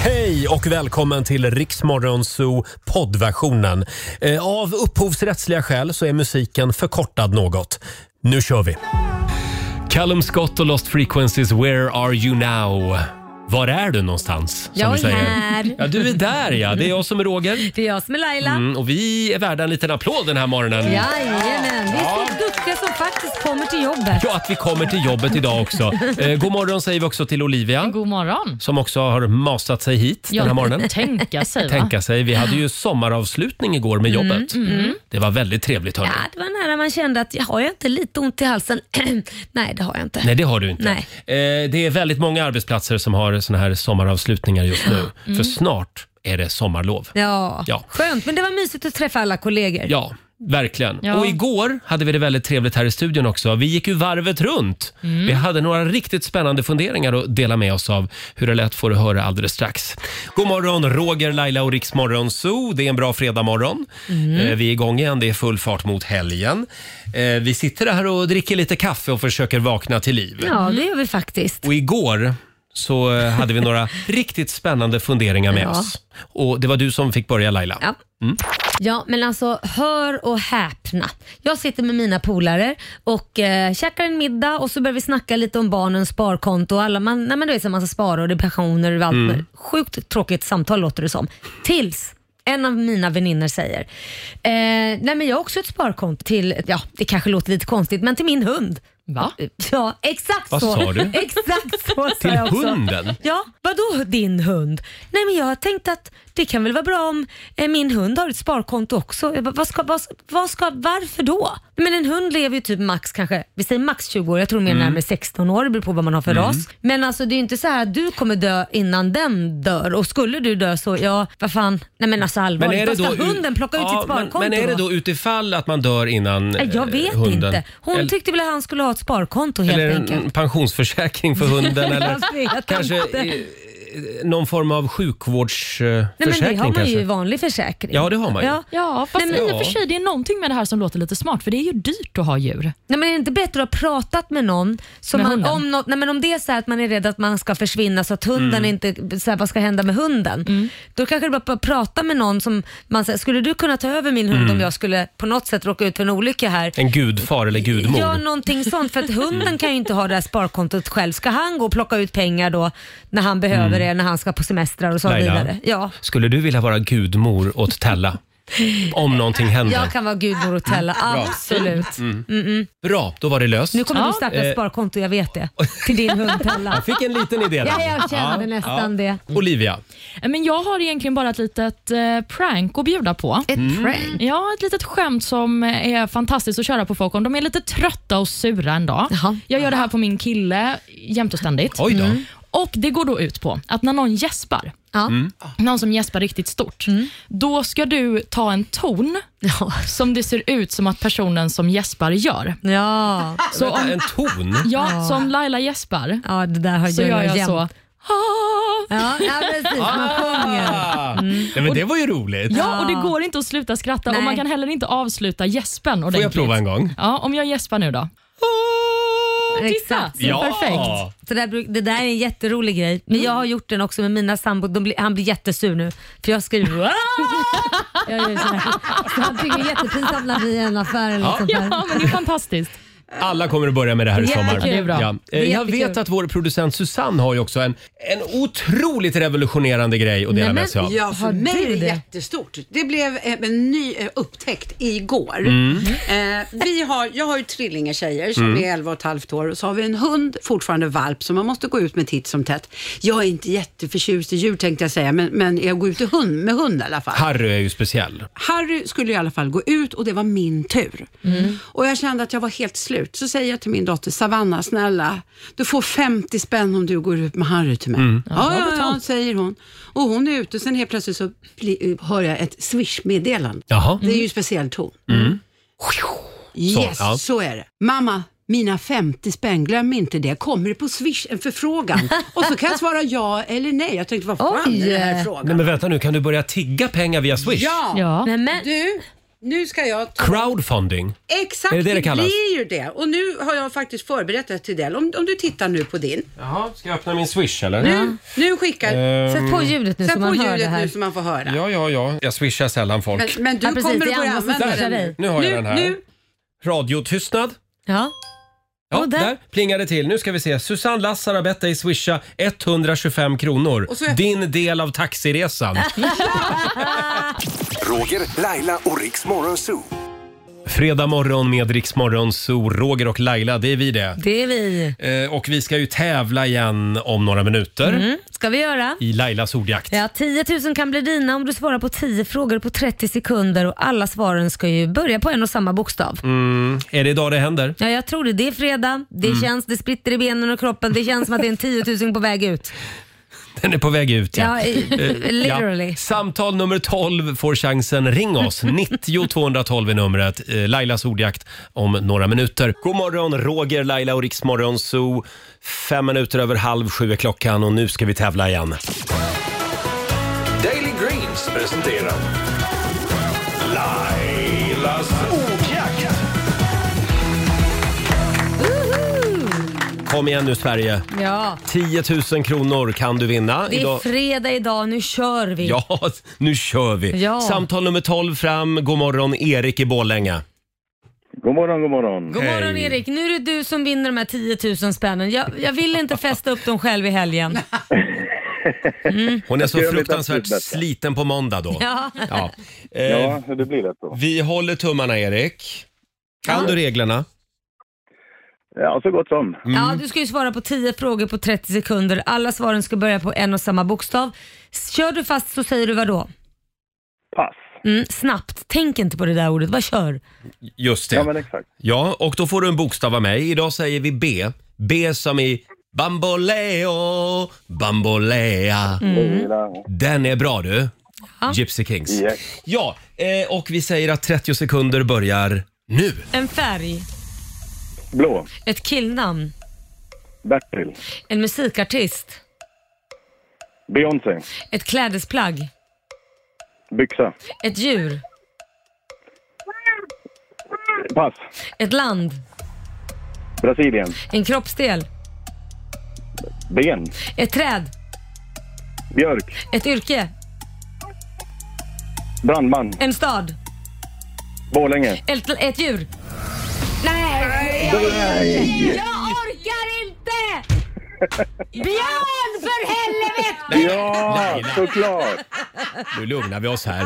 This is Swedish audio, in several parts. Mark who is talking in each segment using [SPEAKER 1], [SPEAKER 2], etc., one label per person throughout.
[SPEAKER 1] Hej och välkommen till Riksmorgonzoo poddversionen. Eh, Av upphovsrättsliga skäl så är musiken förkortad något. Nu kör vi! Callum Scott och Lost Frequencies Where Are You Now? Var är du någonstans? som
[SPEAKER 2] Jag
[SPEAKER 1] du
[SPEAKER 2] är
[SPEAKER 1] säger?
[SPEAKER 2] här.
[SPEAKER 1] Ja, du är där ja. Det är jag som är Roger.
[SPEAKER 2] Det är jag som är Laila.
[SPEAKER 1] Mm, och vi är värda en liten applåd den här morgonen.
[SPEAKER 2] Jajamän, vi är så duktiga som faktiskt kommer till jobbet.
[SPEAKER 1] Ja, att vi kommer till jobbet idag också. Eh, god morgon säger vi också till Olivia
[SPEAKER 3] God morgon.
[SPEAKER 1] som också har masat sig hit den här morgonen.
[SPEAKER 3] Tänka sig va?
[SPEAKER 1] Tänka sig, vi hade ju sommaravslutning igår med jobbet. Det var väldigt trevligt hörni.
[SPEAKER 2] Mm, Ja, det var nära man kände att jag har jag inte lite ont i halsen? Nej, det har jag inte.
[SPEAKER 1] Nej, det har du inte.
[SPEAKER 2] Nej.
[SPEAKER 1] Eh, det är väldigt många arbetsplatser som har såna här sommaravslutningar just nu.
[SPEAKER 2] Mm.
[SPEAKER 1] För snart är det sommarlov.
[SPEAKER 2] Ja.
[SPEAKER 1] Ja.
[SPEAKER 2] skönt. Men det var mysigt att träffa alla kollegor.
[SPEAKER 1] Ja, verkligen.
[SPEAKER 3] Ja.
[SPEAKER 1] Och igår hade vi det väldigt trevligt här i studion också. Vi gick ju varvet runt.
[SPEAKER 2] Mm.
[SPEAKER 1] Vi hade några riktigt spännande funderingar att dela med oss av. Hur det lät får du höra alldeles strax. God morgon, Roger, Laila och Riksmorgon Zoo. Det är en bra fredagmorgon.
[SPEAKER 2] Mm.
[SPEAKER 1] Eh, Vi är igång igen. Det är full fart mot helgen. Eh, Vi sitter här och dricker lite kaffe och försöker vakna till liv.
[SPEAKER 2] Ja, det gör vi faktiskt.
[SPEAKER 1] Och igår så eh, hade vi några riktigt spännande funderingar med
[SPEAKER 2] Ja.
[SPEAKER 1] oss. Och det var du som fick börja Laila.
[SPEAKER 2] Ja. Ja, men alltså hör och häpna. Jag sitter med mina polare och eh, käkar en middag och så börjar vi snacka lite om barnens sparkonto och alla, man, nej, men du vet, så man ska spara och det är pensioner och allt.
[SPEAKER 1] Mm.
[SPEAKER 2] möjligt. Sjukt tråkigt samtal låter det som. Tills en av mina väninnor säger, eh, nej men jag har också ett sparkonto till, ja det kanske låter lite konstigt, men till min hund.
[SPEAKER 3] Va?
[SPEAKER 2] Ja, exakt
[SPEAKER 1] Vad
[SPEAKER 2] så.
[SPEAKER 1] sa du?
[SPEAKER 2] Exakt så sa
[SPEAKER 1] Till
[SPEAKER 2] jag också.
[SPEAKER 1] hunden?
[SPEAKER 2] Ja, vadå din hund? Nej men jag tänkte att det kan väl vara bra om eh, min hund har ett sparkonto också. Jag bara, vad ska, vad, vad ska, varför då? Men en hund lever ju typ max kanske, vi säger max 20 år, jag tror mer
[SPEAKER 1] Mm.
[SPEAKER 2] närmare 16 år, det beror på vad man har för ras. Men alltså det är ju inte så här att du kommer dö innan den dör och skulle du dö så, ja vad fan, nej men alltså allvarligt, vad ska
[SPEAKER 1] ut-
[SPEAKER 2] hunden plocka ut
[SPEAKER 1] Ja,
[SPEAKER 2] sitt sparkonto
[SPEAKER 1] Men, men är det
[SPEAKER 2] då?
[SPEAKER 1] då utifall att man dör innan eh,
[SPEAKER 2] Nej, Jag vet
[SPEAKER 1] hunden?
[SPEAKER 2] inte. Hon
[SPEAKER 1] Eller-
[SPEAKER 2] tyckte väl att han skulle ha ett sparkonto helt
[SPEAKER 1] Eller
[SPEAKER 2] enkelt.
[SPEAKER 1] en pensionsförsäkring för hunden eller
[SPEAKER 2] Jag vet
[SPEAKER 1] kanske
[SPEAKER 2] inte.
[SPEAKER 1] eh, någon form
[SPEAKER 2] Nej,
[SPEAKER 1] av
[SPEAKER 2] men det
[SPEAKER 1] sjukvårdsförsäkring
[SPEAKER 2] har man ju
[SPEAKER 1] kanske?
[SPEAKER 2] i vanlig försäkring.
[SPEAKER 1] Ja, det har man ju.
[SPEAKER 2] Ja.
[SPEAKER 3] Ja, fast
[SPEAKER 2] Nej, men-
[SPEAKER 3] i och för sig, det är någonting med det här som låter lite smart, för det är ju dyrt att ha djur.
[SPEAKER 2] Nej, men är det inte bättre att ha pratat med någon? Så
[SPEAKER 3] Med
[SPEAKER 2] man,
[SPEAKER 3] hunden?
[SPEAKER 2] om, något, nej, men om det är så här att man är rädd att man ska försvinna så att
[SPEAKER 1] Mm.
[SPEAKER 2] hunden inte, så här, vad ska hända med hunden? Då kanske det är bara att prata med någon som man säger, skulle du kunna ta över min hund
[SPEAKER 1] Mm.
[SPEAKER 2] om jag skulle på något sätt råka ut för en olycka här?
[SPEAKER 1] En gudfar eller gudmor?
[SPEAKER 2] Ja, någonting sånt. För att hunden kan ju inte ha det här sparkontot själv. Ska han gå och plocka ut pengar då när han behöver det, när han ska på semestrar och så
[SPEAKER 1] Mm. Laila.
[SPEAKER 2] vidare? Ja.
[SPEAKER 1] Skulle du vilja vara gudmor åt Tella? Om någonting händer?
[SPEAKER 2] Jag kan vara gudmor och Tella, absolut.
[SPEAKER 1] Bra, då var det löst.
[SPEAKER 2] Nu kommer
[SPEAKER 3] Ja.
[SPEAKER 2] du starta ett
[SPEAKER 1] Eh.
[SPEAKER 2] sparkonto, jag vet det. Till din hund Tella.
[SPEAKER 1] Fick en liten idé där.
[SPEAKER 2] Ja, jag kände nästan det.
[SPEAKER 1] Olivia,
[SPEAKER 3] Eh, Men jag har egentligen bara ett litet eh, prank att bjuda på.
[SPEAKER 2] Ett prank.
[SPEAKER 3] Ja, ett litet skämt som eh, är fantastiskt att köra på folk om de är lite trötta och sura en dag.
[SPEAKER 2] Jaha.
[SPEAKER 3] Jag gör det här på min kille jämt och ständigt.
[SPEAKER 1] oj då.
[SPEAKER 2] Mm.
[SPEAKER 3] Och Det går då ut på att när någon gäspar,
[SPEAKER 2] Ja.
[SPEAKER 3] någon som gäspar riktigt stort, då ska du ta en ton
[SPEAKER 2] Ja.
[SPEAKER 3] som det ser ut som att personen som gäspar gör.
[SPEAKER 2] ja.
[SPEAKER 3] Så om,
[SPEAKER 1] Vänta, en ton?
[SPEAKER 3] Ja, som Laila gäspar
[SPEAKER 2] Ja, det där har
[SPEAKER 3] så gör jag
[SPEAKER 2] jämt.
[SPEAKER 3] så. "Ah."
[SPEAKER 2] Ja, ja precis. Man sjunger.
[SPEAKER 1] Ah. Nej,
[SPEAKER 2] Mm.
[SPEAKER 1] men det var ju roligt.
[SPEAKER 3] Ja, och det går inte att sluta skratta
[SPEAKER 2] Nej.
[SPEAKER 3] och man kan heller inte avsluta gäspen
[SPEAKER 1] Får jag
[SPEAKER 3] ordentligt.
[SPEAKER 1] prova en gång?
[SPEAKER 3] Ja, om jag gäspar nu då. Åh, titta,
[SPEAKER 2] Exakt.
[SPEAKER 3] så perfekt.
[SPEAKER 2] Så där, bruk- det där är en jätterolig grej. Men jag har gjort den också med mina sambor. De blir, han blir jättesur nu för jag skriver "Aah!" jag gör så här. Så han tycker det är jättepinsamt när vi är i en affär eller något sånt där.
[SPEAKER 3] Ja, men det är fantastiskt.
[SPEAKER 1] Alla kommer att börja med det här i
[SPEAKER 2] Jättekul.
[SPEAKER 1] sommar.
[SPEAKER 3] Ja, det är bra.
[SPEAKER 2] är
[SPEAKER 1] Eh, Jag
[SPEAKER 2] jättekul.
[SPEAKER 1] vet att vår producent Susanne har ju också en, en otroligt revolutionerande grej att dela
[SPEAKER 2] Nej, men-
[SPEAKER 1] med sig av.
[SPEAKER 4] Ja, för
[SPEAKER 2] Har
[SPEAKER 4] mig
[SPEAKER 2] du
[SPEAKER 4] är det
[SPEAKER 2] det?
[SPEAKER 4] jättestort. Det blev eh, en ny eh, upptäckt igår.
[SPEAKER 2] Mm.
[SPEAKER 4] Eh, vi har, jag har ju trillingetjejer som är 11 och ett halvt år och så har vi en hund, fortfarande valp, som man måste gå ut med titt som tätt. Jag är inte jätteförtjust i djur tänkte jag säga, men, men jag går ut i hund, med hund i alla fall.
[SPEAKER 1] Harry är ju speciell.
[SPEAKER 4] Harry skulle i alla fall gå ut och det var min tur. Och jag kände att jag var helt slut. Så säger jag till min dotter, Savanna snälla, du får 50 spänn om du går ut med Harry till mig.
[SPEAKER 1] Mm.
[SPEAKER 4] Ja, ja, ja, säger hon. Och hon är ute, sen helt plötsligt så bli- hör jag ett swish-meddelande.
[SPEAKER 1] Jaha.
[SPEAKER 4] Det är ju speciell ton.
[SPEAKER 1] Mm. Så,
[SPEAKER 4] Yes, så,
[SPEAKER 1] ja.
[SPEAKER 4] är det. Mamma, mina 50 spänn, glöm inte det. Kommer det på swish en förfrågan? Och så kan jag svara ja eller nej. Jag tänkte, vad fan
[SPEAKER 2] Oj.
[SPEAKER 4] är den här
[SPEAKER 1] Nej
[SPEAKER 4] frågan?
[SPEAKER 1] men vänta nu, kan du börja tigga pengar via Swish?
[SPEAKER 4] Ja!
[SPEAKER 3] Ja.
[SPEAKER 2] Nej, men,
[SPEAKER 4] Du, nu ska jag ta...
[SPEAKER 1] Crowdfunding.
[SPEAKER 4] Exakt,
[SPEAKER 1] Är det det det kallas?
[SPEAKER 4] blir ju det. Och nu har jag faktiskt förberett det till dig. Om, om du tittar nu på din.
[SPEAKER 1] Jaha, ska jag öppna min swish eller?
[SPEAKER 4] Nu, nu skickar...
[SPEAKER 2] Sätt på ljudet Ehm. nu så
[SPEAKER 4] Sätt på
[SPEAKER 2] man hör det
[SPEAKER 4] ljudet nu
[SPEAKER 2] här.
[SPEAKER 4] så man får höra.
[SPEAKER 1] Ja, ja, ja. Jag swishar sällan folk.
[SPEAKER 4] Men, men du
[SPEAKER 2] Ja, precis,
[SPEAKER 4] kommer
[SPEAKER 2] det
[SPEAKER 4] att
[SPEAKER 2] är
[SPEAKER 4] börja
[SPEAKER 2] andra som
[SPEAKER 4] använda
[SPEAKER 2] swishar dig.
[SPEAKER 4] den.
[SPEAKER 1] Nu har jag
[SPEAKER 4] Nu-
[SPEAKER 1] den här.
[SPEAKER 4] nu.
[SPEAKER 1] Radiotystnad.
[SPEAKER 2] Ja.
[SPEAKER 1] Ja,
[SPEAKER 2] Och
[SPEAKER 1] där.
[SPEAKER 2] där.
[SPEAKER 1] plingade till. Nu ska vi se. Susanne Lassar har bett dig swisha 125 kronor.
[SPEAKER 4] Och så-
[SPEAKER 1] Din del av taxiresan.
[SPEAKER 5] Roger, Laila och Riks Morgonzoo.
[SPEAKER 1] Fredag morgon med Rix Morgon, så Roger och Laila, det är vi det.
[SPEAKER 2] Det är vi.
[SPEAKER 1] Eh, och vi ska ju tävla igen om några minuter
[SPEAKER 2] Mm. Ska vi göra?
[SPEAKER 1] i Lailas ordjakt.
[SPEAKER 2] Ja, 10 000 kan bli dina om du svarar på 10 frågor på 30 sekunder och alla svaren ska ju börja på en och samma bokstav.
[SPEAKER 1] Mm. Är det idag det händer?
[SPEAKER 2] Ja, jag tror det. Det är fredag, det
[SPEAKER 1] Mm.
[SPEAKER 2] känns, det spritter i benen och kroppen, det känns som att det är en 10 000 på väg ut.
[SPEAKER 1] Den är på väg ut ja.
[SPEAKER 2] Ja, i-
[SPEAKER 1] Eh,
[SPEAKER 2] literally.
[SPEAKER 1] Ja. Samtal nummer 12 får chansen. Ring oss. 90 212 är numret. Eh, Lailas ordjakt om några minuter. God morgon, Roger, Laila och Rix Morgon Zoo. Fem minuter över halv sju är klockan och nu ska vi tävla igen.
[SPEAKER 5] Daily Greens presenterar Lailas ordjakt.
[SPEAKER 1] Kom igen nu Sverige.
[SPEAKER 2] Ja,
[SPEAKER 1] 10 000 kronor kan du vinna.
[SPEAKER 2] det är fredag idag, nu kör vi.
[SPEAKER 1] Ja, nu kör vi.
[SPEAKER 2] Ja.
[SPEAKER 1] Samtal nummer 12 fram. God morgon, Erik i Borlänge.
[SPEAKER 6] God morgon, god morgon.
[SPEAKER 2] God morgon
[SPEAKER 1] Hej.
[SPEAKER 2] Erik, nu är det du som vinner de här 10 000 spännen. Jag, jag vill inte festa upp dem själv i helgen.
[SPEAKER 1] Hon är så
[SPEAKER 6] Jag gör mitt
[SPEAKER 1] fruktansvärt
[SPEAKER 6] absolut bästa.
[SPEAKER 1] sliten på måndag då.
[SPEAKER 2] Ja.
[SPEAKER 1] Ja. Eh,
[SPEAKER 6] Ja, det blir lätt så.
[SPEAKER 1] Vi håller tummarna, Erik. Kan du reglerna?
[SPEAKER 6] Ja, så gott som.
[SPEAKER 1] Mm.
[SPEAKER 2] Ja, du ska ju svara på 10 frågor på 30 sekunder. Alla svaren ska börja på en och samma bokstav. Kör du fast så säger du vad då?
[SPEAKER 6] Pass.
[SPEAKER 2] Mm, snabbt, tänk inte på det där ordet, bara kör.
[SPEAKER 1] Just
[SPEAKER 6] Ja, men
[SPEAKER 1] det.
[SPEAKER 6] exakt.
[SPEAKER 1] Ja, och då får du en bokstav av mig. Idag säger vi B. B som i Bamboleo, Bambolea.
[SPEAKER 6] Ja,
[SPEAKER 1] Den är bra du.
[SPEAKER 2] Mm. Ja.
[SPEAKER 1] Gypsy Kings.
[SPEAKER 6] Ja.
[SPEAKER 1] Ja, eh, och vi säger att 30 sekunder börjar nu.
[SPEAKER 2] En färg,
[SPEAKER 6] Blå.
[SPEAKER 2] ett killnamn,
[SPEAKER 6] Bertil.
[SPEAKER 2] en musikartist,
[SPEAKER 6] Beyoncé.
[SPEAKER 2] ett klädesplagg,
[SPEAKER 6] Byxa.
[SPEAKER 2] ett djur,
[SPEAKER 6] Pass.
[SPEAKER 2] ett land,
[SPEAKER 6] Brasilien.
[SPEAKER 2] en kroppsdel,
[SPEAKER 6] Ben.
[SPEAKER 2] ett träd,
[SPEAKER 6] Björk.
[SPEAKER 2] ett yrke,
[SPEAKER 6] Brandman.
[SPEAKER 2] en stad,
[SPEAKER 6] Borlänge.
[SPEAKER 2] ett, ett djur. Nej! Jag orkar inte! Björn, för helvete!
[SPEAKER 6] Ja, såklart.
[SPEAKER 1] Nu lugnar vi oss här.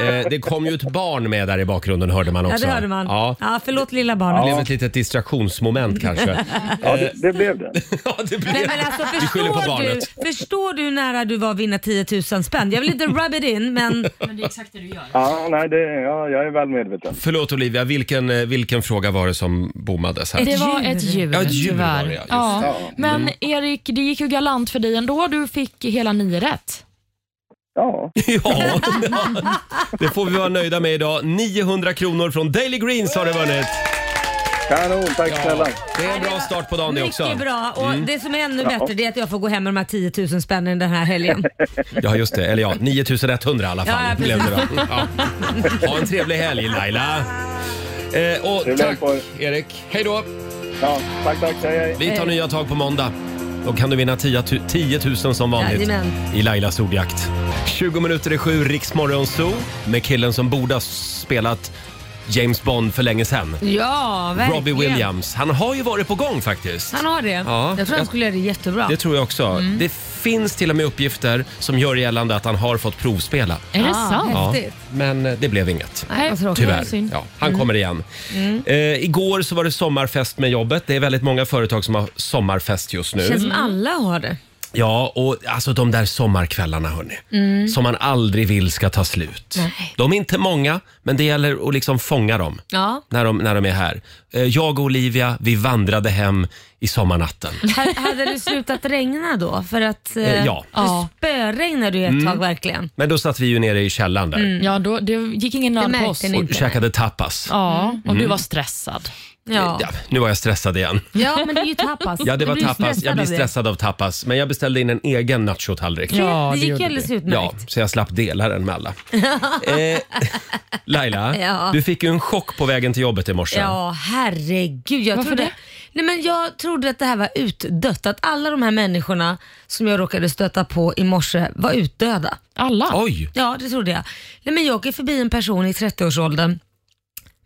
[SPEAKER 1] Eh, det kom ju ett barn med där i bakgrunden hörde man
[SPEAKER 2] Ja,
[SPEAKER 1] också.
[SPEAKER 2] det hörde man.
[SPEAKER 1] Ja.
[SPEAKER 2] Ja. förlåt lilla barnet.
[SPEAKER 1] Det blev ett litet distraktionsmoment kanske.
[SPEAKER 6] Ja, det, det blev det.
[SPEAKER 1] ja, det blev.
[SPEAKER 2] Nej, men alltså,
[SPEAKER 1] vi skyller på
[SPEAKER 2] förstår,
[SPEAKER 1] barnet.
[SPEAKER 2] du, förstår du hur nära du var att vinna 10 000 spänn? Jag vill inte rub it in, men
[SPEAKER 3] Men det är exakt det du gör.
[SPEAKER 6] Ja, nej, det, ja, jag är väl medveten.
[SPEAKER 1] Förlåt Olivia, vilken, eh, vilken fråga var det som bommades här?
[SPEAKER 2] Ett
[SPEAKER 3] Det var
[SPEAKER 2] djur.
[SPEAKER 3] ett djur,
[SPEAKER 1] Ja, ett djur
[SPEAKER 3] tyvärr.
[SPEAKER 1] var det, Mm. ja, just
[SPEAKER 3] ja. Men Erik, det gick ju galant för dig ändå. Du fick hela nio rätt.
[SPEAKER 6] Ja,
[SPEAKER 1] Ja, det får vi vara nöjda med idag. 900 kronor från Daily Greens har du vunnit.
[SPEAKER 6] kanon. Tack snälla.
[SPEAKER 1] Det är en bra start på dagen det också. Mm.
[SPEAKER 2] mycket bra. Och Det som är ännu bättre det är att jag får gå hem med de här 10 000 spännen den här helgen.
[SPEAKER 1] Ja, just det. Eller ja, 9100 i alla fall.
[SPEAKER 2] Ja, ja,
[SPEAKER 1] blev det då. ja. Ha en trevlig helg Laila. Eh, och
[SPEAKER 6] Trevlig helg
[SPEAKER 1] tack
[SPEAKER 6] på er.
[SPEAKER 1] Erik. Hej då.
[SPEAKER 6] Ja, tack, tack. Hej, hej.
[SPEAKER 1] Vi
[SPEAKER 2] Eh.
[SPEAKER 1] tar nya tag på måndag. Då kan du vinna 10 tu- 10 000 som vanligt
[SPEAKER 2] Jajamän.
[SPEAKER 1] i Lailas ordjakt. 20 minuter i sju, Riksmorgon Zoo med killen som borde ha spelat James Bond för länge sedan.
[SPEAKER 2] Ja, verkligen.
[SPEAKER 1] Robbie Williams. Han har ju varit på gång faktiskt.
[SPEAKER 2] Han Mm. har det?
[SPEAKER 1] Ja.
[SPEAKER 2] jag tror han skulle göra det jättebra.
[SPEAKER 1] Det tror jag också. Det finns till och med uppgifter som gör gällande att han har fått provspela.
[SPEAKER 3] Är det
[SPEAKER 2] Ah,
[SPEAKER 3] sant?
[SPEAKER 1] Ja,
[SPEAKER 2] Häftigt.
[SPEAKER 1] men eh, det blev inget.
[SPEAKER 2] Nej, Mm. vad tråkigt.
[SPEAKER 1] Tyvärr.
[SPEAKER 3] synd.
[SPEAKER 1] Ja, han kommer igen. Eh, igår så var det sommarfest med jobbet. Det är väldigt många företag som har sommarfest just nu.
[SPEAKER 2] känns som alla har det.
[SPEAKER 1] Ja, och alltså de där sommarkvällarna hörni. Som man aldrig vill ska ta slut.
[SPEAKER 2] Mm. Nej.
[SPEAKER 1] De är inte många, men det gäller att liksom fånga dem.
[SPEAKER 2] Ja.
[SPEAKER 1] När de, när de är här. Eh, Jag och Olivia, vi vandrade hem i sommarnatten.
[SPEAKER 2] H- Hade det slutat regna då? För att
[SPEAKER 1] Eh, ja. Mm.
[SPEAKER 2] det spöregnade ju ett tag verkligen.
[SPEAKER 1] Men då satt vi ju nere i källaren där
[SPEAKER 3] Ja, då, det gick ingen
[SPEAKER 2] Det
[SPEAKER 3] nöd på
[SPEAKER 2] märkte
[SPEAKER 3] oss.
[SPEAKER 2] ni
[SPEAKER 1] och
[SPEAKER 2] inte.
[SPEAKER 1] käkade tapas.
[SPEAKER 3] Ja, och du var stressad.
[SPEAKER 2] Ja.
[SPEAKER 1] Ja, nu var jag stressad igen.
[SPEAKER 2] Ja, men det är ju tapas.
[SPEAKER 1] Ja, det
[SPEAKER 2] Du
[SPEAKER 1] var
[SPEAKER 2] blir ju
[SPEAKER 1] tapas. Jag
[SPEAKER 2] av
[SPEAKER 1] blir
[SPEAKER 2] det.
[SPEAKER 1] stressad av tapas. Men jag beställde in en egen nachotallrik.
[SPEAKER 2] Det,
[SPEAKER 3] Ja,
[SPEAKER 2] det
[SPEAKER 3] det
[SPEAKER 2] gick
[SPEAKER 3] gjorde
[SPEAKER 2] ju alldeles
[SPEAKER 3] du.
[SPEAKER 1] Ja,
[SPEAKER 2] utmärkt.
[SPEAKER 1] så jag slapp dela den med alla. Eh, Laila,
[SPEAKER 2] Ja.
[SPEAKER 1] du fick ju en chock på vägen till jobbet i morse.
[SPEAKER 2] Ja, herregud. Jag
[SPEAKER 3] Varför
[SPEAKER 2] trodde,
[SPEAKER 3] det?
[SPEAKER 2] Nej, men jag trodde att det här var utdött. Att alla de här människorna som jag råkade stöta på i morse var utdöda.
[SPEAKER 3] Alla?
[SPEAKER 1] Oj!
[SPEAKER 2] Ja, det trodde jag. Nej, men jag åker förbi en person i 30-årsåldern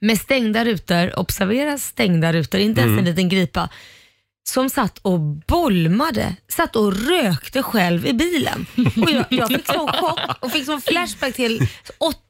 [SPEAKER 2] med stängda rutor, observera stängda rutor, inte ens
[SPEAKER 1] Mm.
[SPEAKER 2] en liten gripa, som satt och bolmade, satt och rökte själv i bilen. Och jag, jag fick sån chock och fick sån flashback till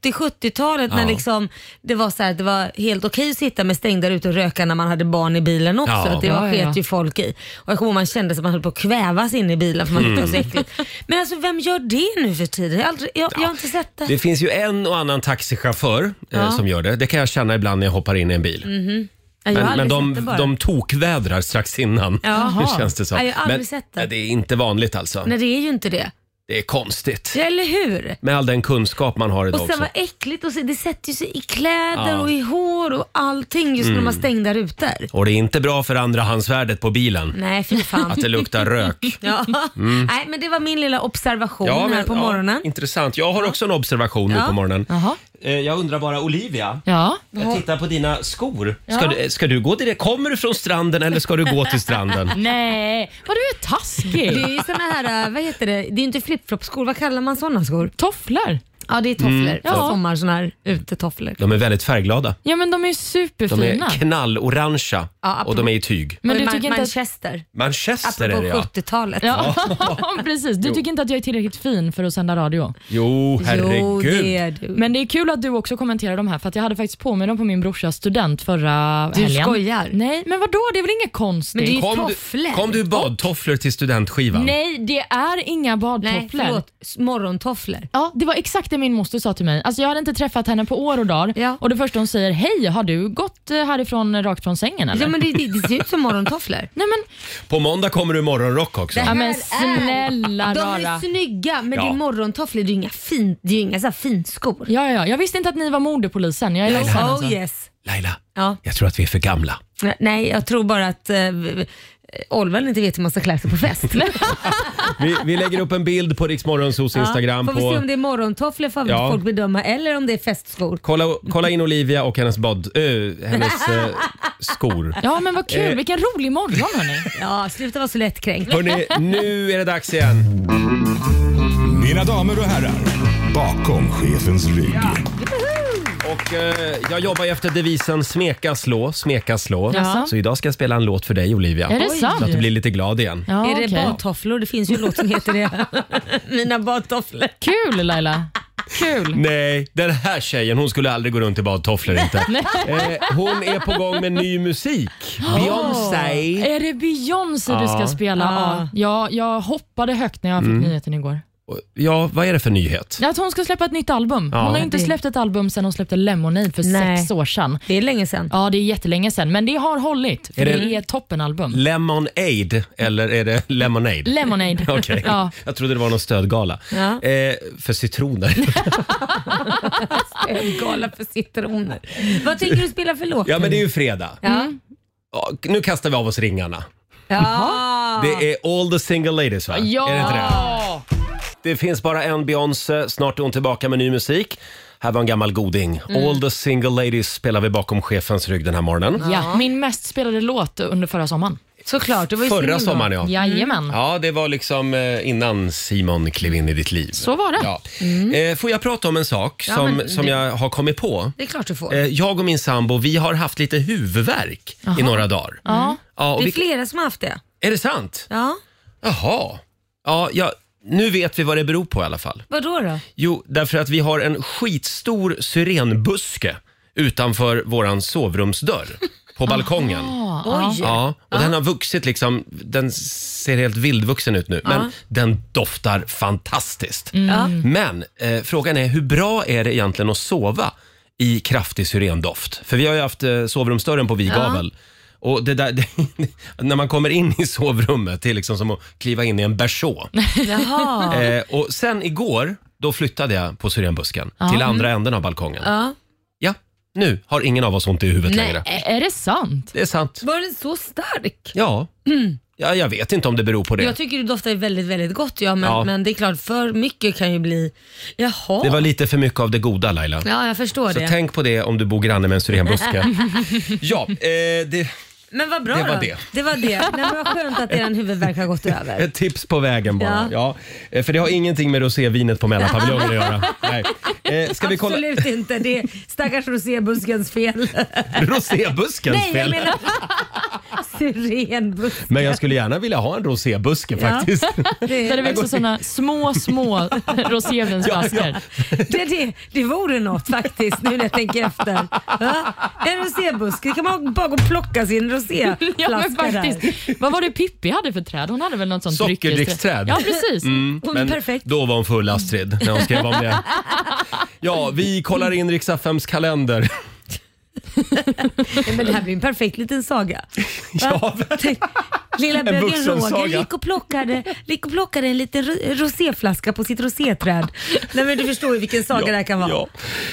[SPEAKER 2] 80-70-talet
[SPEAKER 1] Ja.
[SPEAKER 2] när liksom det var så här, att det var helt okej att sitta med stängda rutor och röka när man hade barn i bilen också.
[SPEAKER 1] Ja.
[SPEAKER 2] Att det var
[SPEAKER 3] Ja, ja.
[SPEAKER 2] sket ju folk i. Och jag kommer ihåg man kände sig att man höll på att kvävas in i bilen för man tyckte det var
[SPEAKER 1] Mm.
[SPEAKER 2] så äckligt. Men alltså vem gör det nu för tiden? Jag, har aldrig, jag, jag har inte sett det.
[SPEAKER 1] Det finns ju en och annan taxichaufför eh, som gör det. Det kan jag känna ibland när jag hoppar in i en bil.
[SPEAKER 2] Jag har
[SPEAKER 1] Men, men
[SPEAKER 2] aldrig sett Mm. det
[SPEAKER 1] de,
[SPEAKER 2] bara.
[SPEAKER 1] de tokvädrar strax innan.
[SPEAKER 2] Jaha.
[SPEAKER 1] Det känns det som.
[SPEAKER 2] Nej, jag har aldrig
[SPEAKER 1] men,
[SPEAKER 2] sett det.
[SPEAKER 1] nej, det är inte vanligt alltså.
[SPEAKER 2] Nej det är ju inte det.
[SPEAKER 1] Det är konstigt.
[SPEAKER 2] Ja, eller hur?
[SPEAKER 1] Med all den kunskap man har idag
[SPEAKER 2] Och sen
[SPEAKER 1] också.
[SPEAKER 2] vad äckligt, och så, det sätter ju sig i kläder
[SPEAKER 1] Ja. Mm.
[SPEAKER 2] och i hår och allting just när de har stängda rutor.
[SPEAKER 1] Och det är inte bra för andrahandsvärdet på bilen
[SPEAKER 2] Nej fy fan.
[SPEAKER 1] att det luktar rök.
[SPEAKER 2] ja. Nej men det var min lilla observation här på
[SPEAKER 1] Mm. ja,
[SPEAKER 2] morgonen.
[SPEAKER 1] intressant. Jag har också en observation nu
[SPEAKER 2] Ja.
[SPEAKER 1] på morgonen.
[SPEAKER 3] Jaha.
[SPEAKER 1] Eh, Jag undrar bara, Olivia?
[SPEAKER 3] Ja.
[SPEAKER 1] Jag tittar på dina skor. Ska, du, eh, ska du gå direkt? Kommer du från stranden eller ska du gå till stranden?
[SPEAKER 3] Nej, vad du är
[SPEAKER 2] Det
[SPEAKER 3] taskig.
[SPEAKER 2] är ju såna här, äh, vad heter det, det är ju inte flipflopskor, vad kallar man sådana skor?
[SPEAKER 3] Tofflor.
[SPEAKER 2] Ja det är tofflor,
[SPEAKER 3] Ja.
[SPEAKER 2] sommar sådana här utetofflor.
[SPEAKER 1] De är väldigt färgglada.
[SPEAKER 3] Ja, men de är ju
[SPEAKER 1] De
[SPEAKER 3] superfina.
[SPEAKER 1] är knallorangea
[SPEAKER 2] Ja,
[SPEAKER 1] och de är i tyg.
[SPEAKER 3] men
[SPEAKER 2] Och
[SPEAKER 3] du
[SPEAKER 2] i
[SPEAKER 3] tycker
[SPEAKER 2] Man-
[SPEAKER 3] inte att...
[SPEAKER 2] Manchester,
[SPEAKER 1] Manchester är
[SPEAKER 2] apropå
[SPEAKER 1] det ja.
[SPEAKER 2] 70-talet.
[SPEAKER 3] Ja, precis. Du tycker inte att jag är tillräckligt fin för att sända radio.
[SPEAKER 1] Jo,
[SPEAKER 2] Jo det
[SPEAKER 1] herregud.
[SPEAKER 2] är du.
[SPEAKER 3] Men det är kul att du också kommenterar de här, för att jag hade faktiskt på mig dem på min brorsas student förra
[SPEAKER 2] Du
[SPEAKER 3] helgen.
[SPEAKER 2] skojar.
[SPEAKER 3] Nej, men vadå? Det är väl inget
[SPEAKER 2] Men det
[SPEAKER 3] konstigt?
[SPEAKER 2] är ju-
[SPEAKER 1] Kom du,
[SPEAKER 2] tofflor.
[SPEAKER 1] kom du i badtofflor till studentskivan?
[SPEAKER 3] Nej, det är inga
[SPEAKER 2] Nej
[SPEAKER 3] badtofflor.
[SPEAKER 2] förlåt, morgontofflor.
[SPEAKER 3] Ja, det var exakt det min moster sa till mig. Alltså, jag hade inte träffat henne på år och dagar
[SPEAKER 2] Ja.
[SPEAKER 3] och det första hon säger, hej, har du gått eh, härifrån eh, rakt från sängen eller?
[SPEAKER 2] Ja men det, det, det ser ut som morgontofflor.
[SPEAKER 3] Nej men,
[SPEAKER 1] På måndag kommer du i morgonrock också.
[SPEAKER 3] ja,
[SPEAKER 2] här
[SPEAKER 3] men
[SPEAKER 2] är-
[SPEAKER 3] snälla
[SPEAKER 2] De är
[SPEAKER 3] rara.
[SPEAKER 2] snygga men det
[SPEAKER 1] Ja.
[SPEAKER 2] är morgontofflor, det är ju inga, fin, det är ju inga så här finskor.
[SPEAKER 3] Ja, ja, jag visste inte att ni var modepolisen. Jag är ledsen
[SPEAKER 2] Oh
[SPEAKER 3] alltså.
[SPEAKER 2] yes.
[SPEAKER 1] Laila,
[SPEAKER 2] Ja.
[SPEAKER 1] jag tror att vi är för gamla.
[SPEAKER 2] Nej jag tror bara att eh, Olven inte vet hur man ska klä sig på fest.
[SPEAKER 1] Vi, vi lägger upp en bild på Riksmorgonsos Instagram.
[SPEAKER 2] Ja, får vi se om
[SPEAKER 1] På,
[SPEAKER 2] det är morgontofflor får
[SPEAKER 1] Ja.
[SPEAKER 2] folk bedöma eller om det är festskor.
[SPEAKER 1] kolla, kolla in Olivia och hennes, bad, ö, hennes eh, skor.
[SPEAKER 3] Ja, men vad
[SPEAKER 1] Eh.
[SPEAKER 3] kul. Vilken rolig morgon hörni.
[SPEAKER 2] Ja, sluta vara så lättkränkt.
[SPEAKER 1] Hörni, nu är det dags igen.
[SPEAKER 7] Mina damer och herrar, bakom chefens rygg.
[SPEAKER 1] Och, eh, jag jobbar ju efter devisen smeka, slå, smeka, slå.
[SPEAKER 3] Jaså?
[SPEAKER 1] Så idag ska jag spela en låt för dig Olivia.
[SPEAKER 3] Är det
[SPEAKER 1] Oj.
[SPEAKER 3] sant?
[SPEAKER 1] Så att du blir lite glad igen.
[SPEAKER 3] Ja,
[SPEAKER 2] är det
[SPEAKER 3] okej.
[SPEAKER 2] badtofflor? Det finns ju en låt som heter det. Mina badtofflor.
[SPEAKER 3] Kul Laila. Kul.
[SPEAKER 1] Nej, den här tjejen hon skulle aldrig gå runt i badtofflor inte. eh, hon är på gång med ny musik. Beyoncé.
[SPEAKER 3] Är det Beyoncé
[SPEAKER 1] Eh. Ja. Mm.
[SPEAKER 3] du ska spela?
[SPEAKER 2] Ja.
[SPEAKER 3] Ja. Ja, jag hoppade högt när jag fick nyheten igår.
[SPEAKER 1] Ja, vad är det för nyhet?
[SPEAKER 3] Att hon ska släppa ett nytt album.
[SPEAKER 1] Ja.
[SPEAKER 3] Hon har ju inte
[SPEAKER 2] Det-
[SPEAKER 3] släppt ett album sedan hon släppte Lemonade för
[SPEAKER 2] Nej.
[SPEAKER 3] sex år sedan.
[SPEAKER 2] Det är länge sedan.
[SPEAKER 3] Ja, det är jättelänge sedan, men det har hållit. För
[SPEAKER 1] Är
[SPEAKER 3] det...
[SPEAKER 1] det-
[SPEAKER 3] är ett toppenalbum.
[SPEAKER 1] Lemonade eller är det lemonade?
[SPEAKER 3] Lemonade.
[SPEAKER 1] Okej,
[SPEAKER 3] Ja.
[SPEAKER 1] jag trodde det var någon stödgala.
[SPEAKER 2] Ja.
[SPEAKER 1] Eh, för citroner.
[SPEAKER 2] Gala för citroner. Mm. Vad tänker du spela för låt?
[SPEAKER 1] ja, men det är ju fredag.
[SPEAKER 2] Ja.
[SPEAKER 1] Ja, Nu kastar vi av oss ringarna.
[SPEAKER 2] Ja.
[SPEAKER 1] Det är All the single ladies va?
[SPEAKER 3] Ja!
[SPEAKER 1] Är det, inte det? det finns bara en Beyoncé, snart är hon tillbaka med ny musik. Här var en gammal goding. All the single ladies spelar vi bakom chefens rygg den här morgonen.
[SPEAKER 3] Ja, min mest spelade låt under förra sommaren.
[SPEAKER 2] Såklart, det var ju
[SPEAKER 1] Förra
[SPEAKER 2] singel då.
[SPEAKER 1] sommaren ja. Mm.
[SPEAKER 3] Jajamän.
[SPEAKER 1] Ja, det var liksom eh, innan Simon klev in i ditt liv.
[SPEAKER 3] Så var det.
[SPEAKER 1] Ja. Eh, Får jag prata om en sak
[SPEAKER 2] Ja,
[SPEAKER 1] som,
[SPEAKER 2] men
[SPEAKER 1] som
[SPEAKER 2] det-
[SPEAKER 1] jag har kommit på?
[SPEAKER 2] Det är klart du får.
[SPEAKER 1] Eh, Jag och min sambo, vi har haft lite huvudvärk i några dagar.
[SPEAKER 2] Mm.
[SPEAKER 3] Ja.
[SPEAKER 1] Ja, och
[SPEAKER 2] det är
[SPEAKER 1] vi,
[SPEAKER 2] flera som har haft det.
[SPEAKER 1] är det sant?
[SPEAKER 2] Ja.
[SPEAKER 1] Jaha. Ja, ja, nu vet vi vad det beror på i alla fall.
[SPEAKER 2] Vad då? då?
[SPEAKER 1] Jo, därför att vi har en skitstor syrenbuske utanför våran sovrumsdörr på balkongen.
[SPEAKER 2] Oj.
[SPEAKER 1] Ja, och den har vuxit liksom, den ser helt vildvuxen ut nu, men den doftar fantastiskt. Men eh, frågan är hur bra är det egentligen att sova i kraftig syrendoft? För vi har ju haft eh, sovrumsdörren på vigavel. Och det där, när man kommer in i sovrummet, det är liksom som att kliva in i en berså.
[SPEAKER 2] Jaha.
[SPEAKER 1] Eh, och sen igår, då flyttade jag på syrenbusken till andra änden av balkongen.
[SPEAKER 2] Mm. Ja.
[SPEAKER 1] Ja, nu har ingen av oss ont i huvudet
[SPEAKER 2] Nej.
[SPEAKER 1] längre.
[SPEAKER 3] Är det sant?
[SPEAKER 1] Det är sant.
[SPEAKER 2] Var den så stark?
[SPEAKER 1] Ja. ja, jag vet inte om det beror på det.
[SPEAKER 2] Mm. Jag tycker det doftar ju väldigt, väldigt gott ja, men,
[SPEAKER 1] Ja.
[SPEAKER 2] men det är klart för mycket kan ju bli... Jaha.
[SPEAKER 1] Det var lite för mycket av det goda Laila.
[SPEAKER 2] Ja, jag förstår
[SPEAKER 1] Så
[SPEAKER 2] det.
[SPEAKER 1] tänk på det om du bor granne med en syrenbuske. ja, eh, det,
[SPEAKER 2] Men vad bra
[SPEAKER 1] Det var
[SPEAKER 2] då.
[SPEAKER 1] det.
[SPEAKER 2] Det var det. Men vad skönt att er huvudvärk har gått över.
[SPEAKER 1] ett tips på vägen bara. Ja.
[SPEAKER 2] Ja.
[SPEAKER 1] Eh, För det har ingenting med rosévinet på mellanpaviljongen att göra. Nej. Eh, ska vi kolla
[SPEAKER 2] Absolut inte. Det är stackars rosébuskens fel.
[SPEAKER 1] rosébuskens
[SPEAKER 2] Nej, jag
[SPEAKER 1] fel?
[SPEAKER 2] menar syrenbusk.
[SPEAKER 1] Men jag skulle gärna vilja ha en rosébuske
[SPEAKER 2] Ja.
[SPEAKER 1] faktiskt.
[SPEAKER 2] Det,
[SPEAKER 3] Där det
[SPEAKER 2] det,
[SPEAKER 3] växer såna små, små rosévinsflaskor.
[SPEAKER 2] det, det vore något faktiskt nu när jag tänker efter. Ja? En rosébuske, kan man bara gå och plocka sin
[SPEAKER 3] Ja, men
[SPEAKER 2] roséflaska där.
[SPEAKER 3] faktiskt. Vad var det Pippi hade för träd? Hon hade väl något sånt
[SPEAKER 1] Sockerdricksträd.
[SPEAKER 3] Ja, precis.
[SPEAKER 2] Hon är
[SPEAKER 1] Men
[SPEAKER 2] perfekt.
[SPEAKER 1] då var hon full Astrid när hon skrev om det. Ja, vi kollar in Rix FMs kalender.
[SPEAKER 2] Men det här blir en perfekt liten saga.
[SPEAKER 1] Ja,
[SPEAKER 2] Tänk, Lilla bögen
[SPEAKER 1] vuxensaga.
[SPEAKER 2] Roger gick och, plockade, gick och plockade en liten ro- roséflaska på sitt roséträd. Nej, men du förstår ju vilken saga det här kan vara.
[SPEAKER 1] Ja.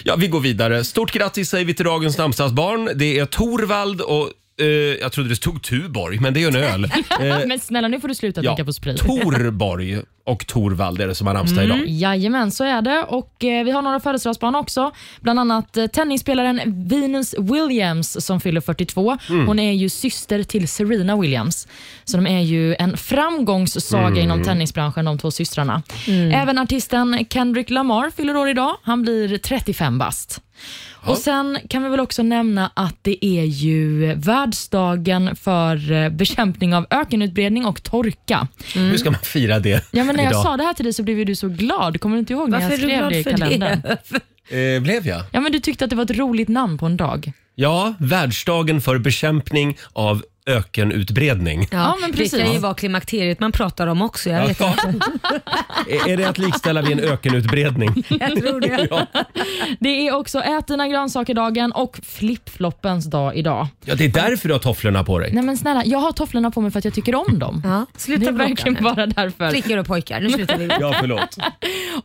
[SPEAKER 1] ja, vi går vidare. Stort grattis säger vi till dagens namnsdagsbarn. Det är Torvald och eh, jag trodde det stod Tuborg, men det är ju en öl. Eh,
[SPEAKER 3] Men snälla, nu får du sluta
[SPEAKER 1] ja,
[SPEAKER 3] tänka på sprit.
[SPEAKER 1] Torborg och Torvald är det som har namnsdag idag.
[SPEAKER 3] Jajamän, så är det. Och eh, Vi har några födelsedagsbarn också. Bland annat eh, tennisspelaren Venus Williams som fyller 42. Hon är ju syster till Serena Williams. Så de är ju en framgångssaga inom tennisbranschen, de två systrarna. Även artisten Kendrick Lamar fyller år idag. Han blir 35 bast. Och Sen kan vi väl också nämna att det är ju världsdagen för eh, bekämpning av ökenutbredning och torka.
[SPEAKER 1] Hur ska man fira det
[SPEAKER 3] Mm. Ja, men när jag
[SPEAKER 1] idag?
[SPEAKER 3] sa det här till dig så blev ju du så glad. Kommer du inte ihåg när
[SPEAKER 2] Varför
[SPEAKER 3] jag skrev
[SPEAKER 2] är du glad
[SPEAKER 3] det i
[SPEAKER 2] för det?
[SPEAKER 3] kalendern?
[SPEAKER 1] Eh, blev jag?
[SPEAKER 3] Ja, men du tyckte att det var ett roligt namn på en dag.
[SPEAKER 1] Ja, världsdagen för bekämpning av ökenutbredning.
[SPEAKER 3] Ja, men precis.
[SPEAKER 2] Det kan ju vara klimakteriet man pratar om också. Jag, vet,
[SPEAKER 1] Ja. Är- Är det att likställa vid en ökenutbredning?
[SPEAKER 2] jag tror det.
[SPEAKER 3] Det är också ät dina grönsaker-dagen och flipfloppens dag idag.
[SPEAKER 1] Ja, det är därför du har tofflorna på dig.
[SPEAKER 3] Nej men snälla, jag har tofflorna på mig för att jag tycker om dem.
[SPEAKER 2] Ja,
[SPEAKER 3] Det
[SPEAKER 2] sluta
[SPEAKER 3] är
[SPEAKER 2] bråka nu.
[SPEAKER 3] verkligen bara därför.
[SPEAKER 2] Flickor och pojkar, nu slutar vi.
[SPEAKER 1] Ja, förlåt.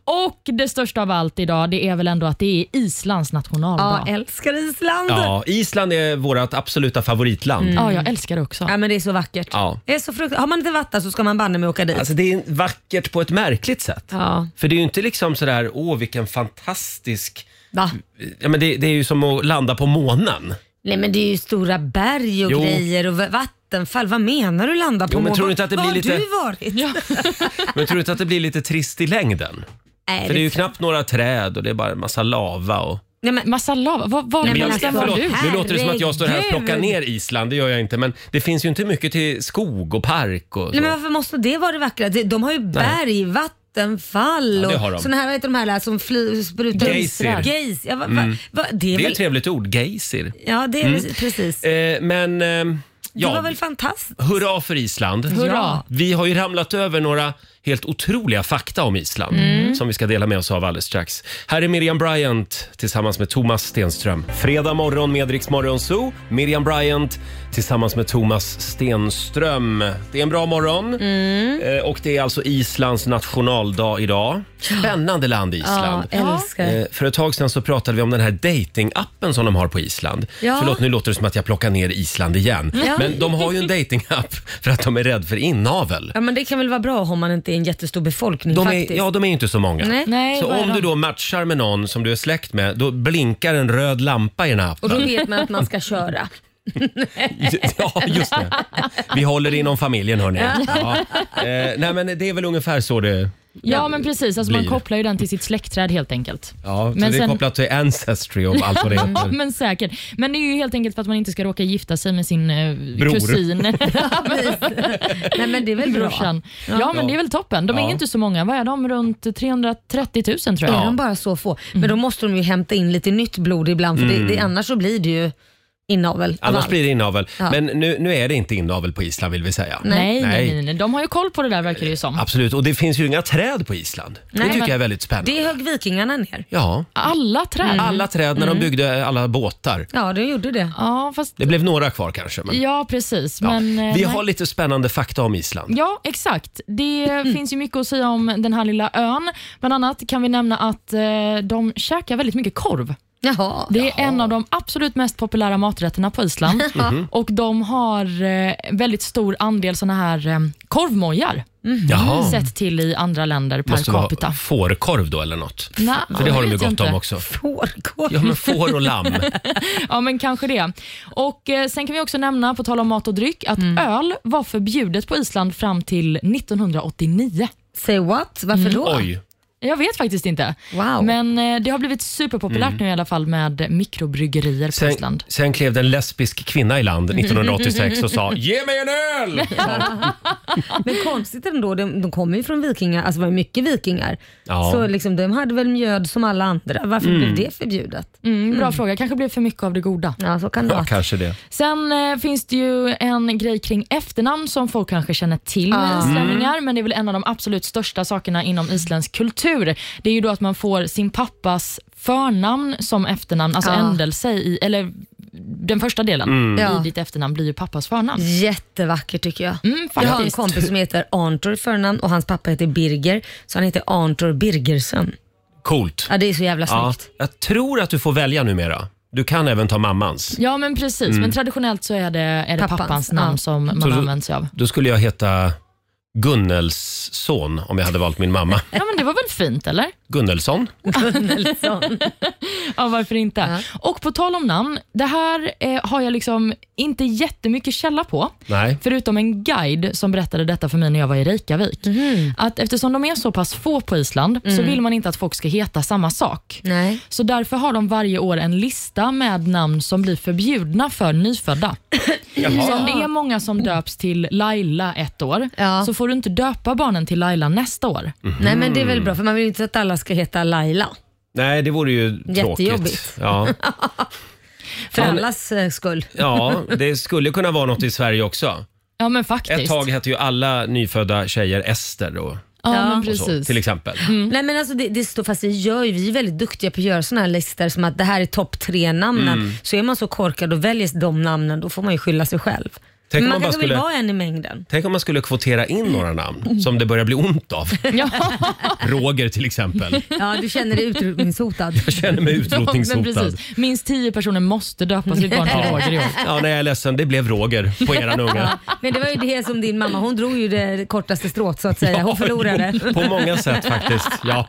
[SPEAKER 3] Och det största av allt idag, det är väl ändå att det är Islands nationaldag.
[SPEAKER 2] Ja,
[SPEAKER 3] Ja,
[SPEAKER 2] älskar Island. Ja.
[SPEAKER 1] Ja, Island är vårt absoluta favoritland.
[SPEAKER 3] jag älskar det också.
[SPEAKER 2] men det är så vackert.
[SPEAKER 1] Ja.
[SPEAKER 2] Det är så frukt- Har man inte vatten så ska man banne mig åka dit.
[SPEAKER 1] Alltså det är vackert på ett märkligt sätt.
[SPEAKER 2] Ja.
[SPEAKER 1] För det är ju inte liksom sådär, åh vilken fantastisk...
[SPEAKER 2] Va?
[SPEAKER 1] Ja, men det, det är ju som att landa på månen.
[SPEAKER 2] Nej men det är ju stora berg och
[SPEAKER 1] Jo.
[SPEAKER 2] grejer och va- vattenfall. Vad menar du landa på
[SPEAKER 1] Jo, men
[SPEAKER 2] månen?
[SPEAKER 1] tror du inte att det
[SPEAKER 2] Var
[SPEAKER 1] blir lite-
[SPEAKER 2] har du varit?
[SPEAKER 1] Men tror du inte att det blir lite trist i längden?
[SPEAKER 2] Nej,
[SPEAKER 1] För det är ju
[SPEAKER 2] det-
[SPEAKER 1] knappt några träd och det är bara en massa lava och...
[SPEAKER 2] Nej, men,
[SPEAKER 3] Massa lava, vad, vad
[SPEAKER 2] Nej, men
[SPEAKER 1] jag,
[SPEAKER 2] alltså,
[SPEAKER 3] bestämmer
[SPEAKER 1] förlåt,
[SPEAKER 3] du?
[SPEAKER 1] nu låter det som att jag står här och plockar
[SPEAKER 2] herregud.
[SPEAKER 1] ner Island, det gör jag inte. Men det finns ju inte mycket till skog och park och så.
[SPEAKER 2] nej, men varför måste det vara det vackra? De- De har ju berg, vattenfall
[SPEAKER 1] Ja, det
[SPEAKER 2] och
[SPEAKER 1] har de.
[SPEAKER 2] såna här, vad heter de här där som fly, sprutar
[SPEAKER 1] Geysir.
[SPEAKER 2] Geys. Ja, va, va, va, det är
[SPEAKER 1] Mm. Det är
[SPEAKER 2] väl...
[SPEAKER 1] ett trevligt ord, geysir.
[SPEAKER 2] Ja, det är precis.
[SPEAKER 1] Mm. Eh, men, eh,
[SPEAKER 2] Det var
[SPEAKER 1] ja,
[SPEAKER 2] väl fantastiskt?
[SPEAKER 1] hurra för Island.
[SPEAKER 3] Hurra.
[SPEAKER 1] Vi har ju ramlat över några helt otroliga fakta om Island som vi ska dela med oss av alldeles strax. Här är Miriam Bryant tillsammans med Thomas Stenström. Fredag morgon med Rix Morgon Zoo. Miriam Bryant tillsammans med Thomas Stenström. Det är en bra morgon Eh, och det är alltså Islands nationaldag idag. Spännande land
[SPEAKER 2] Ja,
[SPEAKER 1] Island.
[SPEAKER 2] älskar.
[SPEAKER 1] Eh, För ett tag sedan så pratade vi om den här datingappen som de har på Island.
[SPEAKER 2] Ja.
[SPEAKER 1] Förlåt, nu låter det som att jag plockar ner Island igen. Men de har ju en datingapp för att de är rädda för inavel.
[SPEAKER 2] Ja men det kan väl vara bra om man inte är en jättestor befolkning
[SPEAKER 1] De
[SPEAKER 2] faktiskt.
[SPEAKER 1] är, ja, de är ju inte så många.
[SPEAKER 2] Nej.
[SPEAKER 3] Nej,
[SPEAKER 1] Så
[SPEAKER 3] vad är
[SPEAKER 1] om
[SPEAKER 3] de?
[SPEAKER 1] du då matchar med någon som du är släkt med, då blinkar en röd lampa i den här
[SPEAKER 2] Och då
[SPEAKER 1] appen.
[SPEAKER 2] vet man att man ska köra.
[SPEAKER 1] Ja, just det. Vi håller inom familjen hörni. Ja. Eh, nej men det är väl ungefär så det...
[SPEAKER 3] Ja men precis, alltså man
[SPEAKER 1] Blir.
[SPEAKER 3] kopplar ju den till sitt släktträd helt enkelt.
[SPEAKER 1] Ja, så
[SPEAKER 3] Men
[SPEAKER 1] det är
[SPEAKER 3] sen-
[SPEAKER 1] kopplat till Ancestry och allt vad det
[SPEAKER 3] Ja,
[SPEAKER 1] heter.
[SPEAKER 3] men säkert. Men det är ju helt enkelt för att man inte ska råka gifta sig med sin eh,
[SPEAKER 1] Bror.
[SPEAKER 3] kusin.
[SPEAKER 2] Nej men det är väl bra.
[SPEAKER 3] Brorsan. Ja. men det är väl toppen. De är
[SPEAKER 1] Ja.
[SPEAKER 3] ju inte så många. Vad är de? Runt 330 000 tror jag.
[SPEAKER 2] Är de bara så få? Men då måste de ju hämta in lite nytt blod ibland för det, det, annars så blir det ju inavel. av
[SPEAKER 1] Mm. Annars
[SPEAKER 2] allt.
[SPEAKER 1] blir det inavel.
[SPEAKER 2] Ja.
[SPEAKER 1] Men nu, nu är det inte inavel på Island vill vi säga.
[SPEAKER 3] Nej,
[SPEAKER 1] Nej.
[SPEAKER 3] nej, nej, nej. De har ju koll på det där verkar det ju som.
[SPEAKER 1] Absolut, och det finns ju inga träd på Island. det
[SPEAKER 2] Nej,
[SPEAKER 1] tycker
[SPEAKER 2] men-
[SPEAKER 1] jag är väldigt spännande.
[SPEAKER 2] Det högg vikingarna ner.
[SPEAKER 1] Ja,
[SPEAKER 3] Alla träd.
[SPEAKER 2] Mm.
[SPEAKER 1] alla träd när
[SPEAKER 3] Mm.
[SPEAKER 1] de byggde alla båtar.
[SPEAKER 2] Ja, de gjorde det.
[SPEAKER 3] Ja, fast...
[SPEAKER 1] Det blev några kvar kanske. Men,
[SPEAKER 3] Ja, precis.
[SPEAKER 1] ja.
[SPEAKER 3] Men, eh,
[SPEAKER 1] vi
[SPEAKER 3] nej.
[SPEAKER 1] har lite spännande fakta om Island.
[SPEAKER 3] Ja, exakt. Det
[SPEAKER 2] Mm.
[SPEAKER 3] finns ju mycket att säga om den här lilla ön. Bland annat kan vi nämna att eh, de käkar väldigt mycket korv.
[SPEAKER 2] Jaha.
[SPEAKER 3] Det är en av de absolut mest populära maträtterna på Island.
[SPEAKER 1] Mhm.
[SPEAKER 3] Och de har eh, väldigt stor andel såna här eh, korvmojar.
[SPEAKER 1] Jaha.
[SPEAKER 3] Sett till i andra länder per
[SPEAKER 1] Ah. Måste
[SPEAKER 3] capita.
[SPEAKER 1] vara fårkorv då eller något.
[SPEAKER 3] Nej,
[SPEAKER 1] För det
[SPEAKER 3] jag
[SPEAKER 1] har de ju
[SPEAKER 3] vet
[SPEAKER 1] gott
[SPEAKER 3] inte.
[SPEAKER 1] om också.
[SPEAKER 2] Fårkorv.
[SPEAKER 1] Ja, men får och lamm.
[SPEAKER 3] Ja, men kanske det. Och eh, Sen kan vi också nämna, på tal om mat och dryck, att öl var förbjudet på Island fram till 1989.
[SPEAKER 2] Say what? Varför då?
[SPEAKER 1] Oj.
[SPEAKER 3] Jag vet faktiskt inte.
[SPEAKER 2] Wow.
[SPEAKER 3] Men eh, det har blivit superpopulärt nu i alla fall med mikrobryggerier på
[SPEAKER 1] Mm. Sen,
[SPEAKER 3] Island.
[SPEAKER 1] sen klev det en lesbisk kvinna i land 1986 och sa “Ge mig en öl!”
[SPEAKER 2] Men konstigt ändå, de, de kommer ju från vikingar, alltså det var ju mycket vikingar.
[SPEAKER 1] Ja. Mm.
[SPEAKER 2] Så liksom, de hade väl mjöd som alla andra. Varför blev det förbjudet?
[SPEAKER 3] Mm, bra fråga. Kanske blev för mycket av det goda.
[SPEAKER 2] Ja, så kan det
[SPEAKER 1] Ja,
[SPEAKER 2] vara.
[SPEAKER 1] kanske det.
[SPEAKER 3] Sen eh, finns det ju en grej kring efternamn som folk kanske känner till med
[SPEAKER 2] Mm.
[SPEAKER 3] islänningar, men det är väl en av de absolut största sakerna inom isländsk kultur. Det är ju då att man får sin pappas förnamn som efternamn, alltså
[SPEAKER 2] Ja. Mm.
[SPEAKER 3] ändelse i, eller den första delen
[SPEAKER 2] Ja.
[SPEAKER 3] i ditt efternamn blir ju pappas förnamn.
[SPEAKER 2] Jättevackert tycker jag.
[SPEAKER 3] Mm,
[SPEAKER 2] jag har en
[SPEAKER 3] faktiskt.
[SPEAKER 2] kompis som heter Arntor i förnamn och hans pappa heter Birger, så han heter Arntor Birgersson.
[SPEAKER 1] Coolt.
[SPEAKER 2] Ja, det är så jävla
[SPEAKER 1] Ja,
[SPEAKER 2] snyggt.
[SPEAKER 1] jag tror att du får välja numera. Du kan även ta mammans.
[SPEAKER 3] Ja, men precis. Men traditionellt så är det, är det
[SPEAKER 2] Mm. Pappans,
[SPEAKER 3] pappans, namn
[SPEAKER 2] ja.
[SPEAKER 3] som man
[SPEAKER 1] Så du-
[SPEAKER 3] använder sig av.
[SPEAKER 1] Då skulle jag heta Gunnelsson om jag hade valt min mamma.
[SPEAKER 3] Ja, men det var väl fint, eller?
[SPEAKER 1] Gunnelsson?
[SPEAKER 2] Gunnelsson.
[SPEAKER 3] Ja, varför inte? Och på tal om namn, det här eh, har jag liksom inte jättemycket källa på.
[SPEAKER 1] Nej.
[SPEAKER 3] Förutom en guide som berättade detta för mig när jag var i Reykjavik. Att eftersom de är så pass få på Island så vill man inte att folk ska heta samma sak.
[SPEAKER 2] Nej.
[SPEAKER 3] Så därför har de varje år en lista med namn som blir förbjudna för nyfödda. Så om det är många som döps till Laila ett år
[SPEAKER 2] Ja.
[SPEAKER 3] så får du inte döpa barnen till Laila nästa år.
[SPEAKER 1] Mm.
[SPEAKER 2] Nej men det är väl bra för man vill ju inte att alla ska heta Laila.
[SPEAKER 1] Nej, det vore ju tråkigt.
[SPEAKER 2] Jättejobbigt.
[SPEAKER 1] Ja.
[SPEAKER 2] För
[SPEAKER 1] Men-
[SPEAKER 2] allas eh, skull.
[SPEAKER 1] ja, det skulle kunna vara något i Sverige också.
[SPEAKER 3] Ja men faktiskt.
[SPEAKER 1] Ett tag hette ju alla nyfödda tjejer Ester och,
[SPEAKER 3] Ja, men
[SPEAKER 1] och så,
[SPEAKER 3] precis. Mm.
[SPEAKER 1] till exempel.
[SPEAKER 2] Nej men alltså det, det står fast vi gör ju, vi är väldigt duktiga på att göra sådana här listor som att det här är topp tre namnen. Så är man så korkad och väljer de namnen då får man ju skylla sig själv.
[SPEAKER 1] Tänk om
[SPEAKER 2] men man
[SPEAKER 1] man bara
[SPEAKER 2] kanske
[SPEAKER 1] skulle-
[SPEAKER 2] vill vara en i mängden.
[SPEAKER 1] Tänk om man skulle kvotera in några namn som det börjar bli ont av.
[SPEAKER 3] Ja.
[SPEAKER 1] Roger till exempel.
[SPEAKER 2] Ja du känner dig utrotningshotad.
[SPEAKER 1] Jag känner mig
[SPEAKER 3] Ja, men
[SPEAKER 1] utrotningshotad.
[SPEAKER 3] precis. Minst tio personer måste döpa sitt barn till Roger i år.
[SPEAKER 1] Ja, nej, jag är ledsen. Det blev Roger på eran unge.
[SPEAKER 2] Ja, men det var ju det som din mamma, hon drog ju det kortaste strået så att säga. Hon förlorade.
[SPEAKER 1] På, på många sätt faktiskt. Ja.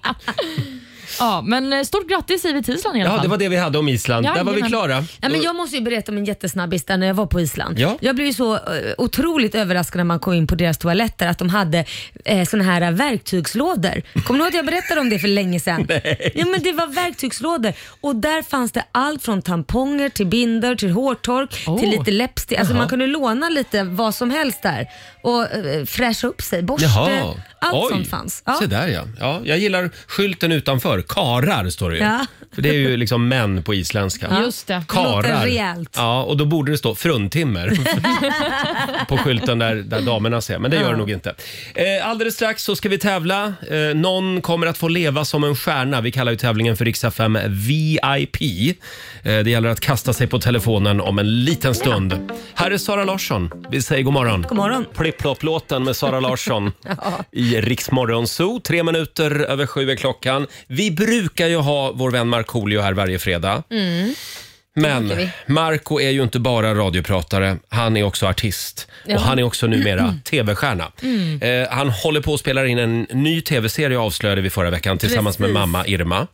[SPEAKER 3] Ja, men eh, stort grattis säger vi till Island i alla
[SPEAKER 1] ja,
[SPEAKER 3] fall.
[SPEAKER 1] det var det vi hade om Island. Där var vi
[SPEAKER 3] Jajamän.
[SPEAKER 1] klara.
[SPEAKER 2] Ja, men jag måste ju berätta om en jättesnabbis där när jag var på Island.
[SPEAKER 1] Ja.
[SPEAKER 2] Jag blev ju så eh, otroligt överraskad när man kom in på deras toaletter att de hade eh, såna här verktygslådor. Kommer du ihåg att jag berättade om det för länge sedan? Nej. Ja, men det var verktygslådor och där fanns det allt från tamponger till binder till hårtork
[SPEAKER 3] Oh.
[SPEAKER 2] till lite läppstift. Alltså man kunde låna lite vad som helst där och eh, fräscha upp sig. Borste,
[SPEAKER 1] Jaha.
[SPEAKER 2] allt
[SPEAKER 1] Oj.
[SPEAKER 2] sånt fanns. Ja.
[SPEAKER 1] Se där ja. ja. Jag gillar skylten utanför. Karar står det ju.
[SPEAKER 2] Ja.
[SPEAKER 1] För det är ju liksom män på isländska.
[SPEAKER 3] Ja. Just det.
[SPEAKER 2] Det
[SPEAKER 1] Karar.
[SPEAKER 2] låter rejält.
[SPEAKER 1] Ja, och då borde det stå fruntimmer på skylten där, där damerna ser. Men det gör det nog inte. Eh, alldeles strax så ska vi tävla. Eh, någon kommer att få leva som en stjärna. Vi kallar ju tävlingen för Riksa 5 VIP. Eh, det gäller att kasta sig på telefonen om en liten stund. Här är Sara Larsson. Vi säger god morgon.
[SPEAKER 2] God morgon.
[SPEAKER 1] Plipplopp-låten med Sara Larsson i Riksmorgon Zoo. Tre minuter över sju är klockan. Vi brukar ju ha vår vän Markoolio här varje fredag. Men Marco är ju inte bara radiopratare, han är också artist. Och han är också numera
[SPEAKER 2] Mm.
[SPEAKER 1] tv-stjärna. Eh, han håller på och spelar in en ny tv-serie avslöjade vi förra veckan tillsammans med
[SPEAKER 2] Precis.
[SPEAKER 1] mamma Irma.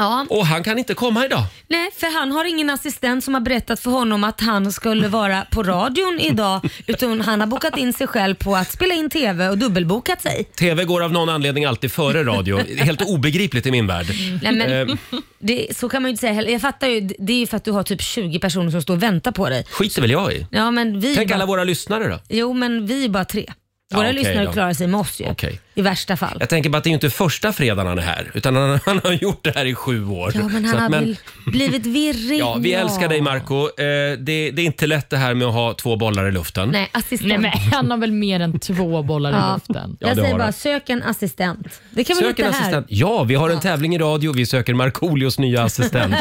[SPEAKER 2] Ja.
[SPEAKER 1] Och han kan inte komma idag.
[SPEAKER 2] Nej, för han har ingen assistent som har berättat för honom att han skulle vara på radion idag. Utan han har bokat in sig själv på att spela in TV och dubbelbokat sig.
[SPEAKER 1] Tv går av någon anledning alltid före radio. Helt obegripligt i min värld.
[SPEAKER 2] Nej, men
[SPEAKER 1] Eh,
[SPEAKER 2] det, så kan man ju inte säga heller. Jag fattar ju, det är ju för att du har typ 20 personer som står och väntar på dig.
[SPEAKER 1] skiter väl jag i.
[SPEAKER 2] Ja, men vi
[SPEAKER 1] Tänk
[SPEAKER 2] bara,
[SPEAKER 1] alla våra lyssnare då.
[SPEAKER 2] Jo, men vi är bara tre.
[SPEAKER 1] Ja,
[SPEAKER 2] Våra
[SPEAKER 1] okej
[SPEAKER 2] lyssnare
[SPEAKER 1] då.
[SPEAKER 2] klarar sig med oss ju.
[SPEAKER 1] Okej.
[SPEAKER 2] I värsta fall.
[SPEAKER 1] Jag tänker på att det är ju inte första fredagen han är här, utan han, han har gjort det här i sju år.
[SPEAKER 2] Ja, men
[SPEAKER 1] Så
[SPEAKER 2] han
[SPEAKER 1] att-
[SPEAKER 2] har väl blivit virrig.
[SPEAKER 1] ja, vi
[SPEAKER 2] ja.
[SPEAKER 1] älskar dig Marco. Eh, det, det är inte lätt det här med att ha två bollar i luften.
[SPEAKER 2] Nej, assistent.
[SPEAKER 3] Nej, men han har väl mer än två bollar i
[SPEAKER 2] Ja.
[SPEAKER 3] luften.
[SPEAKER 1] Ja, det
[SPEAKER 2] Jag säger
[SPEAKER 1] har
[SPEAKER 2] bara,
[SPEAKER 1] han.
[SPEAKER 2] sök en assistent. Det kan väl
[SPEAKER 1] Sök
[SPEAKER 2] inte
[SPEAKER 1] en
[SPEAKER 2] här?
[SPEAKER 1] assistent. Ja, vi har en tävling i radio. Vi söker Markoolios nya assistent.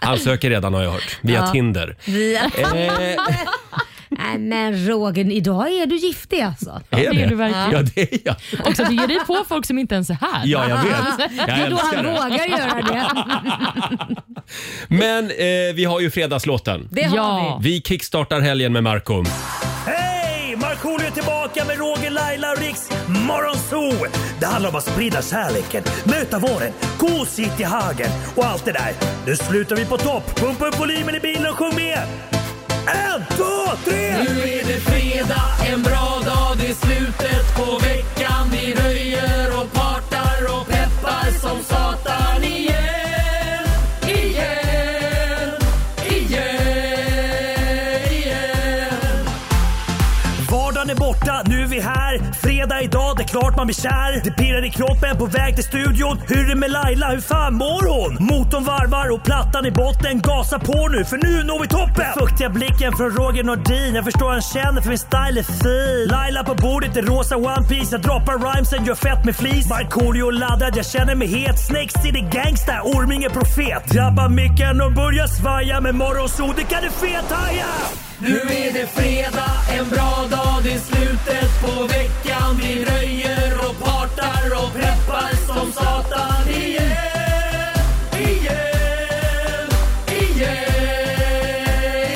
[SPEAKER 1] Han söker redan har jag hört, via Tinder.
[SPEAKER 2] Vi
[SPEAKER 1] Eh,
[SPEAKER 2] Nej men Roger, idag är du giftig alltså.
[SPEAKER 1] Är
[SPEAKER 3] det är
[SPEAKER 1] jag
[SPEAKER 3] du verkligen.
[SPEAKER 1] Ja, det är jag.
[SPEAKER 3] Också att du ger dig på folk som inte ens är här.
[SPEAKER 1] Ja, jag vet.
[SPEAKER 2] det
[SPEAKER 1] Jag
[SPEAKER 2] är då
[SPEAKER 1] älskar
[SPEAKER 2] han
[SPEAKER 1] det.
[SPEAKER 2] vågar göra det.
[SPEAKER 1] Men eh, vi har ju fredagslåten.
[SPEAKER 2] Det har
[SPEAKER 3] Ja.
[SPEAKER 2] vi.
[SPEAKER 1] Vi kickstartar helgen med Marco.
[SPEAKER 8] Hej! Markoolio är tillbaka med Roger, Laila och Riks Morgonzoo! Det handlar om att sprida kärleken, möta våren, gosigt i hagen och allt det där. Nu slutar vi på topp! Pumpa upp volymen i bilen och sjung med! En, två, tre! Nu är det fredag, en bra dag, det är slutet på veckan. Vi röjer och partar och peppar som satan igen, igen, igen, igen. Vardagen är borta, nu är vi här. Fredag idag, det är klart man blir kär. Det pirrar i kroppen på väg till studion. Hur är det med Laila, hur fan mår hon? Motorn varvar och plattan i botten. Gasa på nu, för nu når vi toppen! Den fuktiga blicken från Roger Nordin. Jag förstår han känner för min style är fin. Laila på bordet i rosa One Piece Jag droppar rhymesen, gör fett med flis. Markoolio laddad, jag känner mig het. Snake City Gangsta, Orming är profet. Drabbar micken och börjar svaja. Med morgonsol, det kan du fethaja! Nu är det fredag, en bra dag, det är slutet på veckan. Vi röjer och partar och peppar som satan igen. igen, igen,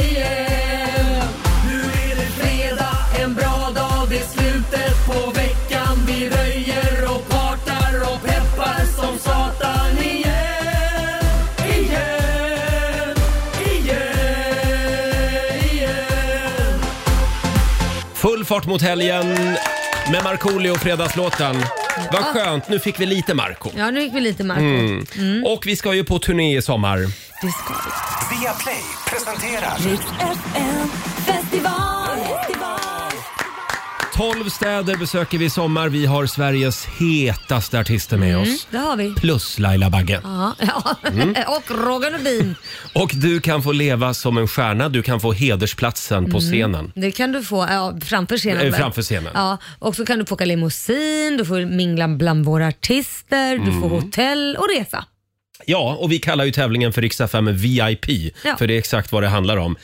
[SPEAKER 8] igen. Nu är det fredag, en bra dag, det är slutet på veckan. Vi röjer och partar och peppar som satan igen. igen, igen, igen.
[SPEAKER 1] Full fart mot helgen med Markoolio och fredagslåten. Vad skönt, nu fick vi lite Marco.
[SPEAKER 2] Ja, nu gick vi lite Marco.
[SPEAKER 1] Och vi ska ju på turné i sommar.
[SPEAKER 2] Det ska vi.
[SPEAKER 5] Via Play presenterar
[SPEAKER 9] Festival, festival.
[SPEAKER 1] 12 städer besöker vi i sommar. Vi har Sveriges hetaste artister med oss.
[SPEAKER 2] Det har vi.
[SPEAKER 1] Plus Laila Bagge.
[SPEAKER 2] Ja, ja. och Roger Nordin.
[SPEAKER 1] Och du kan få leva som en stjärna. Du kan få hedersplatsen på scenen.
[SPEAKER 2] Det kan du få ja, framför scenen.
[SPEAKER 1] Eh,
[SPEAKER 2] väl?
[SPEAKER 1] framför scenen.
[SPEAKER 2] Ja, och så kan du få åka limousin, du får mingla bland våra artister, du får hotell och resa.
[SPEAKER 1] Ja, och vi kallar ju tävlingen för Riksdag 5 VIP.
[SPEAKER 2] Ja.
[SPEAKER 1] För det är exakt vad det handlar om.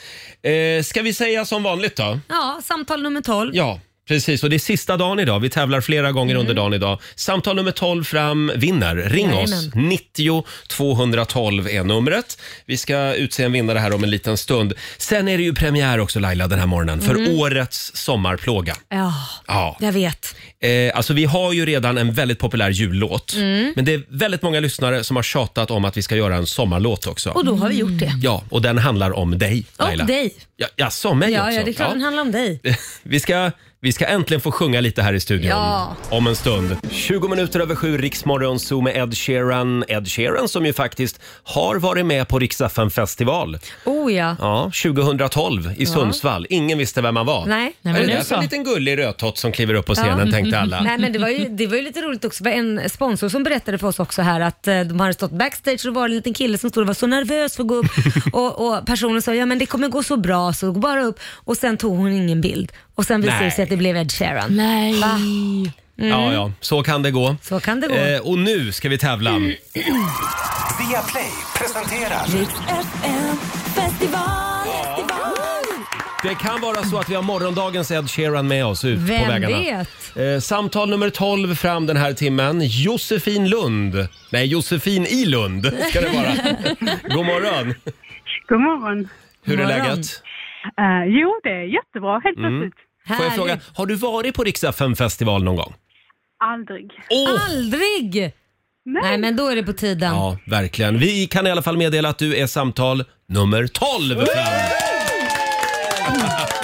[SPEAKER 1] Eh, ska vi säga som vanligt då?
[SPEAKER 2] Ja, samtal nummer 12.
[SPEAKER 1] Ja, precis. Och det är sista dagen idag. Vi tävlar flera gånger under dagen idag. Samtal nummer 12 fram vinner. Ring oss. 90 212 är numret. Vi ska utse en vinnare här om en liten stund. Sen är det ju premiär också Laila den här morgonen för årets sommarplåga.
[SPEAKER 2] Ja,
[SPEAKER 1] Ja.
[SPEAKER 2] jag vet.
[SPEAKER 1] Eh, alltså vi har ju redan en väldigt populär jullåt.
[SPEAKER 2] Mm.
[SPEAKER 1] Men det är väldigt många lyssnare som har tjatat om att vi ska göra en sommarlåt också.
[SPEAKER 2] Och då har vi gjort det.
[SPEAKER 1] Ja, och den handlar om dig Laila.
[SPEAKER 2] Och dig.
[SPEAKER 1] Ja, jaså, mig
[SPEAKER 2] Ja,
[SPEAKER 1] också?
[SPEAKER 2] ja, det är klart den handlar om dig.
[SPEAKER 1] Vi ska, vi ska äntligen få sjunga lite här i studion
[SPEAKER 2] Ja.
[SPEAKER 1] om en stund. 20 minuter över sju, Riksmorgon Zoo med Ed Sheeran. Ed Sheeran som ju faktiskt har varit med på Riksdagen festival
[SPEAKER 2] Oh ja.
[SPEAKER 1] ja, 2012 i Sundsvall. Ingen visste vem han var.
[SPEAKER 2] Nej.
[SPEAKER 1] Är
[SPEAKER 3] Nej,
[SPEAKER 1] det
[SPEAKER 3] men
[SPEAKER 1] där
[SPEAKER 3] nu
[SPEAKER 1] för en
[SPEAKER 3] så.
[SPEAKER 1] liten gullig rödtott som kliver upp på scenen tänkte alla.
[SPEAKER 2] Nej, men det, var ju, det var ju lite roligt också. Det var en sponsor som berättade för oss också här att eh, de hade stått backstage och det var en liten kille som stod och var så nervös för att gå upp. och, och personen sa ja men det kommer gå så bra så gå bara upp. Och sen tog hon ingen bild. Och sen visade det sig
[SPEAKER 1] Nej.
[SPEAKER 2] att det blev Ed Sheeran.
[SPEAKER 3] Nej.
[SPEAKER 2] Va?
[SPEAKER 1] Ja, ja, så kan det gå.
[SPEAKER 2] Mm. Så kan det gå. Mm.
[SPEAKER 1] Eh, och nu ska vi tävla.
[SPEAKER 5] Via Play presenterar
[SPEAKER 9] FM, festival, festival.
[SPEAKER 1] Det kan vara så att vi har morgondagens Ed Sheeran med oss ut
[SPEAKER 2] Vem
[SPEAKER 1] på vägarna.
[SPEAKER 2] vet?
[SPEAKER 1] Eh, samtal nummer 12 fram den här timmen. Josefin Lund. Nej, Josefin i Lund ska det vara. God morgon.
[SPEAKER 10] God morgon.
[SPEAKER 1] Hur är
[SPEAKER 2] Morgon.
[SPEAKER 1] läget?
[SPEAKER 10] Eh, jo, det är jättebra helt plötsligt.
[SPEAKER 1] Får jag
[SPEAKER 2] Härligt.
[SPEAKER 1] fråga, har du varit på Rix festival någon gång?
[SPEAKER 10] Aldrig.
[SPEAKER 1] Åh!
[SPEAKER 2] Ah! Aldrig!
[SPEAKER 10] Nej.
[SPEAKER 2] Nej men då är det på tiden.
[SPEAKER 1] Ja, verkligen. Vi kan i alla fall meddela att du är samtal nummer 12 fram.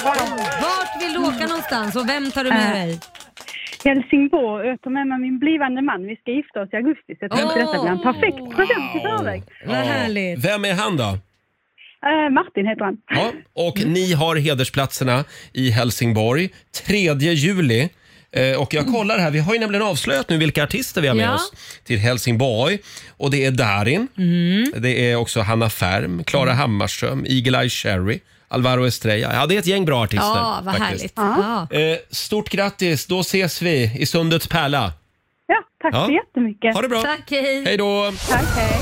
[SPEAKER 2] Vart vill du åka någonstans och vem tar du
[SPEAKER 10] Äh,
[SPEAKER 2] med dig?
[SPEAKER 10] Helsingborg, jag tar med mig min blivande man. Vi ska gifta oss i augusti, så jag tänkte
[SPEAKER 2] Åh.
[SPEAKER 10] detta blir en perfekt present i förväg.
[SPEAKER 2] Vad härligt.
[SPEAKER 1] Vem är han då?
[SPEAKER 10] Eh, Martin heter han.
[SPEAKER 1] Ja, och
[SPEAKER 2] Mm.
[SPEAKER 1] ni har hedersplatserna i Helsingborg 3 juli. Eh, Och jag kollar här, vi har ju nämligen avslöjat nu vilka artister vi har med
[SPEAKER 2] Mm. Ja.
[SPEAKER 1] oss till Helsingborg. Och det är Darin,
[SPEAKER 2] Mm.
[SPEAKER 1] det är också Hanna Färm, Klara Hammarström, Eagle-Eye Cherry, Alvaro Estrella. Ja, det är ett gäng bra artister.
[SPEAKER 2] Ja, vad härligt.
[SPEAKER 1] faktiskt.
[SPEAKER 2] Ja.
[SPEAKER 1] Eh, Stort grattis, då ses vi i Sundets pärla.
[SPEAKER 10] Ja, tack
[SPEAKER 1] Ja.
[SPEAKER 10] så jättemycket.
[SPEAKER 1] Ha det bra!
[SPEAKER 2] Tack, hej.
[SPEAKER 1] Hej då!
[SPEAKER 10] Tack, hej.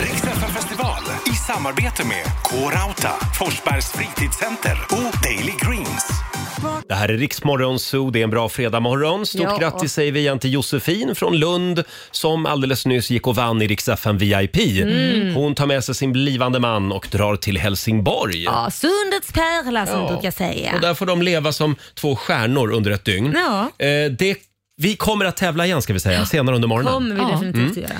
[SPEAKER 5] Riksdagen festival i samarbete med K-Rauta, Forsbergs fritidscenter och Daily Greens.
[SPEAKER 1] Det här är Riksmorgon Zoo, det är en bra fredagmorgon. Stort
[SPEAKER 11] Ja.
[SPEAKER 1] grattis säger vi igen till Josefin från Lund som alldeles nyss gick och vann i Rix FM VIP.
[SPEAKER 2] Mm.
[SPEAKER 1] Hon tar med sig sin blivande man och drar till Helsingborg.
[SPEAKER 2] Ja, sundets pärla som
[SPEAKER 1] Ja.
[SPEAKER 2] jag brukar säga.
[SPEAKER 1] Och där får de leva som två stjärnor under ett dygn.
[SPEAKER 2] Ja.
[SPEAKER 1] Eh, det, vi kommer att tävla igen ska vi säga, senare under morgonen.
[SPEAKER 2] kommer vi definitivt att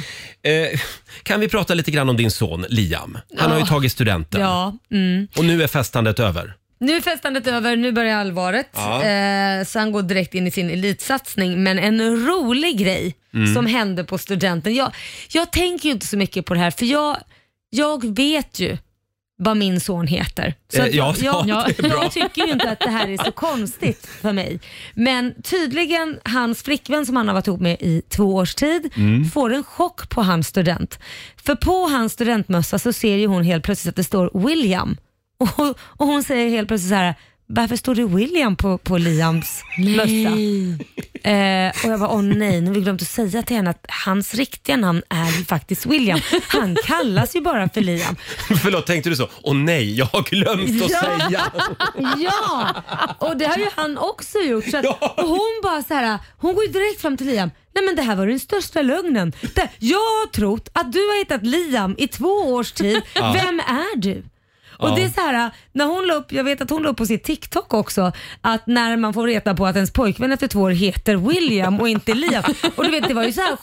[SPEAKER 2] göra.
[SPEAKER 1] Eh, kan vi prata lite grann om din son Liam? Han har ju
[SPEAKER 2] Ja.
[SPEAKER 1] tagit studenten
[SPEAKER 2] Ja, mm.
[SPEAKER 1] och nu är festandet över.
[SPEAKER 2] Nu är festandet över, nu börjar allvaret.
[SPEAKER 1] Ja.
[SPEAKER 2] Eh, så han går direkt in i sin elitsatsning. Men en rolig grej
[SPEAKER 12] Mm.
[SPEAKER 2] som hände på studenten. Jag, jag tänker ju inte så mycket på det här för jag, jag vet ju vad min son heter. Så
[SPEAKER 12] Eh,
[SPEAKER 2] att
[SPEAKER 12] ja,
[SPEAKER 2] jag, jag,
[SPEAKER 12] ja, det är bra.
[SPEAKER 2] jag tycker ju inte att det här är så konstigt för mig. Men tydligen, hans flickvän som han har varit ihop med i två års tid
[SPEAKER 12] Mm.
[SPEAKER 2] får en chock på hans student. För på hans studentmössa så ser ju hon helt plötsligt att det står William. Och, och hon säger helt plötsligt så här, varför står det William på, på Liams mössa? Eh, och jag var åh nej, nu har vi glömt att säga till henne att hans riktiga namn är ju faktiskt William. Han kallas ju bara för Liam.
[SPEAKER 1] Förlåt, tänkte du så? Åh nej, jag har glömt att säga.
[SPEAKER 2] ja, och det har ju han också gjort. Så att, och hon bara så här, hon går ju direkt fram till Liam. Nej men det här var den största lögnen. Det, jag har trott att du har hittat Liam i två års tid.
[SPEAKER 12] Ja.
[SPEAKER 2] Vem är du? Och
[SPEAKER 12] Ja.
[SPEAKER 2] det är så här, när hon la upp, jag vet att hon la upp på sitt TikTok också, att när man får reta på att ens pojkvän efter två år heter William och inte Liam. Och du vet det var ju så här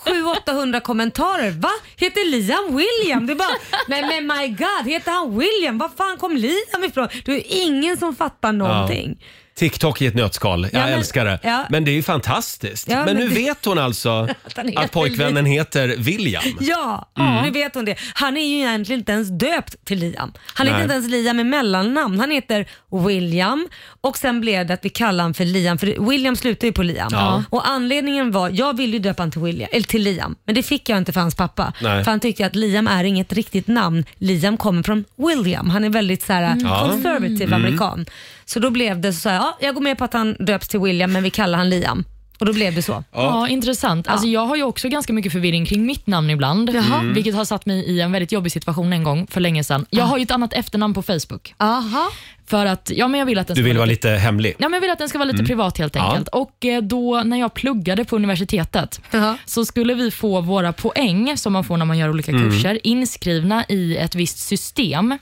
[SPEAKER 2] 700-800 kommentarer. Va? Heter Liam William? Det är bara, nej men my god, heter han William? Var fan kom Liam ifrån? Det är ju ingen som fattar någonting.
[SPEAKER 1] Ja. TikTok i ett nötskal, jag
[SPEAKER 2] Ja, men-
[SPEAKER 1] älskar det.
[SPEAKER 2] ja.
[SPEAKER 1] Men det är ju fantastiskt.
[SPEAKER 2] Ja,
[SPEAKER 1] men,
[SPEAKER 2] men
[SPEAKER 1] nu
[SPEAKER 2] det-
[SPEAKER 1] vet hon alltså
[SPEAKER 2] Att han heter
[SPEAKER 1] att pojkvännen
[SPEAKER 2] Liam.
[SPEAKER 1] heter William.
[SPEAKER 2] Ja,
[SPEAKER 1] Mm.
[SPEAKER 2] ja, nu vet hon det. Han är ju egentligen inte ens döpt till Liam. Han heter
[SPEAKER 1] Nej.
[SPEAKER 2] inte ens Liam i mellannamn. Han heter William och sen blev det att vi kallade han för Liam, för William slutar ju på Liam.
[SPEAKER 12] Ja.
[SPEAKER 2] Och anledningen var, jag ville ju döpa han till, William, eller till Liam, men det fick jag inte för hans pappa.
[SPEAKER 12] Nej.
[SPEAKER 2] För han tyckte att Liam är inget riktigt namn. Liam kommer från William. Han är väldigt så här,
[SPEAKER 12] Mm. Ja.
[SPEAKER 2] conservative
[SPEAKER 12] Mm.
[SPEAKER 2] amerikan. Så då blev det så här, ja, jag går med på att han döps till William, men vi kallar han Liam. Och då blev det så.
[SPEAKER 3] Ja, intressant. Alltså, jag har ju också ganska mycket förvirring kring mitt namn ibland,
[SPEAKER 2] Jaha.
[SPEAKER 3] Mm. vilket har satt mig i en väldigt jobbig situation en gång för länge sedan. Jag har ju ett annat efternamn på Facebook.
[SPEAKER 2] Aha.
[SPEAKER 3] För att, ja, men jag vill att den
[SPEAKER 1] Du
[SPEAKER 3] ska
[SPEAKER 1] vill vara lite hemlig.
[SPEAKER 3] Ja, men jag vill att den ska vara lite
[SPEAKER 1] Mm.
[SPEAKER 3] privat helt
[SPEAKER 1] Ja.
[SPEAKER 3] enkelt. Och eh, då när jag pluggade på universitetet så skulle vi få våra poäng som man får när man gör olika
[SPEAKER 12] Mm.
[SPEAKER 3] kurser inskrivna i ett visst system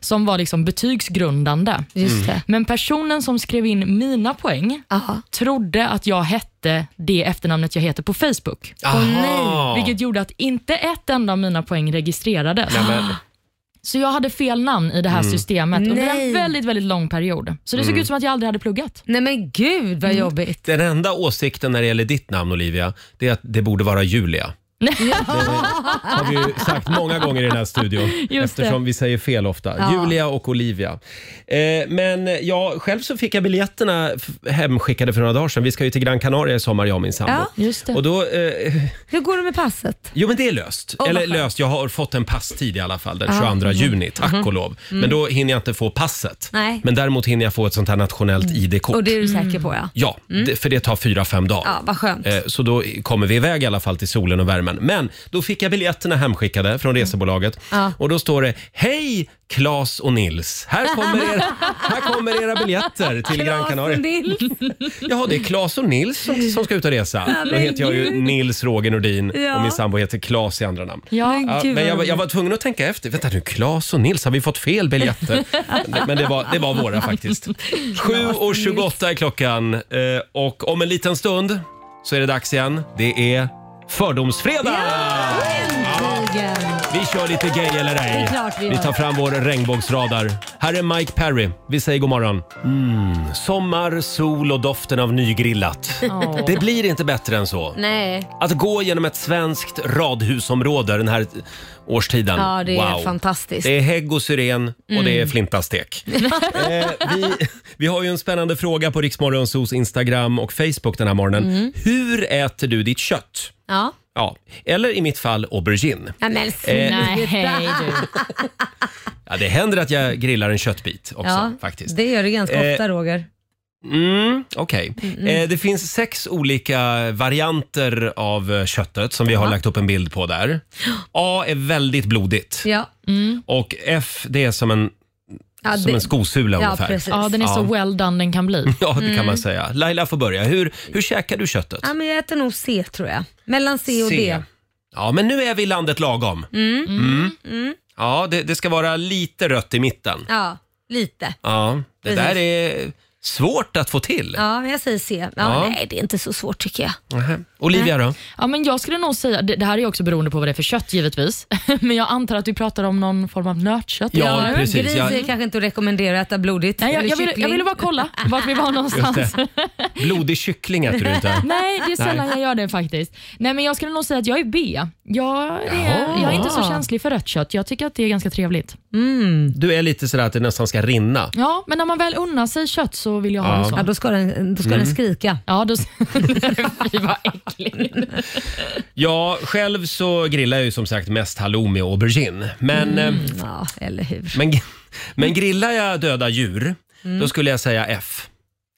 [SPEAKER 3] som var liksom betygsgrundande.
[SPEAKER 12] Just det. Mm.
[SPEAKER 3] Men personen som skrev in mina poäng trodde att jag hette det efternamnet jag heter på Facebook.
[SPEAKER 12] Åh, Aha. nej.
[SPEAKER 3] Vilket gjorde att inte ett enda av mina poäng registrerades. Så jag hade fel namn i det här
[SPEAKER 12] Mm.
[SPEAKER 3] systemet under
[SPEAKER 2] Nej.
[SPEAKER 3] en väldigt, väldigt lång period. Så det såg
[SPEAKER 1] Mm.
[SPEAKER 3] ut som att jag aldrig hade pluggat.
[SPEAKER 2] Nej men gud vad jobbigt.
[SPEAKER 1] Den enda åsikten när det gäller ditt namn Olivia, det är att det borde vara Julia. har vi ju sagt många gånger i den här studion.
[SPEAKER 12] Just det.
[SPEAKER 1] eftersom vi säger fel ofta.
[SPEAKER 12] Ja.
[SPEAKER 1] Julia och Olivia. Eh, men jag själv så fick jag biljetterna f- hemskickade för några dagar sedan. Vi ska ju till Gran Canaria i sommar, jag och min sambo.
[SPEAKER 2] Ja, just
[SPEAKER 1] Och då, eh,
[SPEAKER 2] Hur går det med passet?
[SPEAKER 1] jo men det är löst.
[SPEAKER 2] Åh, vad
[SPEAKER 1] Eller
[SPEAKER 2] skönt.
[SPEAKER 1] löst, jag har fått en passtid i alla fall den
[SPEAKER 2] Ja.
[SPEAKER 1] 22
[SPEAKER 2] Mhm.
[SPEAKER 1] juni, tack och lov.
[SPEAKER 2] Mhm.
[SPEAKER 1] Men då hinner jag inte få passet.
[SPEAKER 2] Nej. Mm.
[SPEAKER 1] Men däremot hinner jag få ett sånt här nationellt ID-kort.
[SPEAKER 2] Och det är du säker på ja.
[SPEAKER 1] Ja,
[SPEAKER 2] Mm.
[SPEAKER 1] det, för det tar fyra, fem dagar.
[SPEAKER 2] Ja, vad skönt.
[SPEAKER 1] Eh, Så då kommer vi iväg i alla fall till solen och värmen. Men då fick jag biljetterna hemskickade
[SPEAKER 12] Mm.
[SPEAKER 1] från resebolaget.
[SPEAKER 2] Ja.
[SPEAKER 1] Och då står det Hej Claes och Nils! Här kommer era, här kommer era biljetter till Gran Canaria. Ja, det är Claes och Nils som, som ska ut och resa.
[SPEAKER 12] Ja,
[SPEAKER 1] Då
[SPEAKER 12] men
[SPEAKER 1] heter jag ju
[SPEAKER 12] gud.
[SPEAKER 1] Nils Roger Nordin
[SPEAKER 12] Ja.
[SPEAKER 1] och min sambo heter Claes i andra namn.
[SPEAKER 12] Ja, men gud,
[SPEAKER 1] men
[SPEAKER 12] vad
[SPEAKER 1] jag, var-
[SPEAKER 12] roligt.
[SPEAKER 1] jag var tvungen att tänka efter. Vänta nu, Claes och Nils, har vi fått fel biljetter? Men- Men det var, det var våra faktiskt. 7.28 är klockan eh, och om en liten stund så är det dags igen. Det är Fördomsfredag!
[SPEAKER 2] Äntligen!
[SPEAKER 1] Vi kör lite gay eller ej.
[SPEAKER 2] Det är klart vi
[SPEAKER 1] vi
[SPEAKER 2] gör.
[SPEAKER 1] tar fram vår regnbågsradar. Här är Mike Perry. Vi säger god morgon. Mm, sommar, sol och doften av nygrillat.
[SPEAKER 2] Ja.
[SPEAKER 1] Det blir inte bättre än så.
[SPEAKER 2] Nej.
[SPEAKER 1] Att gå genom ett svenskt radhusområde den här årstiden.
[SPEAKER 2] Ja, det är
[SPEAKER 1] wow.
[SPEAKER 2] fantastiskt.
[SPEAKER 1] Det är hägg och syren och
[SPEAKER 2] Mm.
[SPEAKER 1] det är flintastek. eh, vi, vi har ju en spännande fråga på Riksmorgonsos Instagram och Facebook den här morgonen.
[SPEAKER 2] Mm.
[SPEAKER 1] Hur äter du ditt kött?
[SPEAKER 2] Ja.
[SPEAKER 1] Ja, eller i mitt fall aubergine.
[SPEAKER 2] Ja, men
[SPEAKER 1] Eh,
[SPEAKER 2] du.
[SPEAKER 1] Ja, det händer att jag grillar en köttbit också
[SPEAKER 2] Ja,
[SPEAKER 1] faktiskt.
[SPEAKER 2] det gör du ganska
[SPEAKER 1] Eh,
[SPEAKER 2] ofta Roger.
[SPEAKER 1] Mm, Okej.
[SPEAKER 2] Mm.
[SPEAKER 1] Eh, det finns sex olika varianter av eh, köttet som vi har
[SPEAKER 2] Ja.
[SPEAKER 1] lagt upp en bild på där. A är väldigt blodigt
[SPEAKER 2] Ja.
[SPEAKER 1] och F det är som en
[SPEAKER 2] Ja,
[SPEAKER 1] som
[SPEAKER 2] det-
[SPEAKER 1] en skosula
[SPEAKER 2] ja,
[SPEAKER 1] ungefär.
[SPEAKER 2] precis.
[SPEAKER 3] Ja, den är så well done den kan bli.
[SPEAKER 1] Ja, det kan
[SPEAKER 2] Mm.
[SPEAKER 1] man säga. Laila får börja. Hur, hur käkar du köttet?
[SPEAKER 2] Ja, men jag äter nog C tror jag. Mellan C och
[SPEAKER 1] C.
[SPEAKER 2] D.
[SPEAKER 1] Ja, men nu är vi i landet lagom.
[SPEAKER 2] Mm.
[SPEAKER 1] Mm.
[SPEAKER 2] Mm.
[SPEAKER 1] Ja, det, det ska vara lite rött i mitten.
[SPEAKER 2] Ja, lite.
[SPEAKER 1] Ja, det
[SPEAKER 2] Precis.
[SPEAKER 1] där är svårt att få till.
[SPEAKER 2] Ja, men jag säger C. Ja,
[SPEAKER 1] Ja.
[SPEAKER 2] Nej, det är inte så svårt tycker jag.
[SPEAKER 1] Nähä. Mhm. Olivia då?
[SPEAKER 3] Ja, men jag skulle nog säga, det, det här är ju också beroende på vad det är för kött givetvis, men jag antar att vi pratar om någon form av nötkött.
[SPEAKER 1] Ja,
[SPEAKER 3] eller?
[SPEAKER 1] precis.
[SPEAKER 2] Gris är
[SPEAKER 1] Jag,
[SPEAKER 2] kanske inte att rekommendera att äta blodigt.
[SPEAKER 3] Nej, jag,
[SPEAKER 2] eller
[SPEAKER 3] jag, ville, jag
[SPEAKER 2] kyckling.
[SPEAKER 3] ville bara kolla vart vi var någonstans.
[SPEAKER 1] Just blodig kyckling äter du inte.
[SPEAKER 3] Nej, det är sällan
[SPEAKER 1] Nej.
[SPEAKER 3] jag gör det faktiskt. Nej, men jag skulle nog säga att jag är B. Jag
[SPEAKER 1] Jaha.
[SPEAKER 3] är, jag är inte så känslig för rött kött. Jag tycker att det är ganska trevligt.
[SPEAKER 1] Du är lite sådär att det nästan ska rinna.
[SPEAKER 3] Ja, men när man väl unnar sig kött så vill jag ha
[SPEAKER 1] Ja.
[SPEAKER 3] en sån.
[SPEAKER 2] Ja, då ska den, då ska
[SPEAKER 1] Mm.
[SPEAKER 2] den skrika.
[SPEAKER 3] Ja, då... Fy vad äckligt.
[SPEAKER 1] Ja, själv så grillar jag ju som sagt mest halloumi och aubergine. Men,
[SPEAKER 2] Mm.
[SPEAKER 1] eh,
[SPEAKER 2] Ja, eller hur?
[SPEAKER 1] men, men grillar jag döda djur,
[SPEAKER 2] Mm.
[SPEAKER 1] då skulle jag säga F.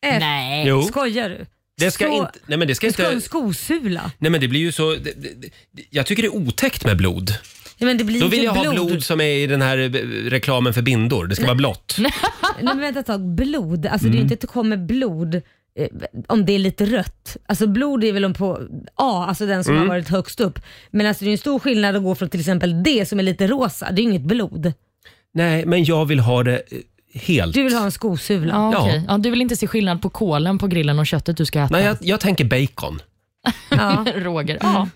[SPEAKER 2] F.
[SPEAKER 3] Nej.
[SPEAKER 1] Jo,
[SPEAKER 2] Eh, Skojar du?
[SPEAKER 1] det ska
[SPEAKER 2] Så-
[SPEAKER 1] inte... Nej, men det ska
[SPEAKER 2] Du ska ha
[SPEAKER 1] inte...
[SPEAKER 2] en skosula.
[SPEAKER 1] Nej, men det blir ju så... Det, det, det- jag tycker det är otäckt med blod.
[SPEAKER 2] Ja, men det blir
[SPEAKER 1] Då
[SPEAKER 2] inte
[SPEAKER 1] vill jag ha
[SPEAKER 2] blod.
[SPEAKER 1] blod som är i den här eh, reklamen för bindor. Det ska vara blått.
[SPEAKER 2] Nej, men vänta ett tag. Blod, alltså det är ju inte att det kommer blod eh, om det är lite rött. Alltså blod är väl om på A, alltså den som har varit högst upp. Men alltså det är ju en stor skillnad att gå från till exempel D som är lite rosa. Det är ju inget blod.
[SPEAKER 1] Nej, men jag vill ha det eh, helt.
[SPEAKER 2] Du vill ha en skosula.
[SPEAKER 3] Ja,
[SPEAKER 1] Ja.
[SPEAKER 3] okej. ja, du vill inte se skillnad på kolen på grillen och köttet du ska äta?
[SPEAKER 1] Nej, jag, jag tänker bacon.
[SPEAKER 2] Ja,
[SPEAKER 3] Roger. Ja.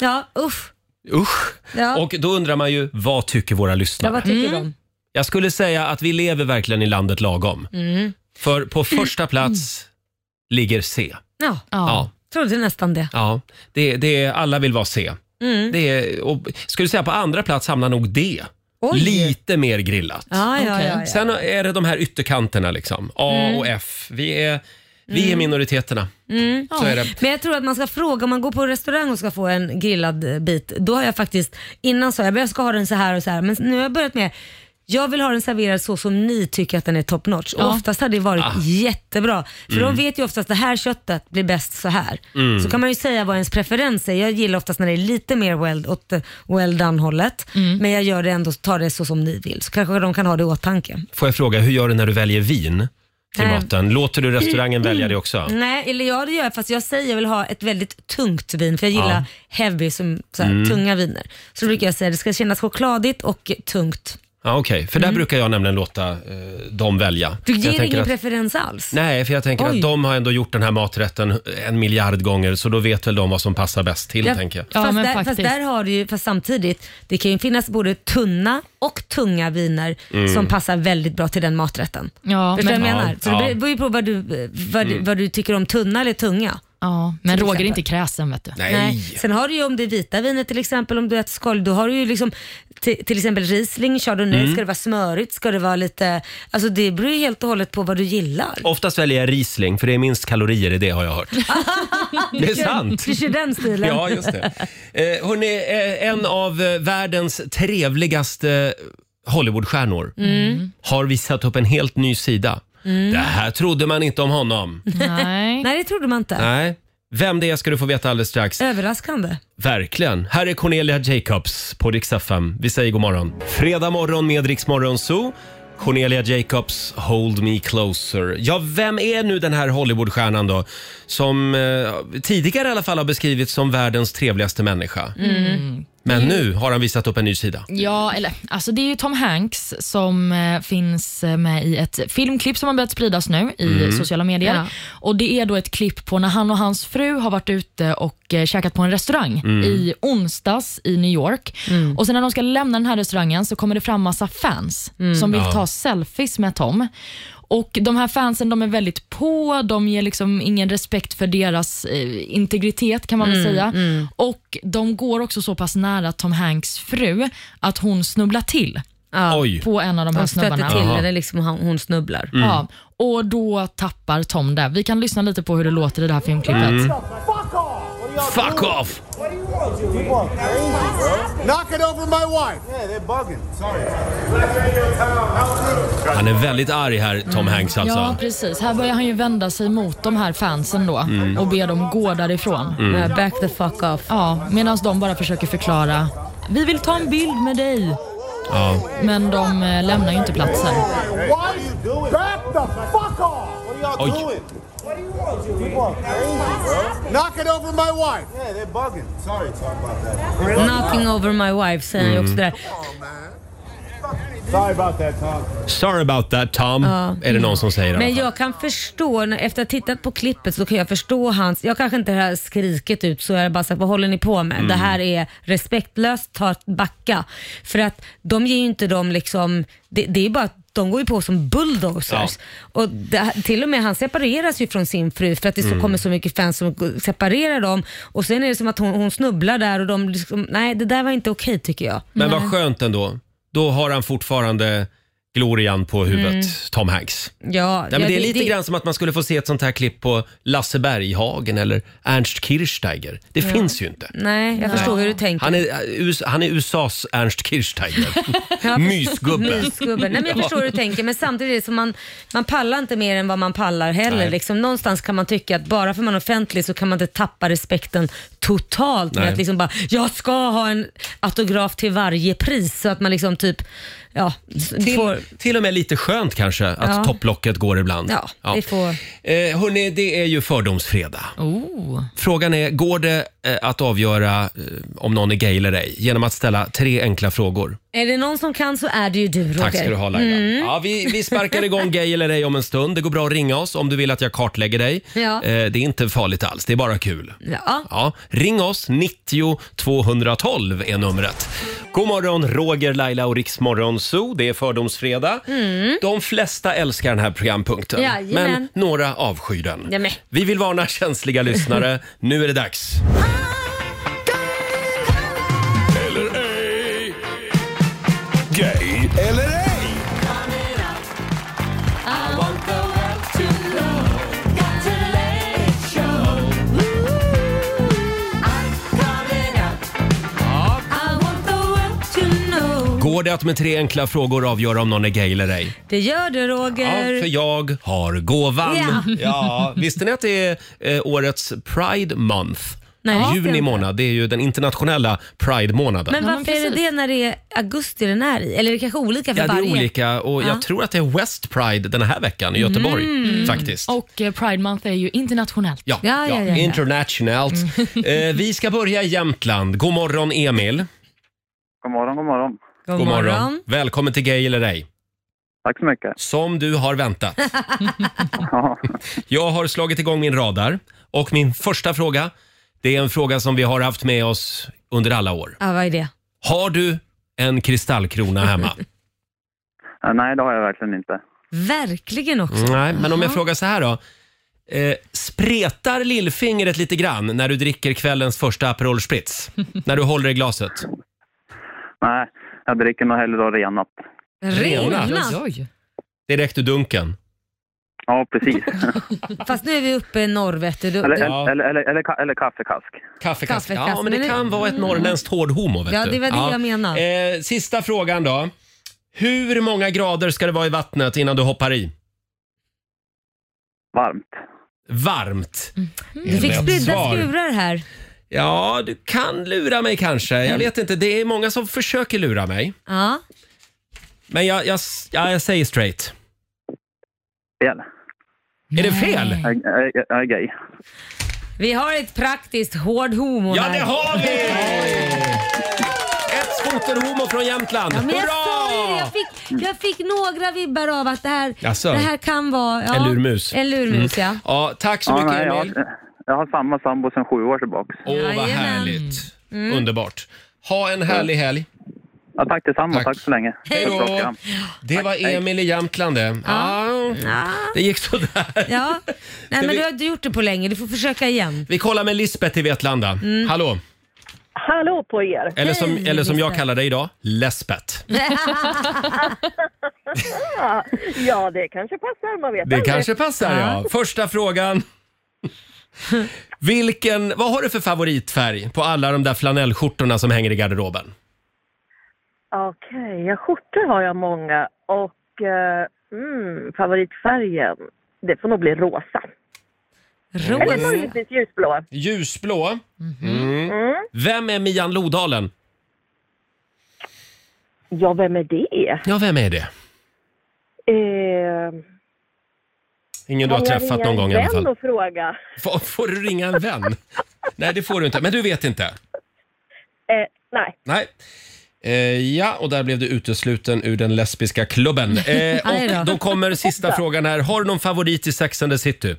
[SPEAKER 2] ja usch.
[SPEAKER 1] Usch!
[SPEAKER 2] Ja.
[SPEAKER 1] Och då undrar man ju, vad tycker våra
[SPEAKER 2] ja,
[SPEAKER 1] lyssnare?
[SPEAKER 2] vad tycker de?
[SPEAKER 1] Jag skulle säga att vi lever verkligen i landet lagom.
[SPEAKER 2] Mm.
[SPEAKER 1] För på första plats ligger C.
[SPEAKER 2] Ja,
[SPEAKER 1] Ja,
[SPEAKER 2] trodde nästan det.
[SPEAKER 1] ja. Det, det, alla vill vara C.
[SPEAKER 2] Mm.
[SPEAKER 1] Det är, och, skulle säga på andra plats hamnar nog D.
[SPEAKER 2] Oj.
[SPEAKER 1] Lite mer grillat.
[SPEAKER 2] Ja, ja,
[SPEAKER 3] Okej.
[SPEAKER 2] ja, ja.
[SPEAKER 1] Sen är det de här ytterkanterna liksom. A och
[SPEAKER 2] Mm.
[SPEAKER 1] F. Vi är, vi är minoriteterna. Så är det.
[SPEAKER 2] Men jag tror att man ska fråga, om man går på restaurang och ska få en grillad eh, bit, då har jag faktiskt, innan sa jag "Men jag ska ha den så här och så här, men nu har jag börjat med jag vill ha den serverad så som ni tycker att den är top notch. Och
[SPEAKER 3] Ja.
[SPEAKER 2] oftast har det varit
[SPEAKER 1] Ah.
[SPEAKER 2] jättebra. För de vet ju oftast att det här köttet blir bäst så här. Så kan man ju säga vad ens preferens är. Jag gillar oftast när det är lite mer well, åt eh, well done hållet. Men jag gör det ändå, tar det så som ni vill. Så kanske de kan ha det i åtanke.
[SPEAKER 1] Får jag fråga, hur gör du när du väljer vin till
[SPEAKER 2] Nej. Mm.
[SPEAKER 1] maten? Låter du restaurangen välja det också?
[SPEAKER 2] Nej, eller ja det gör jag fast jag säger jag vill ha ett väldigt tungt vin för jag gillar
[SPEAKER 1] Ja. Mm.
[SPEAKER 2] heavy, som, så här, tunga viner. Så då brukar jag säga det ska kännas chokladigt och tungt.
[SPEAKER 1] Ja, Okej, för där brukar jag nämligen låta eh, dem välja.
[SPEAKER 2] Mm. Du
[SPEAKER 1] Jag
[SPEAKER 2] ger
[SPEAKER 1] tänker
[SPEAKER 2] ingen
[SPEAKER 1] att-
[SPEAKER 2] preferens alls?
[SPEAKER 1] Nej, för jag tänker
[SPEAKER 2] Oj.
[SPEAKER 1] att de har ändå gjort den här maträtten en miljard gånger så då vet väl de vad som passar bäst till,
[SPEAKER 2] Jag-
[SPEAKER 1] tänker jag.
[SPEAKER 3] Ja,
[SPEAKER 2] fast,
[SPEAKER 3] men
[SPEAKER 2] där, fast
[SPEAKER 3] faktiskt.
[SPEAKER 2] där har du ju, fast samtidigt, det kan ju finnas både tunna och tunga viner som passar väldigt bra till den maträtten.
[SPEAKER 3] Ja,
[SPEAKER 2] Förstår du
[SPEAKER 3] men,
[SPEAKER 2] vad jag
[SPEAKER 1] Mm. Ja,
[SPEAKER 2] menar? Så
[SPEAKER 1] ja. Mm.
[SPEAKER 2] det beror ju på vad du, vad, du- vad du tycker om, tunna eller tunga.
[SPEAKER 3] ja, men
[SPEAKER 2] Till
[SPEAKER 3] Roger är
[SPEAKER 2] exempel.
[SPEAKER 3] inte kräsen vet du.
[SPEAKER 2] Nej. Sen har du ju om det är vita vinet till exempel, om du äter skål, då har du ju liksom ti- till exempel Riesling, Chardonnay,
[SPEAKER 1] Mm.
[SPEAKER 2] ska det vara smörigt, ska det vara lite, alltså det beror ju helt och hållet på vad du gillar.
[SPEAKER 1] Oftast väljer jag Riesling för det är minst kalorier i det har jag hört. det är sant.
[SPEAKER 2] Du kör den stilen.
[SPEAKER 1] Ja, just det. Eh, hon är eh, en av eh, världens trevligaste eh, Hollywoodstjärnor. Har visat upp en helt ny sida. Det här trodde man inte om honom.
[SPEAKER 3] Mm. Nej.
[SPEAKER 2] Nej, det trodde man inte.
[SPEAKER 1] Nej. Vem det är ska du få veta alldeles strax.
[SPEAKER 2] Överraskande.
[SPEAKER 1] Verkligen. Här är Cornelia Jacobs på Rix FM. Vi säger god morgon. Fredag morgon med Rix Morgon Zoo. Cornelia Jacobs, Hold Me Closer. Ja, vem är nu den här Hollywoodstjärnan då? Som eh, tidigare i alla fall har beskrivits som världens trevligaste människa. Men nu har han visat upp en ny sida.
[SPEAKER 3] Ja, eller alltså det är ju Tom Hanks som eh, finns eh, med i ett filmklipp som har börjat spridas nu i sociala medier.
[SPEAKER 2] Mm. Ja.
[SPEAKER 3] Och Det är då ett klipp på när han och hans fru har varit ute och eh, käkat på en restaurang i onsdags i New York.
[SPEAKER 2] Mm.
[SPEAKER 3] Och sen när de ska lämna den här restaurangen så kommer det fram massa fans
[SPEAKER 2] Mm.
[SPEAKER 3] som vill ta selfies med Tom. Och De här fansen de är väldigt på, de ger liksom ingen respekt för deras eh, integritet kan man
[SPEAKER 2] Mm,
[SPEAKER 3] väl säga. Och De går också så pass nära Tom Hanks fru att hon snubblar till
[SPEAKER 2] Ja.
[SPEAKER 1] Oj!
[SPEAKER 3] på en av de här
[SPEAKER 2] Hon stöter
[SPEAKER 3] snubbarna.
[SPEAKER 2] till
[SPEAKER 1] Jaha. Mm.
[SPEAKER 2] henne liksom och han- hon snubblar.
[SPEAKER 3] Ja. Och då tappar Tom det. Vi kan lyssna lite på hur det låter i det här filmklippet.
[SPEAKER 1] Mm. Fuck off!
[SPEAKER 11] Knock it over my wife.
[SPEAKER 1] Han är väldigt arg här, Tom Hanks alltså.
[SPEAKER 3] Ja, precis. Här börjar han ju vända sig mot de här fansen då
[SPEAKER 1] Mm.
[SPEAKER 3] och be dem gå därifrån.
[SPEAKER 2] Ja, Back the fuck off.
[SPEAKER 3] Ja, medan de bara försöker förklara. Vi vill ta en bild med dig.
[SPEAKER 1] Ja.
[SPEAKER 3] Men de eh, lämnar ju inte platsen.
[SPEAKER 11] Back the fuck off! What are y'all
[SPEAKER 1] Oj.
[SPEAKER 11] doing? Knocking over my wife! Yeah, they're bugging. Sorry, talk about that.
[SPEAKER 2] Knocking over my wife säger han ju också
[SPEAKER 1] Mm.
[SPEAKER 2] där.
[SPEAKER 11] Sorry about that, Tom.
[SPEAKER 1] Sorry about that Tom,
[SPEAKER 2] Ja.
[SPEAKER 1] är det någon som säger.
[SPEAKER 2] Men jag kan förstå, när- efter att ha tittat på klippet så kan jag förstå hans, jag kanske inte har skrikit ut så jag har bara sagt vad håller ni på med?
[SPEAKER 9] Mm.
[SPEAKER 2] Det här är respektlöst, ta ett backa. För att de ger ju inte dem liksom, det, det är bara att de går ju på som bulldozers. Och det, till och med han separeras ju från sin fru för att det så
[SPEAKER 9] Mm.
[SPEAKER 2] kommer så mycket fans som g- separerar dem. Och sen är det som att hon, hon snubblar där och de liksom, nej det där var inte okej tycker jag.
[SPEAKER 1] Men vad skönt ändå. Då har han fortfarande glorian på huvudet,
[SPEAKER 2] Mm.
[SPEAKER 1] Tom Hanks.
[SPEAKER 2] Ja,
[SPEAKER 1] Nej,
[SPEAKER 2] ja,
[SPEAKER 1] men det är lite grann som att man skulle få se ett sånt här klipp på Lasse Berghagen eller Ernst Kirchsteiger. Det
[SPEAKER 2] Ja.
[SPEAKER 1] finns ju inte.
[SPEAKER 2] Nej, jag förstår hur du tänker.
[SPEAKER 1] Han är, eh, US han är USAs Ernst Kirchsteiger.
[SPEAKER 2] Ja,
[SPEAKER 1] Mysgubbe.
[SPEAKER 2] Mysgubben. Nej, men jag
[SPEAKER 1] Ja.
[SPEAKER 2] förstår hur du tänker, men samtidigt så man, man pallar inte mer än vad man pallar heller.
[SPEAKER 1] Nej.
[SPEAKER 2] Liksom, någonstans kan man tycka att bara för man är offentlig så kan man inte tappa respekten totalt med
[SPEAKER 1] Nej.
[SPEAKER 2] att liksom bara, jag ska ha en autograf till varje pris så att man liksom typ, ja, s- får,
[SPEAKER 1] Till, till och med lite skönt kanske att
[SPEAKER 2] Ja.
[SPEAKER 1] topplocket går ibland.
[SPEAKER 2] ja, vi får.
[SPEAKER 1] Eh, hörni, det är ju fördomsfredag.
[SPEAKER 2] Oh.
[SPEAKER 1] Frågan är, går det eh, att avgöra eh, om någon är gay eller ej genom att ställa tre enkla frågor?
[SPEAKER 2] Är det någon som kan så är det ju du Roger.
[SPEAKER 1] Tack ska du ha Laila.
[SPEAKER 2] Mm.
[SPEAKER 1] Ja, vi, vi sparkar igång gay eller ej om en stund. Det går bra att ringa oss om du vill att jag kartlägger dig.
[SPEAKER 2] Ja.
[SPEAKER 1] Eh, det är inte farligt alls, det är bara kul.
[SPEAKER 2] Ja.
[SPEAKER 1] Ja, ring oss, 90 212 är numret. God morgon, Roger, Laila och Riksmorgon Zoo. Det är fördomsfredag. De flesta älskar den här programpunkten,
[SPEAKER 2] Mm. Jajamän.
[SPEAKER 1] men några avskyr den.
[SPEAKER 2] Ja, men.
[SPEAKER 1] Vi vill varna känsliga lyssnare. Nu är det dags.
[SPEAKER 7] Gay eller ej?
[SPEAKER 1] Går det att med tre enkla frågor avgöra om någon är gay eller ej?
[SPEAKER 2] Det gör du Roger.
[SPEAKER 1] Ja, för jag har gåvan.
[SPEAKER 2] Ja.
[SPEAKER 1] Ja, visste ni att det är eh, årets Pride Month?
[SPEAKER 2] Nej.
[SPEAKER 1] Juni månad, det är ju den internationella Pride-månaden.
[SPEAKER 2] Men varför är det det när det är augusti den är i? Eller är det kanske olika för
[SPEAKER 1] Ja, det är
[SPEAKER 2] varje?
[SPEAKER 1] olika och jag
[SPEAKER 2] Ja.
[SPEAKER 1] tror att det är West Pride den här veckan i Göteborg
[SPEAKER 3] Mm.
[SPEAKER 1] faktiskt.
[SPEAKER 3] Och eh, Pride Month är ju internationellt.
[SPEAKER 1] Ja, ja, internationellt. Eh, vi ska börja i Jämtland. God morgon Emil.
[SPEAKER 12] God morgon, god morgon.
[SPEAKER 2] God, morgon.
[SPEAKER 1] Välkommen till Gay eller ej.
[SPEAKER 12] Tack så mycket.
[SPEAKER 1] Som du har väntat. jag har slagit igång min radar och min första fråga, det är en fråga som vi har haft med oss under alla år.
[SPEAKER 2] Ja, vad är det?
[SPEAKER 1] Har du en kristallkrona hemma?
[SPEAKER 12] Eh, Nej, det har jag verkligen inte.
[SPEAKER 2] Verkligen också.
[SPEAKER 1] Nej, men om jag
[SPEAKER 2] Ja.
[SPEAKER 1] frågar så här då. Eh, spretar lillfingret lite grann när du dricker kvällens första Aperol Spritz? när du håller i glaset?
[SPEAKER 12] Nej, jag dricker nog hellre då renat.
[SPEAKER 2] Renat?
[SPEAKER 1] Oj, Direkt ur dunken?
[SPEAKER 12] Ja, precis.
[SPEAKER 2] Fast nu är vi uppe i norr vet du. Du-
[SPEAKER 12] eller,
[SPEAKER 2] du-
[SPEAKER 12] eller, eller, eller, eller, ka- eller kaffekask.
[SPEAKER 1] Kaffekask.
[SPEAKER 2] Kaffekask,
[SPEAKER 1] Ja, men det
[SPEAKER 2] men- Mm.
[SPEAKER 1] kan vara ett norrländskt hårdhomo. Vet
[SPEAKER 2] Ja,
[SPEAKER 1] du.
[SPEAKER 2] det var det jag menar.
[SPEAKER 1] Eh, sista frågan då. Hur många grader ska det vara i vattnet innan du hoppar i?
[SPEAKER 12] Varmt.
[SPEAKER 1] Varmt.
[SPEAKER 2] Mm. Du fick
[SPEAKER 1] Rätt
[SPEAKER 2] spridda
[SPEAKER 1] svar.
[SPEAKER 2] skurar här.
[SPEAKER 1] Ja, du kan lura mig kanske.
[SPEAKER 2] Mm.
[SPEAKER 1] Jag vet inte. Det är många som försöker lura mig.
[SPEAKER 2] Ja.
[SPEAKER 1] Men jag, jag, ja, jag säger straight.
[SPEAKER 12] Fel.
[SPEAKER 1] Är det fel?
[SPEAKER 12] Jag, jag, jag- jag är gay.
[SPEAKER 2] Vi har ett praktiskt hård homo
[SPEAKER 1] Ja,
[SPEAKER 2] här.
[SPEAKER 1] det har vi! Ett skoterhomo från Jämtland.
[SPEAKER 2] Ja, men jag sa ju det.
[SPEAKER 1] Hurra!
[SPEAKER 2] Jag fick, jag fick några vibbar av att det här,
[SPEAKER 1] Jaså?
[SPEAKER 2] det här kan vara... Ja,
[SPEAKER 1] En lurmus.
[SPEAKER 2] En lurmus,
[SPEAKER 1] Mm.
[SPEAKER 2] ja.
[SPEAKER 1] tack så
[SPEAKER 12] Ja,
[SPEAKER 1] mycket,
[SPEAKER 12] nej, jag,
[SPEAKER 1] Emil.
[SPEAKER 12] har- jag har samma sambo sedan sju år tillbaka.
[SPEAKER 1] Åh, vad härligt.
[SPEAKER 12] Mm.
[SPEAKER 1] Underbart. Ha en härlig helg.
[SPEAKER 12] Ja, tack detsamma. Tack. så länge.
[SPEAKER 1] Hej
[SPEAKER 12] Tack,
[SPEAKER 1] då.
[SPEAKER 12] klockan.
[SPEAKER 1] Det var
[SPEAKER 12] Hej.
[SPEAKER 1] Emil i Jämtland det. Ja. Det gick sådär.
[SPEAKER 2] Mm. ja. Nej, men
[SPEAKER 1] vi-
[SPEAKER 2] du har inte gjort det på länge. Du får försöka igen.
[SPEAKER 1] Vi kollar med Lisbeth i Vetlanda. Hallå!
[SPEAKER 13] Hallå på er!
[SPEAKER 1] Eller som, eller som jag kallar dig idag, Lesbeth.
[SPEAKER 13] ja, det kanske passar. Man vet
[SPEAKER 1] Det
[SPEAKER 13] aldrig.
[SPEAKER 1] kanske passar ja. Första frågan. Vilken, vad har du för favoritfärg på alla de där flanellskjortorna som hänger i garderoben?
[SPEAKER 13] Okej, ja, skjortor har jag många och eh, mm, favoritfärgen, det får nog bli rosa. Eller möjligtvis ljusblå.
[SPEAKER 1] Ljusblå.
[SPEAKER 13] Mhm. Mm.
[SPEAKER 1] Mm. Vem är Mian Lodalen?
[SPEAKER 13] Ja, vem är det?
[SPEAKER 1] Ja, vem är det?
[SPEAKER 13] Eh,
[SPEAKER 1] Ingen du har
[SPEAKER 13] kan jag
[SPEAKER 1] träffat
[SPEAKER 13] ringa
[SPEAKER 1] någon gång i
[SPEAKER 13] en
[SPEAKER 1] alla
[SPEAKER 13] vän
[SPEAKER 1] fall.
[SPEAKER 13] och fråga?
[SPEAKER 1] Får, får du ringa en vän? Nej, det får du inte. Men du vet inte?
[SPEAKER 13] Eh, nej.
[SPEAKER 1] Nej. Eh, ja, och där blev du utesluten ur den lesbiska klubben. Eh,
[SPEAKER 13] Aj då.
[SPEAKER 1] och då kommer sista frågan här. Har du någon favorit i Sex and the City?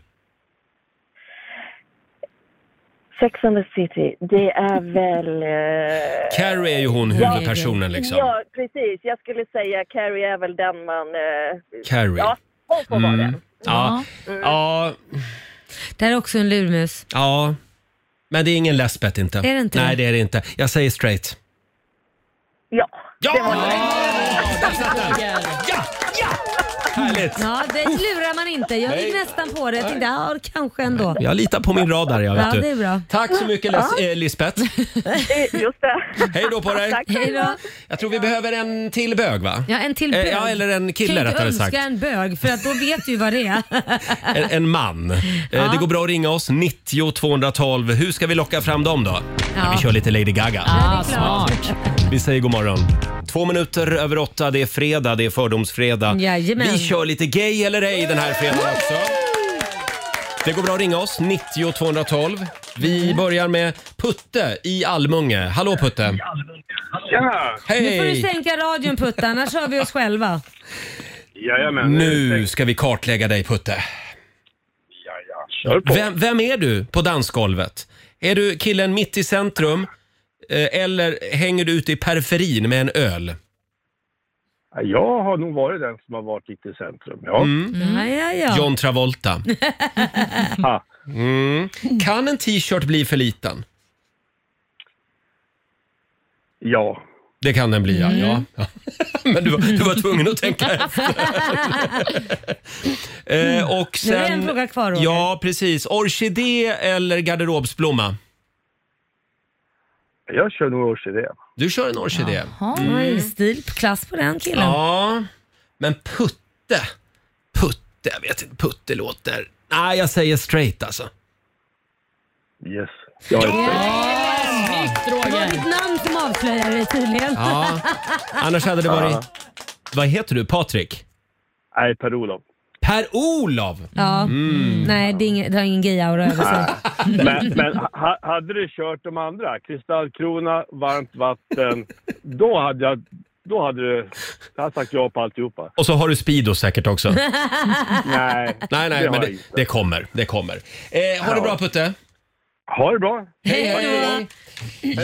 [SPEAKER 13] Sex and the City, det är väl... Eh,
[SPEAKER 1] Carrie är ju hon,
[SPEAKER 13] ja,
[SPEAKER 1] huvudpersonen liksom.
[SPEAKER 13] Ja, precis. Jag skulle säga Carrie är väl den man... Eh,
[SPEAKER 1] Carrie. Mm.
[SPEAKER 13] Ja, hon får vara den.
[SPEAKER 1] Ja. Ja.
[SPEAKER 2] Det här är också en lurmus.
[SPEAKER 1] ja. Men det är ingen lesbet inte.
[SPEAKER 2] Är det inte
[SPEAKER 1] Nej,
[SPEAKER 2] det?
[SPEAKER 1] det är det inte. Jag säger straight.
[SPEAKER 13] Ja!
[SPEAKER 1] Ja! Härligt!
[SPEAKER 2] Ja, det lurar man inte. Jag gick nästan på det. Jag tänkte, ja, kanske ändå.
[SPEAKER 1] Jag litar på min radar, jag vet
[SPEAKER 2] Ja,
[SPEAKER 1] du.
[SPEAKER 2] det är bra.
[SPEAKER 1] Tack så mycket Les-
[SPEAKER 2] Ja.
[SPEAKER 1] eh, Lisbeth.
[SPEAKER 13] Just det.
[SPEAKER 1] Hej då på dig.
[SPEAKER 2] Tack. Hej då.
[SPEAKER 1] Jag tror vi behöver en till bög va?
[SPEAKER 2] Ja, en till
[SPEAKER 1] Eh,
[SPEAKER 2] bög.
[SPEAKER 1] Ja, eller en
[SPEAKER 2] kan
[SPEAKER 1] kille
[SPEAKER 2] ju inte
[SPEAKER 1] rättare
[SPEAKER 2] önska
[SPEAKER 1] sagt.
[SPEAKER 2] en bög för att då vet du ju vad det är.
[SPEAKER 1] En, en man. Eh,
[SPEAKER 2] Ja.
[SPEAKER 1] Det går bra att ringa oss, 90 212. Hur ska vi locka fram dem då? Ja. Vi kör lite Lady Gaga.
[SPEAKER 3] Ah, smart.
[SPEAKER 1] Vi säger god morgon. Två minuter över åtta, det är fredag, det är fördomsfredag.
[SPEAKER 2] Jajamän.
[SPEAKER 1] Vi kör lite gay eller ej den här fredagen också. Det går bra att ringa oss, 90 212. Vi börjar med Putte i Almunge. Hallå Putte!
[SPEAKER 14] Tjena!
[SPEAKER 2] Nu får du
[SPEAKER 1] Hej!
[SPEAKER 2] sänka radion Putta, annars hör vi oss själva.
[SPEAKER 14] Jajamän.
[SPEAKER 1] Nu ska vi kartlägga dig Putte.
[SPEAKER 14] Kör på.
[SPEAKER 1] Vem, vem är du på dansgolvet? Är du killen mitt i centrum eh, eller hänger du ute i periferin med en öl?
[SPEAKER 14] Jag har nog varit den som har varit lite i centrum. Ja.
[SPEAKER 1] Mm.
[SPEAKER 2] Ja, ja, ja.
[SPEAKER 1] John Travolta.
[SPEAKER 14] Ah.
[SPEAKER 1] Mm. Kan en t-shirt bli för liten?
[SPEAKER 14] Ja.
[SPEAKER 1] Det kan den bli, ja.
[SPEAKER 2] Mm.
[SPEAKER 1] ja. ja. Men du var, du var tvungen att tänka efter. eh, och
[SPEAKER 2] Nu
[SPEAKER 1] sen,
[SPEAKER 2] är det en fråga kvar, Roger.
[SPEAKER 1] Ja, precis. Orkidé eller garderobsblomma?
[SPEAKER 14] Jag kör nog orkidé.
[SPEAKER 1] Du kör en orkidé.
[SPEAKER 2] Oj, Mm. stil, klass på den killen.
[SPEAKER 1] Ja, men Putte. Putte, jag vet inte. Putte låter... Nej, jag säger straight alltså.
[SPEAKER 14] Yes. Jag är
[SPEAKER 3] Snyggt
[SPEAKER 2] Det var
[SPEAKER 3] Roger!
[SPEAKER 2] ditt namn som avslöjade det tydligen.
[SPEAKER 1] Ja. Annars hade det varit...
[SPEAKER 14] Ja.
[SPEAKER 1] Vad heter du? Patrik?
[SPEAKER 14] Nej, Per-Olof.
[SPEAKER 1] Per-Olof!
[SPEAKER 2] Ja. Nej, det, är ingen, det har ingen gay-aura över sig.
[SPEAKER 14] Men, men ha, hade du kört de andra, kristallkrona, varmt vatten, då hade jag, då hade du, jag hade sagt ja på alltihopa.
[SPEAKER 1] Och så har du Speedo säkert också.
[SPEAKER 14] Nej,
[SPEAKER 1] Nej,
[SPEAKER 14] det
[SPEAKER 1] nej, men
[SPEAKER 14] har jag
[SPEAKER 1] det,
[SPEAKER 14] inte.
[SPEAKER 1] det kommer. Det kommer. Eh, ha det
[SPEAKER 14] Ja.
[SPEAKER 1] bra Putte.
[SPEAKER 14] Ha det bra.
[SPEAKER 1] Hej, hej.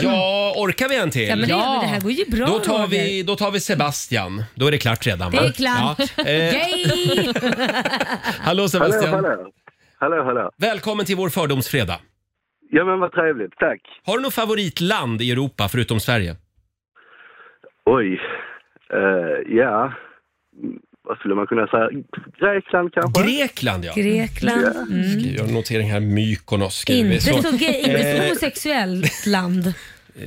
[SPEAKER 1] Ja, orkar vi en till?
[SPEAKER 2] Ja, men det, ja. det här går ju bra
[SPEAKER 1] Då tar,
[SPEAKER 2] Roger.
[SPEAKER 1] vi, då tar vi Sebastian. Då är det klart redan
[SPEAKER 2] Det
[SPEAKER 1] va?
[SPEAKER 2] är klart.
[SPEAKER 1] Ja. Eh,
[SPEAKER 2] Gay!
[SPEAKER 1] hallå Sebastian.
[SPEAKER 15] Hallå, hallå.
[SPEAKER 1] Välkommen till vår fördomsfredag.
[SPEAKER 15] Ja, men vad trevligt. Tack.
[SPEAKER 1] Har du något favoritland i Europa förutom Sverige?
[SPEAKER 15] Oj. Eh, ja. Mm, Vad skulle man kunna säga? Grekland kanske?
[SPEAKER 1] Grekland ja.
[SPEAKER 2] Grekland. Mm.
[SPEAKER 1] Ska jag göra en notering här. Mykonos skriver vi.
[SPEAKER 2] Inte så, gay, inte så
[SPEAKER 1] Eh,
[SPEAKER 2] homosexuellt land.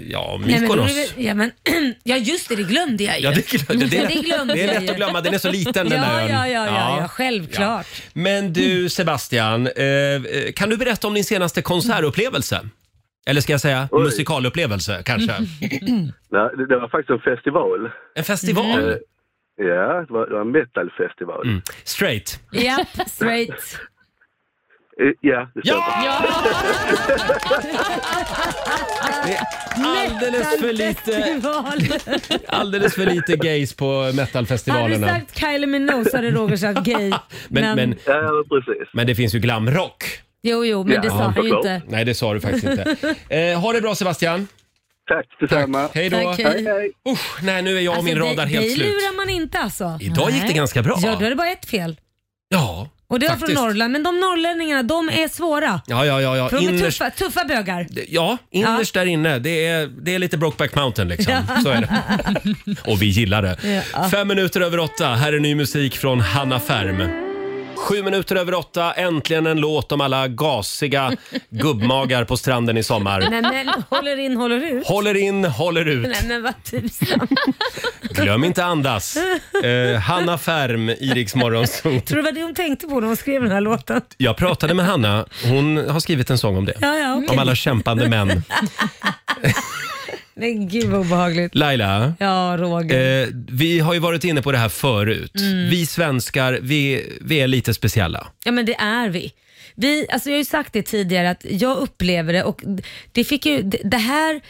[SPEAKER 1] Ja,
[SPEAKER 2] Nej, men då är
[SPEAKER 1] Mykonos.
[SPEAKER 2] det väl- ja, men, ja just det, det glömde jag ju.
[SPEAKER 1] Ja, det glömde, det,
[SPEAKER 2] det glömde
[SPEAKER 1] det
[SPEAKER 2] jag
[SPEAKER 1] är
[SPEAKER 2] ju.
[SPEAKER 1] lätt att glömma. Den är så liten den
[SPEAKER 2] ja,
[SPEAKER 1] där ön.
[SPEAKER 2] Ja, ja, ja, Mm. ja, självklart.
[SPEAKER 1] Ja. Men du Sebastian, eh, eh, kan du berätta om din senaste konsertupplevelse? Eller ska jag säga musikalupplevelse kanske?
[SPEAKER 2] Mm.
[SPEAKER 15] Nej, det, det var faktiskt en festival.
[SPEAKER 1] En festival?
[SPEAKER 15] Eh, ja, det var, det var en metalfestival.
[SPEAKER 1] Mm. Straight.
[SPEAKER 2] Japp, straight.
[SPEAKER 15] Eh, ja, det stämmer.
[SPEAKER 1] Det är alldeles för lite,
[SPEAKER 2] Festival.
[SPEAKER 1] alldeles för lite gays på
[SPEAKER 2] Hade du
[SPEAKER 1] metalfestivalerna.
[SPEAKER 2] sagt Kylie Minogue så hade Roger sagt gay.
[SPEAKER 1] Men, men, men det finns ju glamrock.
[SPEAKER 2] Jo, jo, men det sa han ju inte.
[SPEAKER 1] Nej, det sa du faktiskt inte. Eh, ha det bra Sebastian.
[SPEAKER 15] Tack detsamma.
[SPEAKER 1] Hej då.
[SPEAKER 2] Tack, hej.
[SPEAKER 1] Usch, nej nu är jag och min
[SPEAKER 2] Alltså,
[SPEAKER 1] radar
[SPEAKER 2] det,
[SPEAKER 1] helt
[SPEAKER 2] det
[SPEAKER 1] slut.
[SPEAKER 2] lurar man inte alltså.
[SPEAKER 1] Idag gick det ganska bra.
[SPEAKER 2] Ja, då är det bara ett fel.
[SPEAKER 1] Ja,
[SPEAKER 2] Och det var från
[SPEAKER 1] faktiskt.
[SPEAKER 2] Norrland, men de norrlänningarna de är svåra.
[SPEAKER 1] Ja, ja, ja. ja.
[SPEAKER 2] För de är
[SPEAKER 1] Innerst,
[SPEAKER 2] tuffa, tuffa bögar.
[SPEAKER 1] ja, innerst där inne. Det är, det är lite Brokeback Mountain liksom. Så är det. Och vi gillar det.
[SPEAKER 2] Ja.
[SPEAKER 1] Fem minuter över åtta. Här är ny musik från Hanna Färm. Sju minuter över åtta. Äntligen en låt om alla gasiga gubbmagar på stranden i sommar.
[SPEAKER 2] Nej, men håller in, håller ut.
[SPEAKER 1] Håller in, håller ut.
[SPEAKER 2] Nej men vad tusan.
[SPEAKER 1] Glöm inte andas. Eh, Hanna Färm, Iriks morgonzoo.
[SPEAKER 2] Tror du vad det hon tänkte på när hon skrev den här låten?
[SPEAKER 1] Jag pratade med Hanna. Hon har skrivit en sång om det.
[SPEAKER 2] Ja, ja, okej.
[SPEAKER 1] Om alla kämpande män.
[SPEAKER 2] Men gud vad obehagligt.
[SPEAKER 1] Laila,
[SPEAKER 2] Ja, Roger.
[SPEAKER 1] eh, vi har ju varit inne på det här förut.
[SPEAKER 2] Mm.
[SPEAKER 1] Vi svenskar, vi, vi är lite speciella.
[SPEAKER 2] Ja men det är vi. vi alltså jag har ju sagt det tidigare att jag upplever det och det, fick ju, det- det här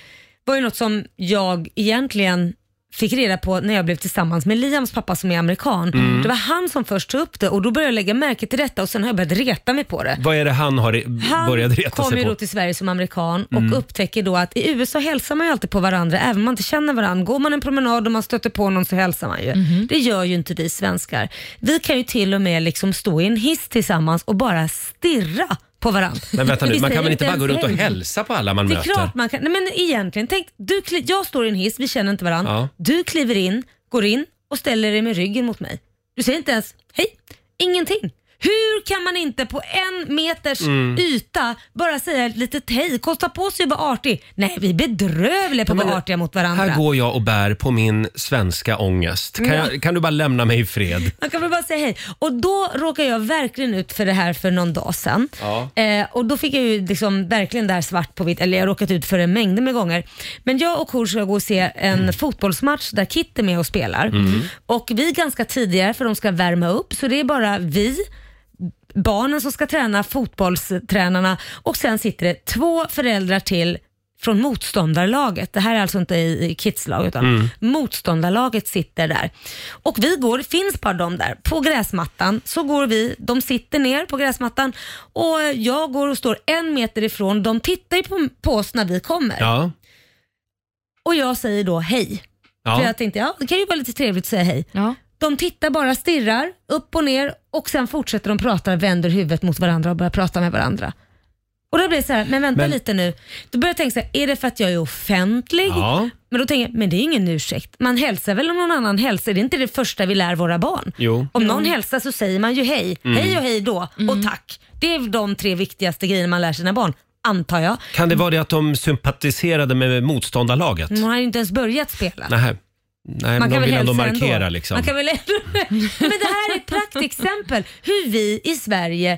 [SPEAKER 2] var ju något som jag egentligen fick reda på när jag blev tillsammans med Liams pappa som är amerikan.
[SPEAKER 1] Mm.
[SPEAKER 2] Det var han som först tog upp det och då började jag lägga märke till detta och sen har jag börjat reta mig på det.
[SPEAKER 1] Vad är det han har re-
[SPEAKER 2] Han
[SPEAKER 1] börjat reta
[SPEAKER 2] kom
[SPEAKER 1] sig
[SPEAKER 2] ju
[SPEAKER 1] på?
[SPEAKER 2] då till Sverige som amerikan och
[SPEAKER 1] Mm.
[SPEAKER 2] upptäcker då att i USA hälsar man ju alltid på varandra även om man inte känner varandra. Går man en promenad och man stöter på någon så hälsar man ju.
[SPEAKER 1] Mhm.
[SPEAKER 2] Det gör ju inte vi svenskar. Vi kan ju till och med liksom stå i en hiss tillsammans och bara stirra på varandra.
[SPEAKER 1] Men vänta
[SPEAKER 2] Vi
[SPEAKER 1] nu, man
[SPEAKER 2] säger
[SPEAKER 1] kan väl inte bara
[SPEAKER 2] ens
[SPEAKER 1] gå runt och
[SPEAKER 2] hej.
[SPEAKER 1] hälsa på alla man
[SPEAKER 2] Det är
[SPEAKER 1] möter?
[SPEAKER 2] klart man kan. Nej, men egentligen, tänk, du, kli- jag står i en hiss, vi känner inte varandra.
[SPEAKER 1] Ja.
[SPEAKER 2] Du kliver in, går in och ställer dig med ryggen mot mig. Du säger inte ens hej, ingenting. Hur kan man inte på en meters
[SPEAKER 1] Mm.
[SPEAKER 2] yta bara säga ett litet hej, kosta på sig att vara artig? Nej, vi är bedrövliga på att vara artiga mot varandra.
[SPEAKER 1] Här går jag och bär på min svenska ångest. Kan, jag, kan du bara lämna mig i fred?
[SPEAKER 2] Man kan väl bara säga hej. Och då råkade jag verkligen ut för det här för någon dag sedan.
[SPEAKER 1] Ja.
[SPEAKER 2] Eh, och då fick jag ju liksom verkligen där svart på vitt, eller jag har råkat ut för det mängder med gånger. Men jag och Kor ska gå och se en fotbollsmatch där Kit är med och spelar.
[SPEAKER 9] Mm.
[SPEAKER 2] Och vi är ganska tidiga för de ska värma upp, så det är bara vi, barnen som ska träna, fotbollstränarna och sen sitter det två föräldrar till från motståndarlaget. Det här är alltså inte i i Kits lag utan
[SPEAKER 9] Mm.
[SPEAKER 2] motståndarlaget sitter där. Och vi går, det finns bara de där, på gräsmattan så går vi, de sitter ner på gräsmattan och jag går och står en meter ifrån, de tittar ju på, på oss när vi kommer.
[SPEAKER 1] Ja.
[SPEAKER 2] Och jag säger då hej.
[SPEAKER 1] Ja.
[SPEAKER 2] För jag tänkte, ja det kan ju vara lite trevligt att säga hej. De tittar bara, stirrar upp och ner och sen fortsätter de prata, vänder huvudet mot varandra och börjar prata med varandra. Och då blir det så här, men vänta
[SPEAKER 9] Men-
[SPEAKER 2] lite nu. Då börjar jag tänka så här, är det för att jag är offentlig?
[SPEAKER 9] Ja.
[SPEAKER 2] Men då tänker jag, men det är ingen ursäkt. Man hälsar väl om någon annan hälsar? Det är inte det första vi lär våra barn.
[SPEAKER 1] Jo.
[SPEAKER 2] Om någon hälsar så säger man ju hej.
[SPEAKER 1] Mm.
[SPEAKER 2] Hej och hej då och tack. Det är de tre viktigaste grejerna man lär sina barn, antar jag.
[SPEAKER 1] Kan det vara det att de sympatiserade med motståndarlaget?
[SPEAKER 2] Men hon har ju inte ens börjat spela.
[SPEAKER 1] Nej. Nej, men de vill ändå markera liksom.
[SPEAKER 2] Man kan väl Men det här är ett praktexempel hur vi i Sverige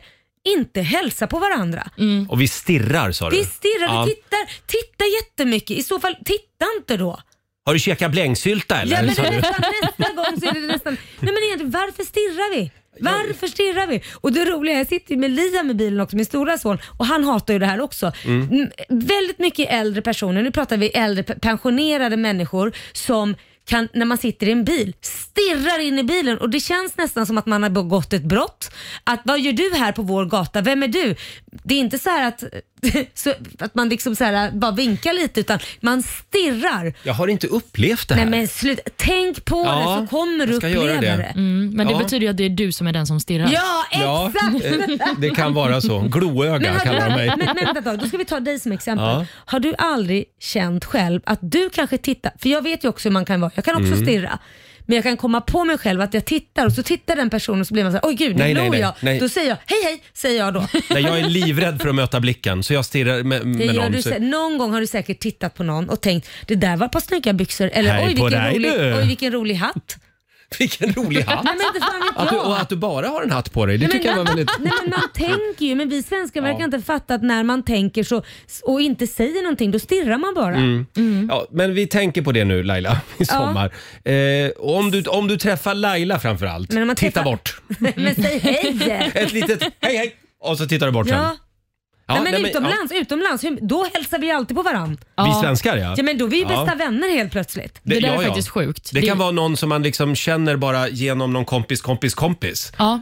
[SPEAKER 2] inte hälsar på varandra.
[SPEAKER 1] Och vi stirrar sa du?
[SPEAKER 2] Vi stirrar,
[SPEAKER 1] Ja.
[SPEAKER 2] vi tittar, titta jättemycket. I så fall, titta inte då.
[SPEAKER 1] Har du käkat blängsylta eller?
[SPEAKER 2] Ja, men
[SPEAKER 1] sa
[SPEAKER 2] det är
[SPEAKER 1] du?
[SPEAKER 2] nästan, nästa gång så är det nästan... Nej men egentligen, varför stirrar vi? Varför stirrar vi? Och det roliga är, jag sitter ju med Liam i bilen också, min stora son, och han hatar ju det här också.
[SPEAKER 9] Mm.
[SPEAKER 2] Mm, Väldigt mycket äldre personer, nu pratar vi äldre pe- pensionerade människor som kan, när man sitter i en bil, stirrar in i bilen och det känns nästan som att man har begått ett brott. Att vad gör du här på vår gata? Vem är du? Det är inte så här att, så, att man liksom så här, bara vinkar lite utan man stirrar
[SPEAKER 1] Jag har inte upplevt det här.
[SPEAKER 2] Nej men sluta. Tänk på
[SPEAKER 1] Ja,
[SPEAKER 2] det så kommer du
[SPEAKER 1] jag ska
[SPEAKER 2] uppleva
[SPEAKER 1] göra
[SPEAKER 2] det.
[SPEAKER 1] det.
[SPEAKER 3] Mm, men det
[SPEAKER 1] Ja.
[SPEAKER 3] betyder ju att det är du som är den som stirrar.
[SPEAKER 2] Ja,
[SPEAKER 1] Ja, eh, det kan vara så.
[SPEAKER 2] Men,
[SPEAKER 1] Gloöga
[SPEAKER 2] har du,
[SPEAKER 1] kallar de mig.
[SPEAKER 2] men, men vänta ett tag, då ska vi ta dig som exempel.
[SPEAKER 1] Ja.
[SPEAKER 2] Har du aldrig känt själv att du kanske tittar, för jag vet ju också hur man kan vara, jag kan också
[SPEAKER 1] Mm.
[SPEAKER 2] stirra. Men jag kan komma på mig själv att jag tittar och så tittar den personen och så blir man så här, oj gud,
[SPEAKER 1] Nej,
[SPEAKER 2] nu
[SPEAKER 1] nej,
[SPEAKER 2] glor
[SPEAKER 1] nej,
[SPEAKER 2] jag.
[SPEAKER 1] nej.
[SPEAKER 2] Då säger jag, hej hej, säger jag då.
[SPEAKER 1] Nej, jag är livrädd för att möta blicken så jag stirrar med,
[SPEAKER 2] Det
[SPEAKER 1] med
[SPEAKER 2] gör
[SPEAKER 1] någon.
[SPEAKER 2] du,
[SPEAKER 1] så-
[SPEAKER 2] sä- någon gång har du säkert tittat på någon och tänkt, det där var ett par snygga byxor eller
[SPEAKER 1] Hej
[SPEAKER 2] oj
[SPEAKER 1] på
[SPEAKER 2] vilken,
[SPEAKER 1] dig,
[SPEAKER 2] rolig,
[SPEAKER 1] du.
[SPEAKER 2] oj vilken rolig hatt.
[SPEAKER 1] Vilken rolig hatt.
[SPEAKER 2] Nej, men inte fan vet
[SPEAKER 1] Att du,
[SPEAKER 2] jag.
[SPEAKER 1] och att du bara har en hatt på dig, det
[SPEAKER 2] Nej,
[SPEAKER 1] tycker jag
[SPEAKER 2] men-
[SPEAKER 1] var väldigt...
[SPEAKER 2] Nej men man tänker ju, men vi svenskar verkar
[SPEAKER 1] Ja.
[SPEAKER 2] inte fatta att när man tänker så, och inte säger någonting, då stirrar man bara.
[SPEAKER 1] Mm. Ja, men vi tänker på det nu Laila, i
[SPEAKER 2] Ja.
[SPEAKER 1] sommar. Eh, och om, du, om du träffar Laila framförallt,
[SPEAKER 2] Men om man
[SPEAKER 1] titta
[SPEAKER 2] träffar-
[SPEAKER 1] bort.
[SPEAKER 2] men säg hej!
[SPEAKER 1] Ett litet hej hej och så tittar du bort sen.
[SPEAKER 2] Ja.
[SPEAKER 1] Ja,
[SPEAKER 2] nej, men
[SPEAKER 1] nej, men-
[SPEAKER 2] utomlands, utomlands, hur- då hälsar vi alltid på varandra.
[SPEAKER 1] Vi svenskar, ja.
[SPEAKER 2] ja men då är vi ju
[SPEAKER 1] Ja.
[SPEAKER 2] bästa vänner helt plötsligt.
[SPEAKER 1] ja, ja. Det kan vara någon som man liksom känner bara genom någon kompis kompis kompis.
[SPEAKER 2] Ja.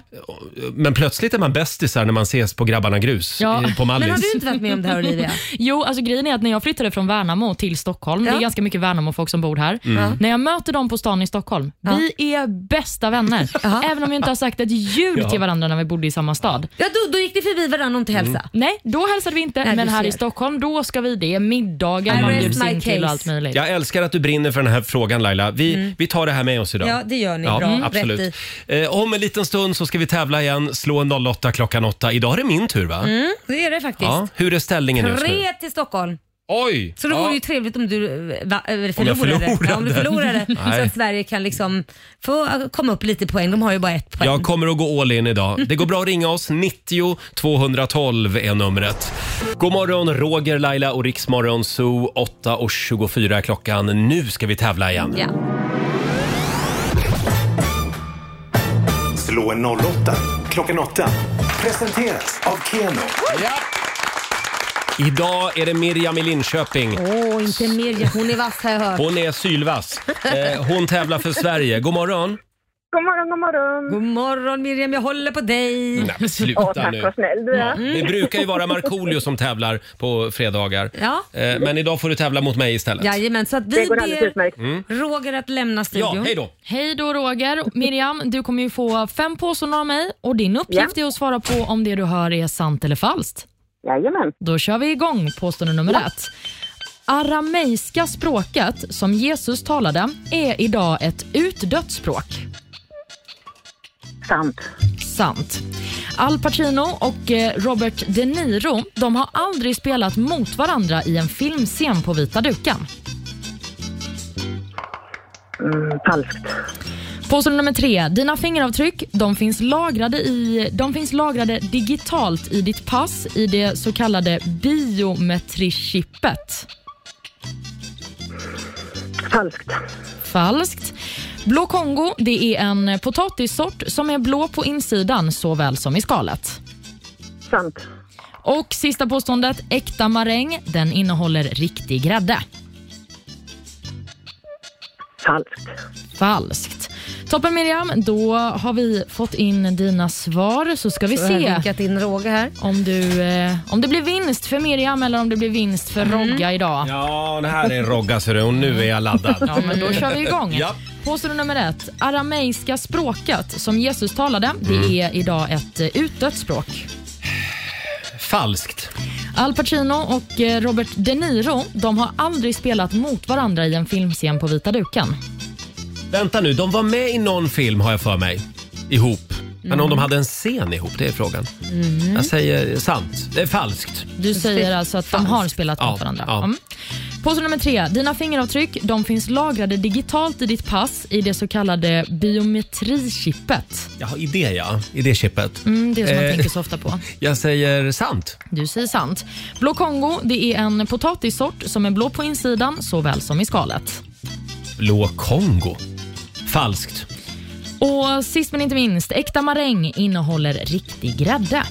[SPEAKER 1] Men plötsligt är man bästisar när man ses på Grabbarna Grus
[SPEAKER 3] Ja.
[SPEAKER 1] eh, på Mallis.
[SPEAKER 3] jo, alltså grejen är att när jag flyttade från Värnamo till Stockholm, det är ganska mycket Värnamo-folk som bor här.
[SPEAKER 1] Mm. Ja.
[SPEAKER 3] När jag möter dem på stan i Stockholm, vi är bästa vänner. Även om vi inte har sagt ett ljud
[SPEAKER 2] Ja.
[SPEAKER 3] till varandra när vi bodde i samma stad.
[SPEAKER 2] Ja, då, då gick det förbi varandra och inte
[SPEAKER 1] Mm.
[SPEAKER 2] hälsa.
[SPEAKER 3] Nej, då hälsade vi inte,
[SPEAKER 2] Nej,
[SPEAKER 3] men
[SPEAKER 2] du
[SPEAKER 3] här
[SPEAKER 2] ser.
[SPEAKER 3] i Stockholm då ska vi det. Middagar,
[SPEAKER 2] I
[SPEAKER 3] man
[SPEAKER 2] rest
[SPEAKER 3] bjuds
[SPEAKER 2] my
[SPEAKER 3] in till och
[SPEAKER 2] case.
[SPEAKER 3] allt möjligt.
[SPEAKER 1] Jag älskar att du brinner för den här frågan Laila. Vi, vi tar det här med oss idag.
[SPEAKER 2] Mm. Ja, det gör ni. Bra. Mm.
[SPEAKER 1] Absolut. Eh, om en liten stund så ska vi tävla igen. Slå en 08 klockan 8. Idag är det min tur va?
[SPEAKER 2] Mm, det är det faktiskt.
[SPEAKER 1] Ja, hur är ställningen just nu?
[SPEAKER 2] Tre till Stockholm.
[SPEAKER 1] Oj!
[SPEAKER 2] Så det
[SPEAKER 1] Ja.
[SPEAKER 2] vore ju trevligt om du eh, va, eh, förlorade.
[SPEAKER 1] förlorade.
[SPEAKER 2] Ja, om du förlorade så
[SPEAKER 1] Nej.
[SPEAKER 2] att Sverige kan liksom få eh, komma upp lite i poäng. De har ju bara ett poäng.
[SPEAKER 1] Jag kommer att gå all in idag. Det går bra att ringa oss. 90 212 är numret. God morgon, Roger, Laila och Riksmorgon Zoo. 8.24 är klockan. Nu ska vi tävla igen.
[SPEAKER 2] Ja.
[SPEAKER 5] Slå en 08 klockan 8. Presenteras av Keno.
[SPEAKER 1] Idag är det Miriam i Linköping.
[SPEAKER 2] Åh, inte mer. Hon är vass har jag hört.
[SPEAKER 1] Hon är sylvass. Eh, Hon tävlar för Sverige. God morgon.
[SPEAKER 2] God morgon, god morgon. God morgon Miriam, jag håller på dig.
[SPEAKER 1] Nej, men sluta Åh, tack nu. vad
[SPEAKER 2] snäll du
[SPEAKER 1] Ja, Det brukar ju vara Markoolio som tävlar på fredagar.
[SPEAKER 2] Ja.
[SPEAKER 1] Eh, Men idag får du tävla mot mig istället.
[SPEAKER 2] Jajamän, så att vi
[SPEAKER 13] Det går alldeles
[SPEAKER 2] ber
[SPEAKER 1] Mm.
[SPEAKER 2] Roger att lämna studion.
[SPEAKER 1] Ja, hej då.
[SPEAKER 3] Hej då Roger. Miriam, du kommer ju få fem påståenden av mig och din uppgift är att svara på om det du hör är sant eller falskt.
[SPEAKER 13] Jajamän.
[SPEAKER 3] Då kör vi igång påstående nummer ett. Arameiska språket som Jesus talade är idag ett utdött språk.
[SPEAKER 13] Sant.
[SPEAKER 3] Sant. Al Pacino och eh, Robert De Niro de har aldrig spelat mot varandra i en filmscen på vita duken.
[SPEAKER 13] Mm, falskt.
[SPEAKER 3] Påstående nummer tre. Dina fingeravtryck de finns, lagrade i, de finns lagrade digitalt i ditt pass i det så kallade biometrichippet.
[SPEAKER 13] Falskt.
[SPEAKER 3] Falskt. Blå Kongo det är en potatissort som är blå på insidan såväl som i skalet.
[SPEAKER 13] Sant.
[SPEAKER 3] Och sista påståendet. Äkta maräng den innehåller riktig grädde.
[SPEAKER 13] Falskt.
[SPEAKER 3] Falskt. Toppen Miriam, då har vi fått in dina svar så ska vi
[SPEAKER 2] Så har jag
[SPEAKER 3] se
[SPEAKER 2] vinkat in Roger här.
[SPEAKER 3] Om, du, eh, om det blir vinst för Miriam eller om det blir vinst för
[SPEAKER 2] Mm.
[SPEAKER 3] Rogga idag.
[SPEAKER 1] Ja, det här är en Rogga ser du, och nu är jag laddad.
[SPEAKER 3] Ja, men då kör vi igång.
[SPEAKER 1] Ja.
[SPEAKER 3] Påstående nummer ett. Arameiska språket som Jesus talade,
[SPEAKER 1] Mm.
[SPEAKER 3] det är idag ett eh, utdött språk.
[SPEAKER 1] Falskt.
[SPEAKER 3] Al Pacino och eh, Robert De Niro, de har aldrig spelat mot varandra i en filmscen på vita duken.
[SPEAKER 1] Vänta nu, de var med i någon film har jag för mig. Ihop. Men om de hade en scen ihop, det är frågan.
[SPEAKER 3] Mm.
[SPEAKER 1] Jag säger sant. Det är falskt.
[SPEAKER 3] Du säger alltså att de har spelat mot varandra.
[SPEAKER 1] ja.
[SPEAKER 3] Mm. Påstående nummer tre. Dina fingeravtryck de finns lagrade digitalt i ditt pass i det så kallade biometrichippet.
[SPEAKER 1] Jaha, i det ja. I det chippet.
[SPEAKER 3] Mm, det som man
[SPEAKER 1] Eh.
[SPEAKER 3] tänker så ofta på.
[SPEAKER 1] Jag säger sant.
[SPEAKER 3] Du säger sant. Blå Kongo det är en potatissort som är blå på insidan såväl som i skalet.
[SPEAKER 1] Blå Kongo. Falskt.
[SPEAKER 3] Och sist men inte minst, äkta maräng innehåller riktig grädde.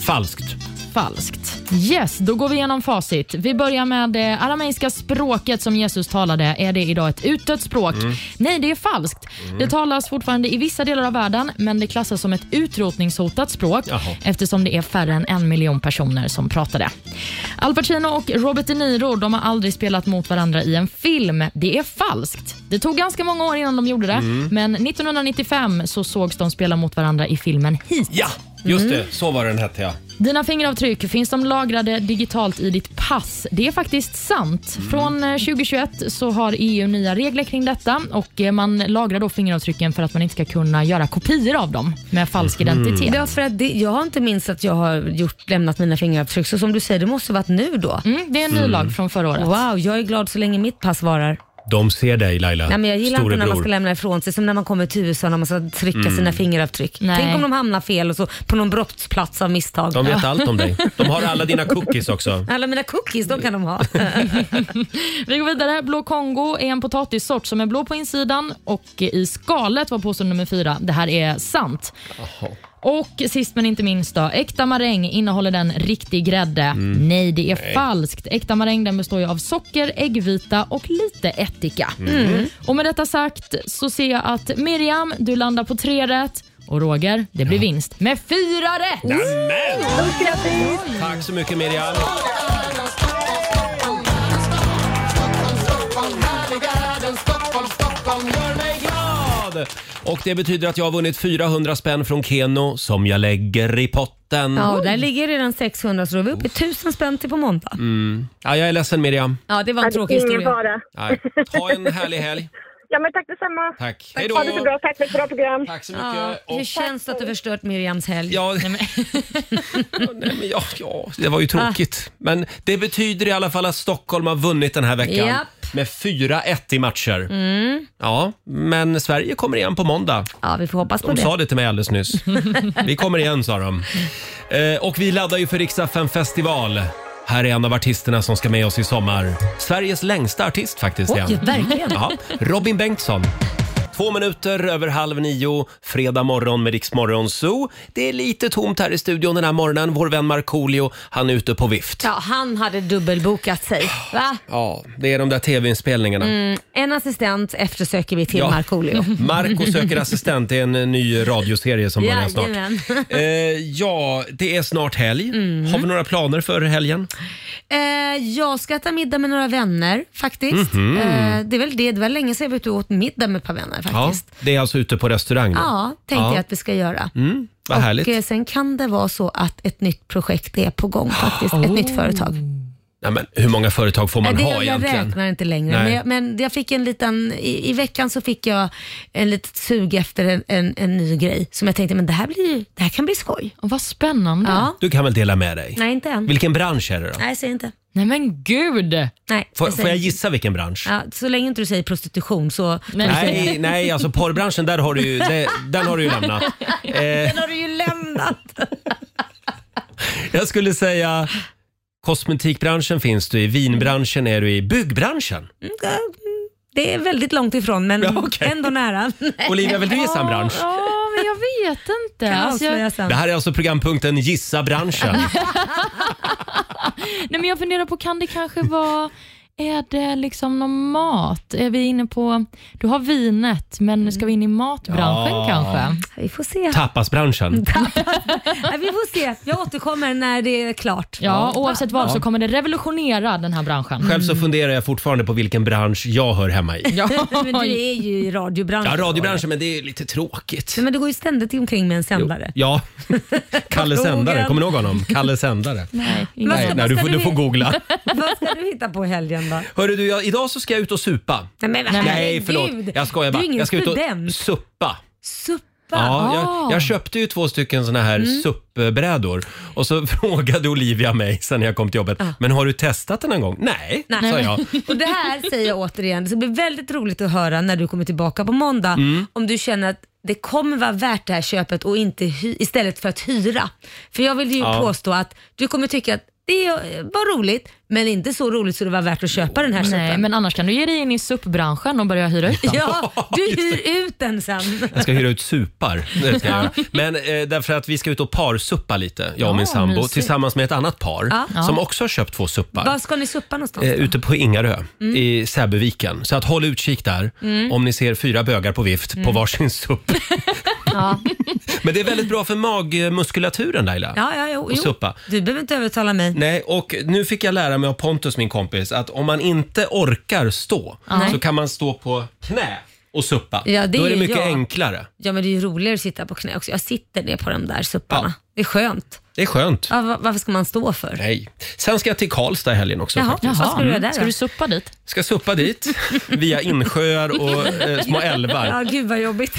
[SPEAKER 1] Falskt.
[SPEAKER 3] Falskt. Yes, då går vi igenom facit. Vi börjar med det arameiska språket som Jesus talade. Är det idag ett utdött språk?
[SPEAKER 9] Mm.
[SPEAKER 3] Nej, det är falskt.
[SPEAKER 9] Mm.
[SPEAKER 3] Det talas fortfarande i vissa delar av världen, men det klassas som ett utrotningshotat språk
[SPEAKER 9] Jaha.
[SPEAKER 3] eftersom det är färre än en miljon personer som pratar det. Al Pacino och Robert De Niro de har aldrig spelat mot varandra i en film. Det är falskt. Det tog ganska många år innan de gjorde det,
[SPEAKER 1] Mm.
[SPEAKER 3] men 1995 så sågs de spela mot varandra i filmen Heat.
[SPEAKER 1] Ja, just det. Så var den hette ja.
[SPEAKER 3] Dina fingeravtryck, finns de lagrade digitalt i ditt pass? Det är faktiskt sant. Från eh, 2021 så har EU nya regler kring detta och eh, man lagrar då fingeravtrycken för att man inte ska kunna göra kopior av dem med falsk identitet.
[SPEAKER 2] Ja, för att det, jag har inte minst att jag har gjort, lämnat mina fingeravtryck. Så som du säger, det måste varit nu då.
[SPEAKER 3] det är en ny Mm. lag från förra året.
[SPEAKER 2] Wow, jag är glad så länge mitt pass varar.
[SPEAKER 1] De ser dig Laila.
[SPEAKER 2] Nej, men jag gillar inte när man
[SPEAKER 1] Storebror.
[SPEAKER 2] ska lämna ifrån sig, som när man kommer till USA när man ska trycka
[SPEAKER 1] Mm.
[SPEAKER 2] sina fingeravtryck. Tänk om de hamnar fel och så på någon brottsplats av misstag.
[SPEAKER 1] De vet
[SPEAKER 2] Ja.
[SPEAKER 1] allt om dig. De har alla dina cookies också.
[SPEAKER 2] Alla mina cookies, de kan de ha.
[SPEAKER 3] Vi går vidare. Blå Kongo är en potatissort som är blå på insidan och i skalet var påstående nummer fyra. Det här är sant. Och sist men inte minst då, äkta maräng, innehåller den riktig grädde?
[SPEAKER 9] Mm.
[SPEAKER 3] Nej, det är
[SPEAKER 9] Nej.
[SPEAKER 3] falskt. Äkta maräng den består ju av socker, äggvita och lite ättika.
[SPEAKER 9] Mm. Mm.
[SPEAKER 3] Och med detta sagt så ser jag att Miriam, du landar på tre rätt och Roger, det blir vinst med fyra rätt!
[SPEAKER 1] Nämen!
[SPEAKER 9] Grattis!
[SPEAKER 1] Tack så mycket Miriam. glad. Och det betyder att jag har vunnit 400 spänn från Keno som jag lägger i potten.
[SPEAKER 2] Ja, där ligger redan 600 så då är vi uppe i 1000 spänn till på måndag.
[SPEAKER 1] Mm. Ja, jag är ledsen Miriam.
[SPEAKER 2] Ja, det var en tråkig historia.
[SPEAKER 1] Nej. Ha en härlig helg.
[SPEAKER 16] Ja, men tack detsamma.
[SPEAKER 1] Tack. Hej då!
[SPEAKER 16] Ha det så bra. Tack för ett bra program.
[SPEAKER 1] Tack så
[SPEAKER 2] Ja, hur känns det att du förstört Miriams helg?
[SPEAKER 1] Ja, Nej, men ja, ja, det
[SPEAKER 2] Ah.
[SPEAKER 1] var ju tråkigt. Men det betyder i alla fall att Stockholm har vunnit den här veckan
[SPEAKER 2] Japp.
[SPEAKER 1] med 4-1 i matcher.
[SPEAKER 2] Mm.
[SPEAKER 1] Ja, men Sverige kommer igen på måndag.
[SPEAKER 2] Ja, vi får hoppas på
[SPEAKER 1] de
[SPEAKER 2] det.
[SPEAKER 1] sa det till mig alldeles nyss. vi kommer igen, sa de. Eh, och vi laddar ju för Riksdag 5 festival. Här är en av artisterna som ska med oss i sommar. Sveriges längsta artist faktiskt.
[SPEAKER 2] Oj,
[SPEAKER 1] är han.
[SPEAKER 2] verkligen.
[SPEAKER 1] Ja, Robin Bengtsson. Två minuter över halv nio, fredag morgon med Riksmorgon Zoo. Det är lite tomt här i studion den här morgonen. Vår vän Markoolio, han är ute på vift.
[SPEAKER 2] Ja, han hade dubbelbokat sig. Va?
[SPEAKER 1] Ja, det är de där tv-inspelningarna.
[SPEAKER 2] Mm, en assistent eftersöker vi till Markoolio.
[SPEAKER 1] Marco söker assistent, det är en eh, ny radioserie som börjar snart.
[SPEAKER 2] Jajamän. Mm.
[SPEAKER 1] Eh, ja, det är snart helg. Har vi några planer för helgen?
[SPEAKER 2] Eh, jag ska äta middag med några vänner faktiskt.
[SPEAKER 1] Mhm.
[SPEAKER 2] Eh, det är väl det. Det var länge sedan jag var ute och åt middag med ett par vänner faktiskt.
[SPEAKER 1] Ja, det är alltså ute på restaurang?
[SPEAKER 2] Ja,
[SPEAKER 1] då?
[SPEAKER 2] tänkte
[SPEAKER 1] Ja.
[SPEAKER 2] jag att vi ska göra.
[SPEAKER 1] Mm, vad härligt.
[SPEAKER 2] Och eh, sen kan det vara så att ett nytt projekt är på gång faktiskt.
[SPEAKER 1] Oh.
[SPEAKER 2] Ett nytt företag.
[SPEAKER 1] Nej, men hur många företag får man
[SPEAKER 2] det
[SPEAKER 1] ha
[SPEAKER 2] jag, jag
[SPEAKER 1] egentligen?
[SPEAKER 2] räknar inte längre.
[SPEAKER 1] Nej.
[SPEAKER 2] Men jag, men jag fick en liten, i, i veckan så fick jag en litet sug efter en, en, en ny grej som jag tänkte, men det här, blir, ju- det här kan bli skoj.
[SPEAKER 3] Och vad spännande.
[SPEAKER 2] Ja.
[SPEAKER 1] Du kan väl dela med dig?
[SPEAKER 2] Nej, inte än.
[SPEAKER 1] Vilken bransch är det då?
[SPEAKER 2] Nej, säg inte.
[SPEAKER 3] Nej men gud!
[SPEAKER 2] Nej,
[SPEAKER 1] Får,
[SPEAKER 2] säger
[SPEAKER 1] får jag
[SPEAKER 2] inte.
[SPEAKER 1] gissa vilken bransch?
[SPEAKER 2] Ja, så länge inte du säger prostitution så...
[SPEAKER 1] Nej, nej, alltså porrbranschen, där har du ju, det, den har du ju lämnat. Eh,
[SPEAKER 2] Den har du ju lämnat.
[SPEAKER 1] jag skulle säga kosmetikbranschen finns du i, vinbranschen är du i, byggbranschen.
[SPEAKER 2] Det är väldigt långt ifrån men ändå nära.
[SPEAKER 1] Olivia, vill du gissa en bransch?
[SPEAKER 3] Ja, men jag vet inte.
[SPEAKER 2] Kan
[SPEAKER 3] Alltså, jag,
[SPEAKER 2] avslöja sen.
[SPEAKER 1] Det här är alltså programpunkten Gissa branschen.
[SPEAKER 3] nej, men jag funderar på, kan det kanske vara... Är det liksom någon mat? Är vi inne på... Du har vinet,
[SPEAKER 2] Mm.
[SPEAKER 3] men ska vi in i matbranschen
[SPEAKER 1] Ja.
[SPEAKER 3] kanske?
[SPEAKER 2] Vi får se.
[SPEAKER 1] Tapasbranschen.
[SPEAKER 2] Nej, vi får se. Jag återkommer när det är klart.
[SPEAKER 3] Ja, oavsett vad
[SPEAKER 1] Ja.
[SPEAKER 3] så kommer det revolutionera den här branschen.
[SPEAKER 1] Själv så funderar jag fortfarande på vilken bransch jag hör hemma i.
[SPEAKER 3] Ja.
[SPEAKER 2] men du är ju i radiobranschen.
[SPEAKER 1] Ja, radiobranschen, men det är lite tråkigt.
[SPEAKER 2] Men du går ju ständigt omkring med en sändare.
[SPEAKER 1] Ja, Kalle Sändare. Kommer ni ihåg honom? Kalle Sändare.
[SPEAKER 2] Nej,
[SPEAKER 1] Nej, nej, du får- du får googla.
[SPEAKER 2] Vad ska du hitta på i helgen då?
[SPEAKER 1] Hörru du, jag, idag så ska jag ut och supa.
[SPEAKER 2] Nej, men
[SPEAKER 1] Nej,
[SPEAKER 2] herregud.
[SPEAKER 1] förlåt. Jag skojar
[SPEAKER 2] Du
[SPEAKER 1] bara.
[SPEAKER 2] är ingen
[SPEAKER 1] Jag ska ut och
[SPEAKER 2] student.
[SPEAKER 1] suppa.
[SPEAKER 2] Suppa?
[SPEAKER 1] Ja, jag, jag
[SPEAKER 2] kör.
[SPEAKER 1] köpte ju två stycken såna här
[SPEAKER 2] Mm.
[SPEAKER 1] suppbrädor och så frågade Olivia mig sen när jag kom till jobbet.
[SPEAKER 2] Ah.
[SPEAKER 1] Men har du testat den en gång? Nej, sa jag.
[SPEAKER 2] Och det här säger jag återigen, det ska bli väldigt roligt att höra när du kommer tillbaka på måndag
[SPEAKER 1] Mm.
[SPEAKER 2] om du känner att det kommer vara värt det här köpet och inte hy- istället för att hyra. För jag vill ju
[SPEAKER 1] Ja.
[SPEAKER 2] påstå att du kommer tycka att det eh, var roligt, men inte så roligt så det var värt att köpa den här
[SPEAKER 3] Nej,
[SPEAKER 2] suppen.
[SPEAKER 3] men annars kan du ge dig in i SUP-branschen och börja hyra ut den.
[SPEAKER 2] Ja, du hyr ut den sen.
[SPEAKER 1] Jag ska hyra ut supar. Det ska jag
[SPEAKER 2] Ja.
[SPEAKER 1] göra. Men eh, därför att vi ska ut och parsuppa lite, jag och
[SPEAKER 2] Ja,
[SPEAKER 1] min sambo,
[SPEAKER 2] mysigt.
[SPEAKER 1] tillsammans med ett annat par
[SPEAKER 2] Ja.
[SPEAKER 1] som
[SPEAKER 2] Ja.
[SPEAKER 1] också har köpt två suppar.
[SPEAKER 2] Var ska ni suppa någonstans?
[SPEAKER 1] Eh,
[SPEAKER 2] då?
[SPEAKER 1] ute på Ingarö
[SPEAKER 2] Mm.
[SPEAKER 1] i Säbyviken. Så att håll utkik där
[SPEAKER 2] Mm.
[SPEAKER 1] om ni ser fyra bögar på vift på
[SPEAKER 2] Mm.
[SPEAKER 1] varsin supp. Men det är väldigt bra för magmuskulaturen Laila.
[SPEAKER 2] Ja, ja, jo,
[SPEAKER 1] Och
[SPEAKER 2] jo.
[SPEAKER 1] suppa.
[SPEAKER 2] Du behöver inte övertala mig.
[SPEAKER 1] Nej, och nu fick jag lära mig av Pontus, min kompis, att om man inte orkar stå
[SPEAKER 2] Nej.
[SPEAKER 1] så kan man stå på knä och suppa.
[SPEAKER 2] Ja, det
[SPEAKER 1] Då är det
[SPEAKER 2] är
[SPEAKER 1] mycket
[SPEAKER 2] jag.
[SPEAKER 1] enklare.
[SPEAKER 2] Ja, men det är ju roligare att sitta på knä också. Jag sitter ner på de där supparna. Det är skönt.
[SPEAKER 1] Det är skönt.
[SPEAKER 2] Ja, va- varför ska man stå för?
[SPEAKER 1] Nej. Sen ska jag till Karlstad i helgen också.
[SPEAKER 2] Jaha,
[SPEAKER 1] faktiskt.
[SPEAKER 2] vad ska du göra
[SPEAKER 1] Mm.
[SPEAKER 2] där
[SPEAKER 3] Ska du suppa dit?
[SPEAKER 1] Ska suppa dit via insjöar och eh, små
[SPEAKER 2] Ja,
[SPEAKER 1] älvar.
[SPEAKER 2] gud vad jobbigt.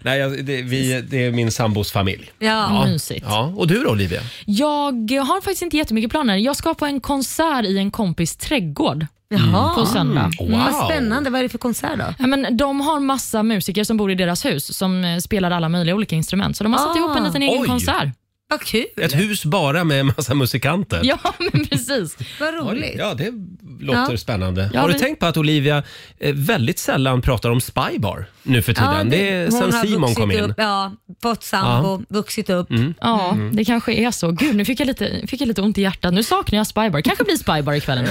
[SPEAKER 1] Nej, jag- det, vi, det är min sambos familj. Mm.
[SPEAKER 2] Ja,
[SPEAKER 3] mysigt.
[SPEAKER 1] Ja. Och du då Olivia?
[SPEAKER 3] Jag har faktiskt inte jättemycket planer. Jag ska på en konsert i en kompis trädgård
[SPEAKER 2] Jaha.
[SPEAKER 1] Ah.
[SPEAKER 3] på söndag.
[SPEAKER 2] Mm. Vad spännande. Vad är det för konsert då?
[SPEAKER 3] Ja, men de har massa musiker som bor i deras hus som eh, spelar alla möjliga olika instrument. Så de har satt
[SPEAKER 2] Ah.
[SPEAKER 3] ihop en liten egen
[SPEAKER 1] Oj.
[SPEAKER 3] konsert.
[SPEAKER 2] Vad kul.
[SPEAKER 1] Ett hus bara med en massa musikanter.
[SPEAKER 3] Ja, men precis.
[SPEAKER 2] Vad roligt.
[SPEAKER 1] Ja, det låter
[SPEAKER 2] Ja.
[SPEAKER 1] spännande.
[SPEAKER 2] Ja,
[SPEAKER 1] har du
[SPEAKER 2] vi-
[SPEAKER 1] tänkt på att Olivia eh, väldigt sällan pratar om Spybar nu för tiden? det, är
[SPEAKER 2] hon
[SPEAKER 1] sen
[SPEAKER 2] har
[SPEAKER 1] Simon
[SPEAKER 2] vuxit
[SPEAKER 1] kom in.
[SPEAKER 2] Upp, ja, fått sambo, vuxit upp.
[SPEAKER 1] Mm.
[SPEAKER 3] Ja,
[SPEAKER 1] Mm.
[SPEAKER 3] det kanske är så. Gud, nu fick jag lite, fick jag lite ont i hjärtat. Nu saknar jag Spybar. kanske blir Spybar ikväll ändå.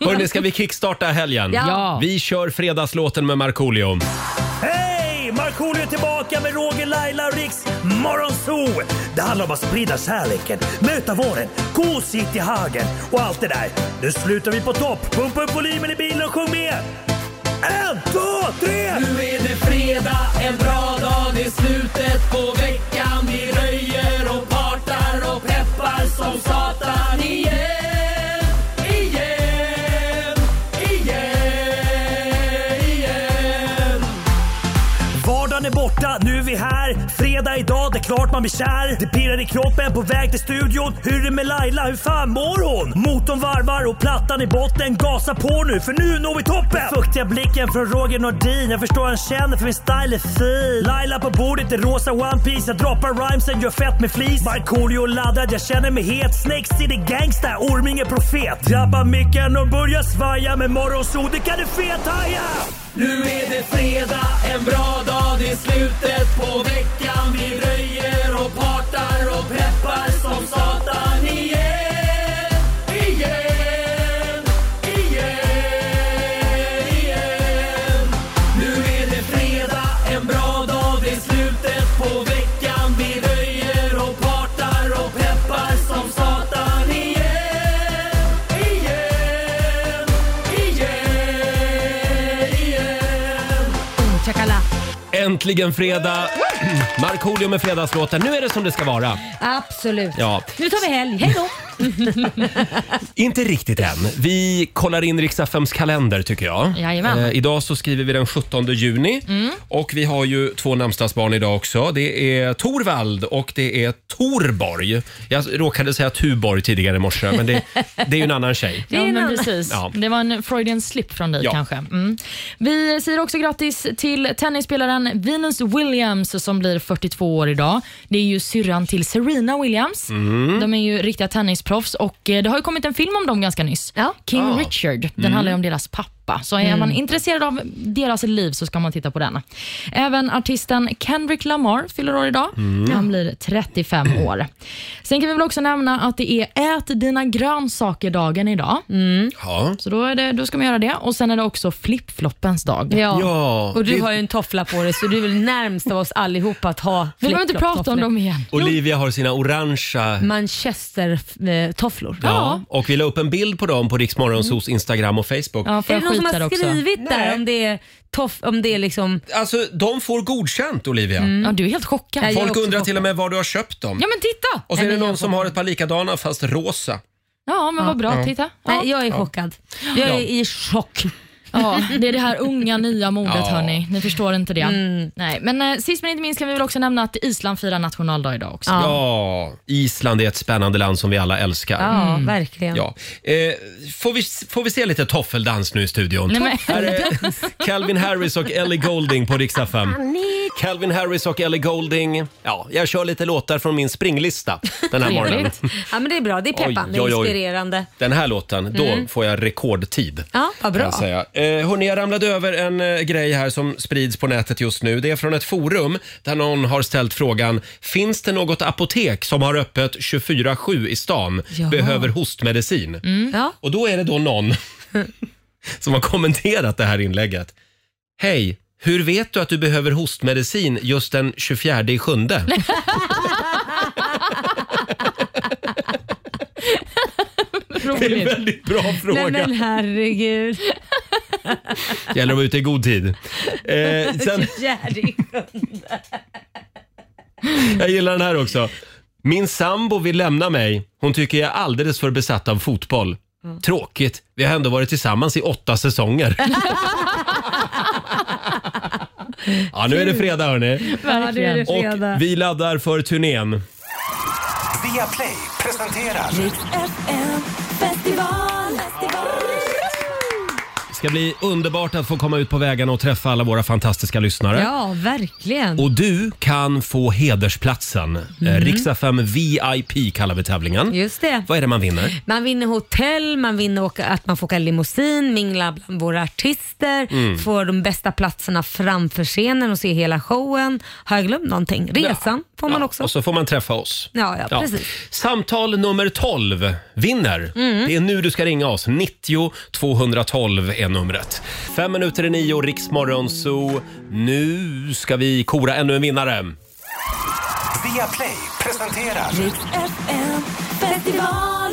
[SPEAKER 1] Hörrni, ska vi kickstarta helgen?
[SPEAKER 3] Ja. Ja.
[SPEAKER 1] Vi kör fredagslåten med Markoolio.
[SPEAKER 8] Hej! Markoolio är tillbaka med Roger, Laila och Riks Morgonzoo! Det handlar om att sprida kärleken, möta våren, gosigt i hagen och allt det där. Nu slutar vi på topp! Pumpa upp volymen i bilen och sjung med! En, två, tre! Nu är det fredag, en bra dag, det är slutet på veckan. Vi röjer och partar och peppar som satan igen, igen, igen, igen. borta, nu är vi här. Fredag idag, det är klart man blir kär. Det pirrar i kroppen på väg till studion. Hur är det med Laila, hur fan mår hon? Motorn varvar och plattan i botten. Gasa på nu, för nu når vi toppen! Den fuktiga blicken från Roger Nordin. Jag förstår han känner för min style är fin. Laila på bordet i rosa One Piece Jag droppar rhymesen, gör fett med flis. Markoolio laddad, jag känner mig het. Snake City gangsta, Orminge profet. Drabbar micken och börjar svaja. Med morgonsol, det kan du fethaja!
[SPEAKER 17] Nu är det fredag, en bra dag, det är slutet på veckan. Vi röjer och partar och peppar som satan igen. Igen, igen, igen. Nu är det fredag, en bra dag, det är slutet på veckan. Vi röjer och partar och peppar som satan igen. Igen, igen, igen.
[SPEAKER 2] Mm, Chakala.
[SPEAKER 1] Äntligen fredag! Markoolio med fredagslåten. Nu är det som det ska vara.
[SPEAKER 2] Absolut.
[SPEAKER 1] Ja.
[SPEAKER 2] Nu tar vi helg. Hej då!
[SPEAKER 1] Inte riktigt än. Vi kollar in Riks-FMs kalender tycker jag. Eh,
[SPEAKER 3] Jajamän.
[SPEAKER 1] idag så skriver vi den 17 juni
[SPEAKER 3] Mm.
[SPEAKER 1] och vi har ju två namnsdagsbarn idag också. Det är Torvald och det är Torborg. Jag råkade säga Tuborg tidigare i morse men det, det är ju en annan tjej.
[SPEAKER 3] Ja, men precis.
[SPEAKER 1] Ja.
[SPEAKER 3] Det var en Freudian slip från dig
[SPEAKER 1] Ja.
[SPEAKER 3] kanske. Mm. Vi säger också grattis till tennisspelaren Venus Williams som blir 42 år idag. Det är ju syrran till Serena Williams.
[SPEAKER 9] Mm.
[SPEAKER 3] De är ju riktiga tennisproffs och eh, det har ju kommit en film om dem ganska nyss. King
[SPEAKER 9] Ah.
[SPEAKER 3] Richard. Den
[SPEAKER 9] Mm.
[SPEAKER 3] handlar ju om deras pappa. Så är
[SPEAKER 9] Mm.
[SPEAKER 3] man intresserad av deras liv så ska man titta på den. Även artisten Kendrick Lamar fyller år idag.
[SPEAKER 9] Mm.
[SPEAKER 3] Han blir 35 år. Sen kan vi väl också nämna att det är ät dina grönsaker-dagen idag.
[SPEAKER 1] Ja.
[SPEAKER 3] Så då, är det, då ska man göra det. Och sen är det också flip-floppens dag.
[SPEAKER 2] Ja. Och du
[SPEAKER 1] det-
[SPEAKER 2] har ju en toffla på dig så du är väl närmst av oss allihopa att ha
[SPEAKER 3] Vill vi inte
[SPEAKER 2] flip-flop-tofflor.
[SPEAKER 3] prata om dem igen?
[SPEAKER 1] Olivia har sina orangea
[SPEAKER 2] Manchester-tofflor.
[SPEAKER 1] Ja, Mm. och vi la upp en bild på dem på Riksmorgonsos Instagram och Facebook.
[SPEAKER 2] är det någon som har skrivit där om det är toff, om det är liksom...
[SPEAKER 1] Alltså de får godkänt Olivia.
[SPEAKER 3] Ja, du är helt chockad.
[SPEAKER 1] Folk undrar till och med var du har köpt dem.
[SPEAKER 3] Ja men titta!
[SPEAKER 1] Och så är
[SPEAKER 3] Nej,
[SPEAKER 1] det
[SPEAKER 3] men jag-
[SPEAKER 1] någon som har ett par likadana fast rosa.
[SPEAKER 3] Ja, men vad bra.
[SPEAKER 1] Ja.
[SPEAKER 3] Titta. Ja.
[SPEAKER 2] Nej, jag är
[SPEAKER 1] Ja.
[SPEAKER 2] chockad. Jag är
[SPEAKER 1] Ja.
[SPEAKER 2] i chock.
[SPEAKER 3] Ja, det är det här unga nya modet
[SPEAKER 1] Ja.
[SPEAKER 3] hörni. Ni förstår inte det.
[SPEAKER 2] Mm.
[SPEAKER 3] Nej, men eh, sist men inte minst kan vi väl också nämna att Island firar nationaldag idag också.
[SPEAKER 1] Ja. Island är ett spännande land som vi alla älskar.
[SPEAKER 3] Ja, Mm.
[SPEAKER 2] verkligen.
[SPEAKER 1] Ja. Eh, får, vi, får vi se lite toffeldans nu i studion?
[SPEAKER 9] Nej, men-
[SPEAKER 1] Här är Calvin Harris och Ellie Golding på riksdag 5. Calvin Harris och Ellie Golding. Ja, jag kör lite låtar från min springlista den här morgonen.
[SPEAKER 2] Trevligt. Ja, men det är bra. Det är peppande,
[SPEAKER 1] Oj, oj, oj.
[SPEAKER 2] inspirerande.
[SPEAKER 1] Den här låten, då
[SPEAKER 2] Mm.
[SPEAKER 1] får jag rekordtid.
[SPEAKER 2] Ja, vad
[SPEAKER 1] kan
[SPEAKER 2] bra.
[SPEAKER 1] jag säga. Eh, hörni, jag ramlade över en eh, grej här som sprids på nätet just nu. Det är från ett forum där någon har ställt frågan “Finns det något apotek som har öppet 24-7 i stan?
[SPEAKER 9] Jaha.
[SPEAKER 1] Behöver hostmedicin?”
[SPEAKER 2] Mm.
[SPEAKER 1] Och då är det då någon som har kommenterat det här inlägget. “Hej, hur vet du att du behöver hostmedicin just den 24 i sjunde?” Det är en väldigt bra fråga.
[SPEAKER 2] Nej, men herregud.
[SPEAKER 1] Gäller att vara ute i god tid. Eh, sen,
[SPEAKER 2] Fjärde
[SPEAKER 1] Jag gillar den här också. Min sambo vill lämna mig. Hon tycker jag är alldeles för besatt av fotboll. Tråkigt. Vi har ändå varit tillsammans i åtta säsonger. Ja, nu är det fredag hörni.
[SPEAKER 2] Ja, nu är det fredag.
[SPEAKER 1] Och vi laddar för turnén.
[SPEAKER 5] Via Play presenterar...
[SPEAKER 9] FM festival.
[SPEAKER 1] Det ska bli underbart att få komma ut på vägarna och träffa alla våra fantastiska lyssnare.
[SPEAKER 2] Ja, verkligen.
[SPEAKER 1] Och du kan få hedersplatsen. Mm.
[SPEAKER 2] Mm.
[SPEAKER 1] Riks-FM VIP kallar vi tävlingen.
[SPEAKER 2] Just det.
[SPEAKER 1] Vad är det man vinner?
[SPEAKER 2] Man vinner hotell, man vinner åka, att man får åka limousin, mingla bland våra artister,
[SPEAKER 1] Mm.
[SPEAKER 2] får de bästa platserna framför scenen och se hela showen. Har jag glömt någonting? Resan får man också.
[SPEAKER 1] Och så får man träffa oss.
[SPEAKER 2] Ja, ja, precis.
[SPEAKER 1] Samtal nummer 12 vinner.
[SPEAKER 2] Mm.
[SPEAKER 1] Det är nu du ska ringa oss. 90 212 är numret. Fem minuter i nio, Riksmorgon Zoo. Nu ska vi kora ännu en vinnare.
[SPEAKER 5] Via Play presenterar...
[SPEAKER 9] FM festival.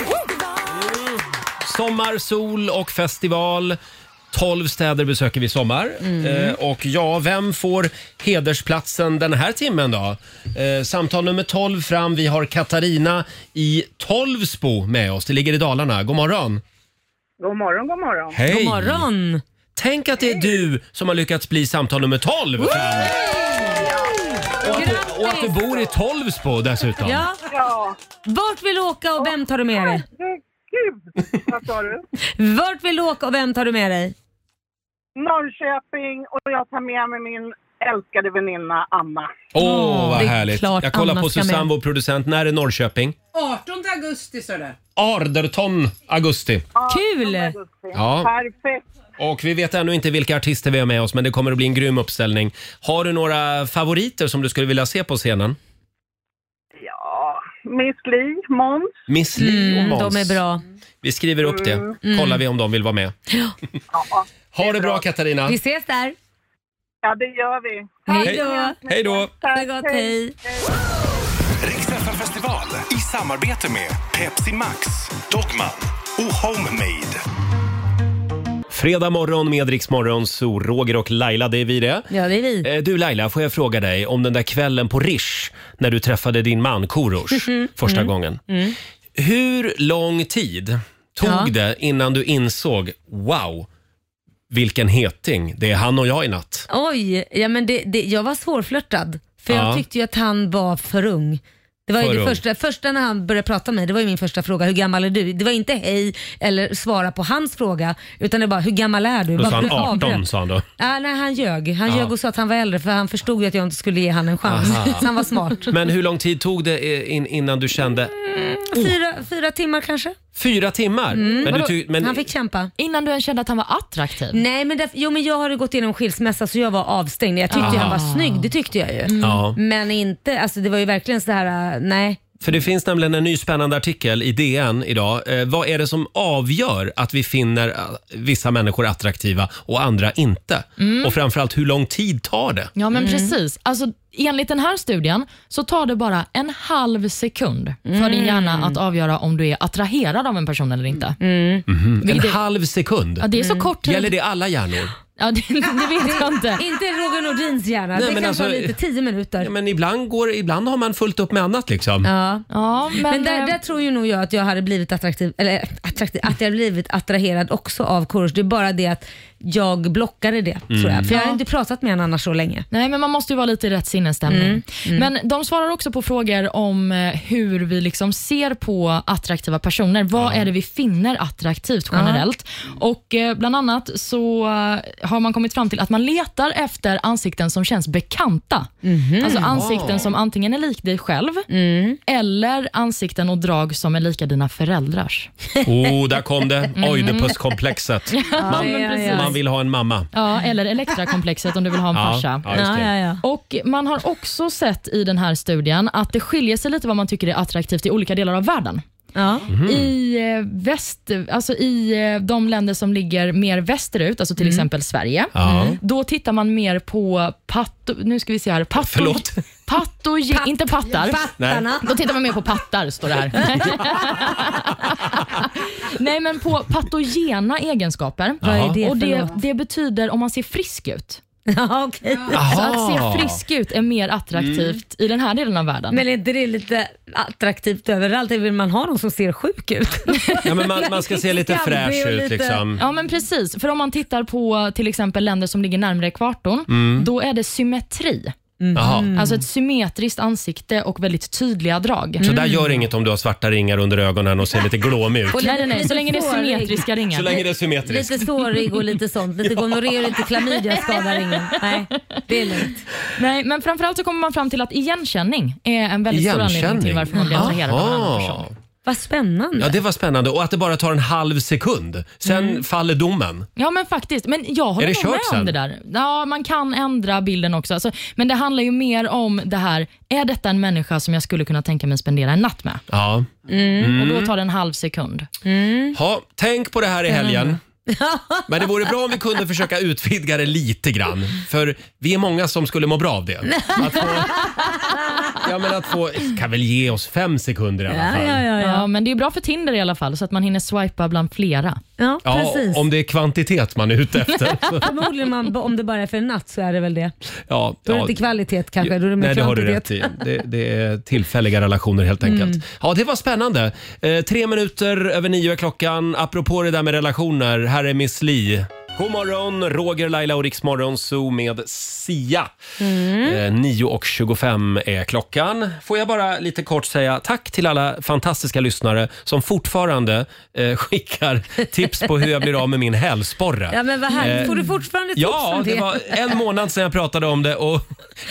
[SPEAKER 1] Sommar, sol och festival. 12 städer besöker vi i sommar.
[SPEAKER 9] Mm.
[SPEAKER 1] Eh, och ja, vem får hedersplatsen den här timmen då? Eh, samtal nummer 12 fram. Vi har Katarina i Tolvsbo med oss. Det ligger i Dalarna. God morgon!
[SPEAKER 16] God morgon, god morgon.
[SPEAKER 1] Hej. God morgon. Tänk att det är du som har lyckats bli samtal nummer 12 fram. Och att, du, och att du bor i Tolvsbo dessutom.
[SPEAKER 2] Ja. Vart vill du åka och vem tar du med dig?
[SPEAKER 16] Herregud! Vad sa du?
[SPEAKER 2] Vart vill du åka och vem tar du med dig?
[SPEAKER 16] Norrköping och jag tar med mig min älskade väninna Anna.
[SPEAKER 1] Åh, vad
[SPEAKER 16] det är
[SPEAKER 1] härligt.
[SPEAKER 16] klart
[SPEAKER 1] Jag kollar
[SPEAKER 16] Anna
[SPEAKER 1] på
[SPEAKER 16] ska med.
[SPEAKER 1] Susanne, vår producent. När är Norrköping?
[SPEAKER 4] 18 augusti sa du.
[SPEAKER 1] 18 augusti.
[SPEAKER 2] Kul!
[SPEAKER 1] Ja.
[SPEAKER 16] Perfekt.
[SPEAKER 1] Och vi vet ännu inte vilka artister vi har med oss, men det kommer att bli en grym uppställning. Har du några favoriter som du skulle vilja se på scenen?
[SPEAKER 16] Ja, Miss Li, Måns.
[SPEAKER 1] Miss Li och Måns.
[SPEAKER 2] de är bra.
[SPEAKER 1] Vi skriver upp det.
[SPEAKER 16] Mm.
[SPEAKER 1] Kollar vi om de vill vara med. ha det bra Katarina.
[SPEAKER 2] Vi ses där.
[SPEAKER 16] Ja, det gör vi.
[SPEAKER 1] Hej då. Hej då.
[SPEAKER 2] Ha det gott, hej.
[SPEAKER 5] Riksfn festival i samarbete med Pepsi Max, Dogman och Homemade.
[SPEAKER 1] Fredag morgon med Rix Morgon, så Roger och Laila, det är vi det. Eh,
[SPEAKER 2] Ja, det är vi.
[SPEAKER 1] Du Laila, får jag fråga dig om den där kvällen på Rish när du träffade din man Korosh
[SPEAKER 17] Mhm.
[SPEAKER 1] första
[SPEAKER 17] Mm.
[SPEAKER 1] gången. Hur lång tid tog
[SPEAKER 17] Ja.
[SPEAKER 1] det innan du insåg, wow, vilken heting, det är han och jag i natt.
[SPEAKER 2] Oj, ja, men det, det, jag var svårflörtad. För
[SPEAKER 1] Ja.
[SPEAKER 2] jag tyckte ju att han var för ung. Det var ju
[SPEAKER 1] För
[SPEAKER 2] det
[SPEAKER 1] ung.
[SPEAKER 2] första, första när han började prata med mig, det var ju min första fråga, hur gammal är du? Det var inte hej eller svara på hans fråga, utan det var hur gammal är du?
[SPEAKER 1] Då
[SPEAKER 2] Bara
[SPEAKER 1] sa han
[SPEAKER 2] blev avbröt.
[SPEAKER 1] 18, sa han då.
[SPEAKER 2] Ja, Ah, nej, han ljög. Han
[SPEAKER 1] Ja.
[SPEAKER 2] ljög och sa att han var äldre för han förstod ju att jag inte skulle ge han en chans.
[SPEAKER 1] Aha. Oh.
[SPEAKER 2] Så han var smart.
[SPEAKER 1] Men hur lång tid tog det eh, in, innan du kände,
[SPEAKER 2] Fyra, fyra timmar kanske?
[SPEAKER 1] fyra timmar?
[SPEAKER 17] Mm.
[SPEAKER 1] Men du
[SPEAKER 2] Vadå?
[SPEAKER 1] ty- men-
[SPEAKER 2] Han fick kämpa.
[SPEAKER 3] Innan du ens kände att han var attraktiv?
[SPEAKER 2] Nej, men därf- jo, men jag har ju gått igenom skilsmässa så jag var avstängd. Jag tyckte
[SPEAKER 1] Ah. Mm.
[SPEAKER 2] ju han var snygg, det tyckte jag ju.
[SPEAKER 1] Ja.
[SPEAKER 2] Men inte, alltså det var ju verkligen så här, äh, nej.
[SPEAKER 1] För det finns nämligen en ny spännande artikel i DN idag. Eh, vad är det som avgör att vi finner eh, vissa människor attraktiva och andra inte?
[SPEAKER 3] Mm.
[SPEAKER 1] Och framförallt, hur lång tid tar det?
[SPEAKER 3] Ja,
[SPEAKER 2] Mm.
[SPEAKER 3] men precis. Alltså, enligt den här studien så tar det bara en halv sekund för din
[SPEAKER 2] Mm.
[SPEAKER 3] hjärna att avgöra om du är attraherad av en person eller inte.
[SPEAKER 1] Mhm. En
[SPEAKER 3] Vilket-
[SPEAKER 1] halv sekund?
[SPEAKER 3] Ja, det är
[SPEAKER 2] Mm.
[SPEAKER 3] så kort tid.
[SPEAKER 1] Gäller det alla hjärnor?
[SPEAKER 3] Ja, det, det vet jag inte.
[SPEAKER 2] Inte Roger Nordins hjärna.
[SPEAKER 1] Nej,
[SPEAKER 2] det
[SPEAKER 1] men
[SPEAKER 2] kan
[SPEAKER 1] alltså-
[SPEAKER 2] ta lite, tio minuter.
[SPEAKER 1] Ja, men ibland, går, ibland har man fullt upp med annat liksom.
[SPEAKER 2] Ja.
[SPEAKER 3] men, eh,
[SPEAKER 2] men där, där tror ju nog jag att jag hade blivit attraktiv, eller äh, attraktiv, att jag hade blivit attraherad också av Korosh. Det är bara det att jag blockade det tror
[SPEAKER 3] Mm.
[SPEAKER 2] jag. För jag
[SPEAKER 3] Ja.
[SPEAKER 2] har inte pratat med honom annars så länge.
[SPEAKER 3] Nej, men man måste ju vara lite i rätt sinnesstämning.
[SPEAKER 2] Mm, mm.
[SPEAKER 3] Men de svarar också på frågor om eh, hur vi liksom ser på attraktiva personer. Vad är det vi finner attraktivt generellt? Och eh, Bland annat så eh, har man kommit fram till att man letar efter ansikten som känns bekanta. Alltså ansikten
[SPEAKER 2] Wow.
[SPEAKER 3] som antingen är lik dig själv eller ansikten och drag som är lika dina föräldrars.
[SPEAKER 1] Oh, där kom det. Oidipuskomplexet.
[SPEAKER 3] Mm. Ja,
[SPEAKER 1] Man,
[SPEAKER 3] men precis.
[SPEAKER 1] man vill ha en mamma.
[SPEAKER 3] Ja, eller Elektrakomplexet om du vill ha en
[SPEAKER 1] Ja,
[SPEAKER 3] farsa.
[SPEAKER 1] ja, just det. Ja,
[SPEAKER 3] Och Man har också sett i den här studien att det skiljer sig lite vad man tycker är attraktivt i olika delar av världen.
[SPEAKER 17] Mhm.
[SPEAKER 3] I, eh, väst, alltså i eh, de länder som ligger mer västerut, alltså
[SPEAKER 17] Mm.
[SPEAKER 3] till exempel Sverige,
[SPEAKER 17] Ja.
[SPEAKER 3] då tittar man mer på patto, nu ska vi se här, patto,
[SPEAKER 17] Förlåt?
[SPEAKER 3] Patto, inte pattar.
[SPEAKER 17] Pattarna. Nej.
[SPEAKER 3] Då tittar man mer på pattar, står det här. Nej, men på patogena egenskaper.
[SPEAKER 17] Vad är det
[SPEAKER 3] Och
[SPEAKER 17] för
[SPEAKER 3] det,
[SPEAKER 17] något?
[SPEAKER 3] det betyder om man ser frisk ut. Så
[SPEAKER 17] Jaha.
[SPEAKER 3] Alltså, att
[SPEAKER 1] Ah.
[SPEAKER 3] se frisk ut är mer attraktivt
[SPEAKER 1] Mm.
[SPEAKER 3] i den här delen av världen.
[SPEAKER 2] Men är inte det lite attraktivt överallt? Eller Vill man ha någon som ser sjuk ut?
[SPEAKER 1] Ja, men man, man ska se lite
[SPEAKER 2] Skabbig och
[SPEAKER 1] fräsch ut
[SPEAKER 2] lite-
[SPEAKER 1] liksom.
[SPEAKER 3] Ja men precis, för om man tittar på till exempel länder som ligger närmare ekvatorn,
[SPEAKER 1] Mm.
[SPEAKER 3] då är det symmetri.
[SPEAKER 1] Jaha.
[SPEAKER 3] Alltså ett symmetriskt ansikte och väldigt tydliga drag.
[SPEAKER 1] Så där gör inget om du har svarta ringar under ögonen och ser lite glåmig ut.
[SPEAKER 3] Och nej, nej, nej, så
[SPEAKER 2] Lite
[SPEAKER 3] länge det är
[SPEAKER 2] sårig.
[SPEAKER 3] symmetriska ringar.
[SPEAKER 1] Så länge det är symmetriskt.
[SPEAKER 2] Lite sårig och lite sånt. Lite gonorré och lite klamydia skadar ingen. Nej, det är lugnt.
[SPEAKER 3] Nej, men framförallt så kommer man fram till att igenkänning är en väldigt stor anledning till varför man blir attraherad av en annan person.
[SPEAKER 1] Jaha.
[SPEAKER 2] Vad spännande.
[SPEAKER 1] Ja, det var spännande. Och att det bara tar en halv sekund. Sen
[SPEAKER 3] Mm.
[SPEAKER 1] faller domen.
[SPEAKER 3] Ja men faktiskt. Men jag håller
[SPEAKER 1] Är det
[SPEAKER 3] nog med
[SPEAKER 1] kört
[SPEAKER 3] om
[SPEAKER 1] sen?
[SPEAKER 3] det där. Ja, man kan ändra bilden också. Alltså, men det handlar ju mer om det här, är detta en människa som jag skulle kunna tänka mig spendera en natt med?
[SPEAKER 1] Ja.
[SPEAKER 3] Och
[SPEAKER 1] Mm.
[SPEAKER 3] då tar det en halv sekund.
[SPEAKER 1] Ha, tänk på det här i helgen.
[SPEAKER 3] Spännande.
[SPEAKER 1] Men det vore bra om vi kunde försöka utvidga det lite grann. För vi är många som skulle må bra av det. Att få, ja, men att få, kan väl ge oss fem sekunder i alla fall.
[SPEAKER 3] ja. men det är bra för Tinder i alla fall, så att man hinner swipa bland flera.
[SPEAKER 2] Ja, precis.
[SPEAKER 1] om det är kvantitet man är ute efter. Så,
[SPEAKER 2] Förmodligen man, om det bara är för en natt så är det väl det.
[SPEAKER 1] ja,
[SPEAKER 2] Då är det
[SPEAKER 1] ja.
[SPEAKER 2] inte kvalitet kanske, då är det mer
[SPEAKER 1] Nej, det har du rätt
[SPEAKER 2] kvantitet.
[SPEAKER 1] i. Det, det är tillfälliga relationer helt enkelt.
[SPEAKER 2] Mm.
[SPEAKER 1] Ja, det var spännande. Eh, tre minuter över nio är klockan. Apropå det där med relationer, här är Miss Li God morgon, Roger, Laila och Riksmorgon Zoo med Sia.
[SPEAKER 2] Mm.
[SPEAKER 1] Eh, 9.25 är klockan. Får jag bara lite kort säga tack till alla fantastiska lyssnare som fortfarande eh, skickar tips på hur jag blir av med min hälsporre.
[SPEAKER 2] Ja men vad härligt.
[SPEAKER 1] Eh,
[SPEAKER 2] Får du fortfarande tips
[SPEAKER 1] Ja,
[SPEAKER 2] om det?
[SPEAKER 1] det var en månad sedan jag pratade om det och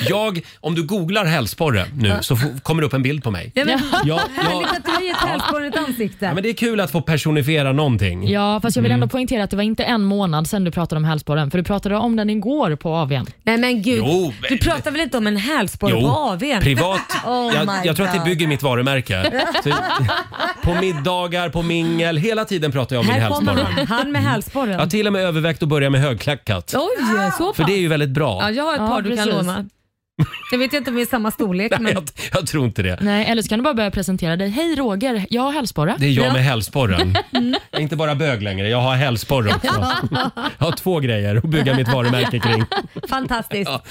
[SPEAKER 1] jag, om du googlar hälsporre nu
[SPEAKER 2] Ja.
[SPEAKER 1] så f- kommer det upp en bild på mig.
[SPEAKER 2] Ja, men,
[SPEAKER 1] Ja,
[SPEAKER 2] härligt att du har gett hälsporren ett ansikte.
[SPEAKER 1] Ja, men det är kul att få personifiera någonting.
[SPEAKER 3] Ja, fast jag vill
[SPEAKER 1] Mm.
[SPEAKER 3] ändå poängtera att det var inte en månad sedan du pratade om hälsporren, för du pratade om den igår på AWn.
[SPEAKER 2] Nej men gud,
[SPEAKER 1] Jo,
[SPEAKER 2] du pratar väl inte om en hälsporre på AWn?
[SPEAKER 1] privat.
[SPEAKER 2] Oh
[SPEAKER 1] jag,
[SPEAKER 2] my
[SPEAKER 1] jag tror att det
[SPEAKER 2] God.
[SPEAKER 1] bygger mitt varumärke. Så, på middagar, på mingel, hela tiden pratar jag om min
[SPEAKER 2] Här kommer
[SPEAKER 1] hälsporre.
[SPEAKER 2] han, han med hälsporren.
[SPEAKER 1] Jag har till och med övervägt att börja med högklackat.
[SPEAKER 2] Oj, så pass.
[SPEAKER 1] För det är ju väldigt bra.
[SPEAKER 2] Ja, jag har ett
[SPEAKER 3] Ja,
[SPEAKER 2] par du kan
[SPEAKER 3] precis.
[SPEAKER 2] låna. Jag vet inte om vi är samma storlek.
[SPEAKER 1] Nej,
[SPEAKER 2] men...
[SPEAKER 1] jag, jag tror inte det.
[SPEAKER 3] Nej, eller så kan du bara börja presentera dig. Hej Roger, jag har hälsporre.
[SPEAKER 1] Det är jag med hälsporren.
[SPEAKER 2] Mm.
[SPEAKER 1] Jag är inte bara bög längre, jag har hälsporre också. Jag har två grejer att bygga mitt varumärke kring.
[SPEAKER 2] Fantastiskt.
[SPEAKER 1] Ja,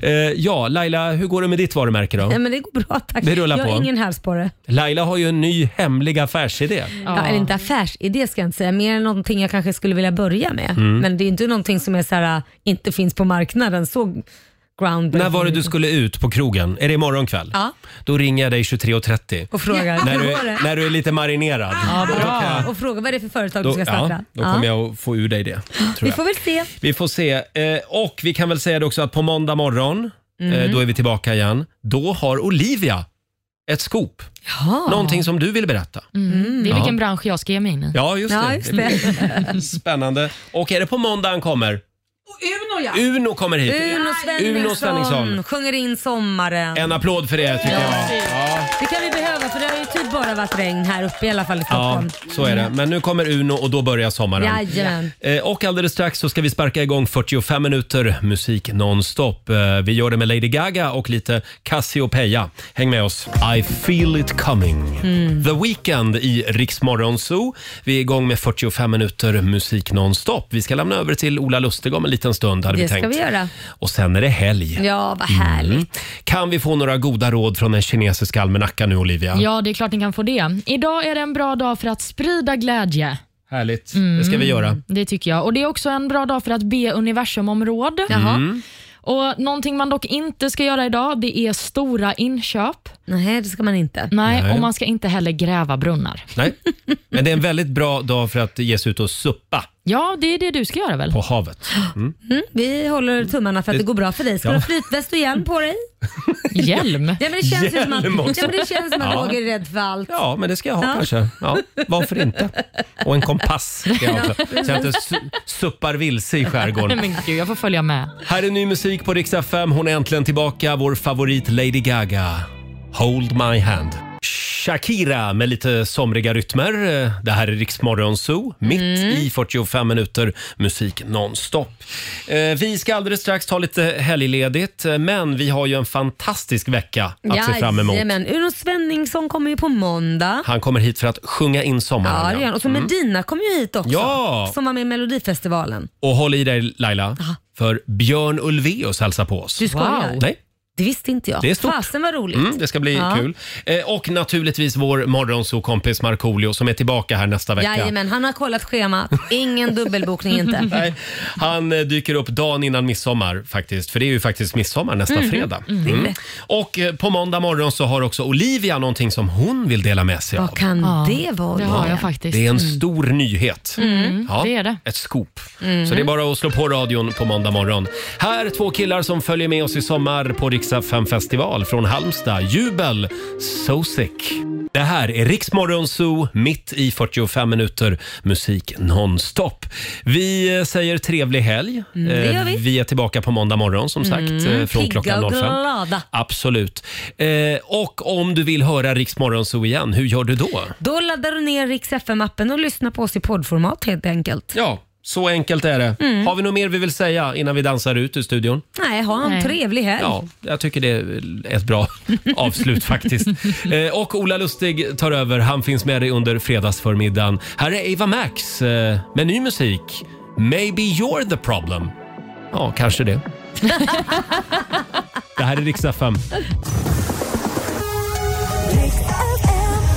[SPEAKER 1] Eh, ja Laila, hur går det med ditt varumärke då?
[SPEAKER 2] Nej, men det går bra tack.
[SPEAKER 1] Det rullar
[SPEAKER 2] jag
[SPEAKER 1] på.
[SPEAKER 2] har ingen hälsporre.
[SPEAKER 1] Laila har ju en ny hemlig affärsidé.
[SPEAKER 2] Ja. eller inte affärsidé ska jag inte säga, mer än någonting jag kanske skulle vilja börja med.
[SPEAKER 1] Mm.
[SPEAKER 2] Men det är inte någonting som är så här, äh, inte finns på marknaden. Så ground
[SPEAKER 1] När var det du skulle ut på krogen? Är det imorgon kväll?
[SPEAKER 2] Ja.
[SPEAKER 1] Då ringer jag dig 23.30.
[SPEAKER 2] Och frågar,
[SPEAKER 1] När
[SPEAKER 2] hur
[SPEAKER 1] du,
[SPEAKER 2] går det?
[SPEAKER 1] är, när du är lite marinerad.
[SPEAKER 2] Ja,
[SPEAKER 1] Då kan jag-
[SPEAKER 2] bra. Och fråga vad är det för företag du
[SPEAKER 1] Då,
[SPEAKER 2] ska
[SPEAKER 1] ja,
[SPEAKER 2] starta?
[SPEAKER 1] då kommer jag att få ur dig det. Tror
[SPEAKER 2] Vi
[SPEAKER 1] jag.
[SPEAKER 2] får väl se.
[SPEAKER 1] Vi får se. Eh, och vi kan väl säga det också att på måndag morgon,
[SPEAKER 2] Mm.
[SPEAKER 1] eh, då är vi tillbaka igen. Då har Olivia ett scoop. Någonting som du vill berätta.
[SPEAKER 3] Mm. Det är
[SPEAKER 1] Ja.
[SPEAKER 3] vilken bransch jag ska ge mig in i.
[SPEAKER 1] Ja, just det. Spännande. Och är det på måndag han kommer?
[SPEAKER 2] Uno ja.
[SPEAKER 1] Uno kommer hit.
[SPEAKER 2] Uno Svenningsson,
[SPEAKER 1] Uno Svenningsson.
[SPEAKER 2] sjunger in sommaren.
[SPEAKER 1] En applåd för det tycker jag. Ja.
[SPEAKER 2] Det kan vi behöva för det har ju typ bara varit regn här uppe i alla fall i
[SPEAKER 1] Ja,
[SPEAKER 2] Stockholm.
[SPEAKER 1] så är det. Men nu kommer Uno och då börjar sommaren.
[SPEAKER 2] Jajamän.
[SPEAKER 1] Eh, Och alldeles strax så ska vi sparka igång 45 minuter musik nonstop. Eh, Vi gör det med Lady Gaga och lite Cassiopeia. Häng med oss. I feel it coming.
[SPEAKER 2] Mm.
[SPEAKER 1] The Weeknd i Riksmorgon Zoo. Vi är igång med 45 minuter musik nonstop. Vi ska lämna över till Ola Lustig om en liten stund hade
[SPEAKER 2] Det
[SPEAKER 1] vi
[SPEAKER 2] ska
[SPEAKER 1] tänkt.
[SPEAKER 2] vi göra.
[SPEAKER 1] Och sen är det helg.
[SPEAKER 2] Ja, vad härligt.
[SPEAKER 1] Mm. Kan vi få några goda råd från den kinesiska almanackan nu Olivia?
[SPEAKER 3] Ja, det är klart ni kan få det. Idag är det en bra dag för att sprida glädje.
[SPEAKER 1] Härligt.
[SPEAKER 2] Mm.
[SPEAKER 1] Det ska vi göra.
[SPEAKER 3] Det tycker jag. Och Det är också en bra dag för att be universum om råd.
[SPEAKER 1] Mm.
[SPEAKER 3] Och Någonting man dock inte ska göra idag det är stora inköp.
[SPEAKER 2] Nej, det ska man inte.
[SPEAKER 3] Nej,
[SPEAKER 1] Nej.
[SPEAKER 3] och man ska inte heller gräva brunnar.
[SPEAKER 1] Nej, men det är en väldigt bra dag för att ge sig ut och suppa
[SPEAKER 3] Ja, det är det du ska göra väl?
[SPEAKER 1] på havet. Mm.
[SPEAKER 2] Mm, vi håller tummarna för att
[SPEAKER 1] Det-
[SPEAKER 2] det, går bra för dig. Ska du
[SPEAKER 1] Ja.
[SPEAKER 2] ha flytväst och hjälm på dig?
[SPEAKER 3] Hjälm?
[SPEAKER 2] Ja, men det känns ju som att,
[SPEAKER 1] Hjälm
[SPEAKER 2] ja,
[SPEAKER 1] också.
[SPEAKER 2] men det känns som att
[SPEAKER 1] Ja.
[SPEAKER 2] Roger är rädd för allt.
[SPEAKER 1] Ja, men det ska jag ha
[SPEAKER 2] Ja.
[SPEAKER 1] kanske. Ja, varför inte? Och en kompass ska jag ha också. Så jag inte su- suppar vilse i skärgården.
[SPEAKER 3] Men gud, jag får följa med.
[SPEAKER 1] Här är ny musik på Rix FM. Hon är äntligen tillbaka. Vår favorit Lady Gaga. Hold my hand. Shakira med lite somriga rytmer. Det här är Rix Morgon Zoo, mitt
[SPEAKER 2] Mm.
[SPEAKER 1] i 45 minuter musik nonstop. Eh, Vi ska alldeles strax ta lite helgledigt, eh, men vi har ju en fantastisk vecka att se fram emot.
[SPEAKER 2] Jajamän. Uno Svenningsson kommer ju på måndag.
[SPEAKER 1] Han kommer hit för att sjunga in sommaren.
[SPEAKER 2] Ja, det gör han. Och så Medina kommer ju hit också.
[SPEAKER 1] mm. Ja.
[SPEAKER 2] Som var med i Melodifestivalen.
[SPEAKER 1] Och håll i dig Laila, för Björn Ulvaeus hälsar på oss.
[SPEAKER 2] Du skojar? Wow.
[SPEAKER 1] Nej.
[SPEAKER 2] Det visste inte jag.
[SPEAKER 1] Det är stort.
[SPEAKER 2] Fasen vad roligt.
[SPEAKER 1] Mm, det ska bli
[SPEAKER 2] Ja.
[SPEAKER 1] kul. Eh, och naturligtvis vår morgonsokompis Markoolio som är tillbaka här nästa vecka.
[SPEAKER 2] Jajamän, han har kollat schemat. Ingen dubbelbokning inte.
[SPEAKER 1] Nej, han eh, dyker upp dagen innan midsommar faktiskt, för det är ju faktiskt midsommar nästa
[SPEAKER 2] Mhm,
[SPEAKER 1] fredag.
[SPEAKER 2] mhm.
[SPEAKER 1] Och eh, på måndag morgon så har också Olivia någonting som hon vill dela med sig av.
[SPEAKER 2] Vad kan
[SPEAKER 3] Ja,
[SPEAKER 2] det vara?
[SPEAKER 3] det har jag faktiskt.
[SPEAKER 1] Det är en
[SPEAKER 3] Mm.
[SPEAKER 1] stor nyhet.
[SPEAKER 3] Mm, det är det.
[SPEAKER 1] Ett scoop.
[SPEAKER 3] Mm.
[SPEAKER 1] Så det är bara att slå på radion på måndag morgon. Här två killar som följer med oss i sommar på Riksa 5 festival från Halmstad. Jubel, so sick. Det här är Riksmorgon Zoo, mitt i 45 minuter musik nonstop. Vi eh, säger trevlig helg.
[SPEAKER 2] Mm, det
[SPEAKER 1] Eh,
[SPEAKER 2] gör vi.
[SPEAKER 1] vi är tillbaka på måndag morgon som sagt
[SPEAKER 3] Mm.
[SPEAKER 1] eh, från
[SPEAKER 2] Pigga
[SPEAKER 1] klockan
[SPEAKER 2] och
[SPEAKER 1] 05.
[SPEAKER 2] glada.
[SPEAKER 1] Absolut. Eh, och om du vill höra Riksmorgon Zoo igen, hur gör du då?
[SPEAKER 2] Då laddar du ner Rix FM-appen och lyssnar på oss i poddformat helt enkelt.
[SPEAKER 1] Ja, så enkelt är det.
[SPEAKER 2] Mm.
[SPEAKER 1] Har vi något mer vi vill säga innan vi dansar ut ur studion?
[SPEAKER 2] Nej, ha en
[SPEAKER 1] Nej.
[SPEAKER 2] trevlig helg.
[SPEAKER 1] Ja, jag tycker det är ett bra avslut faktiskt. Eh, och Ola Lustig tar över. Han finns med dig under fredagsförmiddagen. Här är Eva Max eh, med ny musik. Maybe you're the problem. Ja, kanske det. Det här är Riksa 5.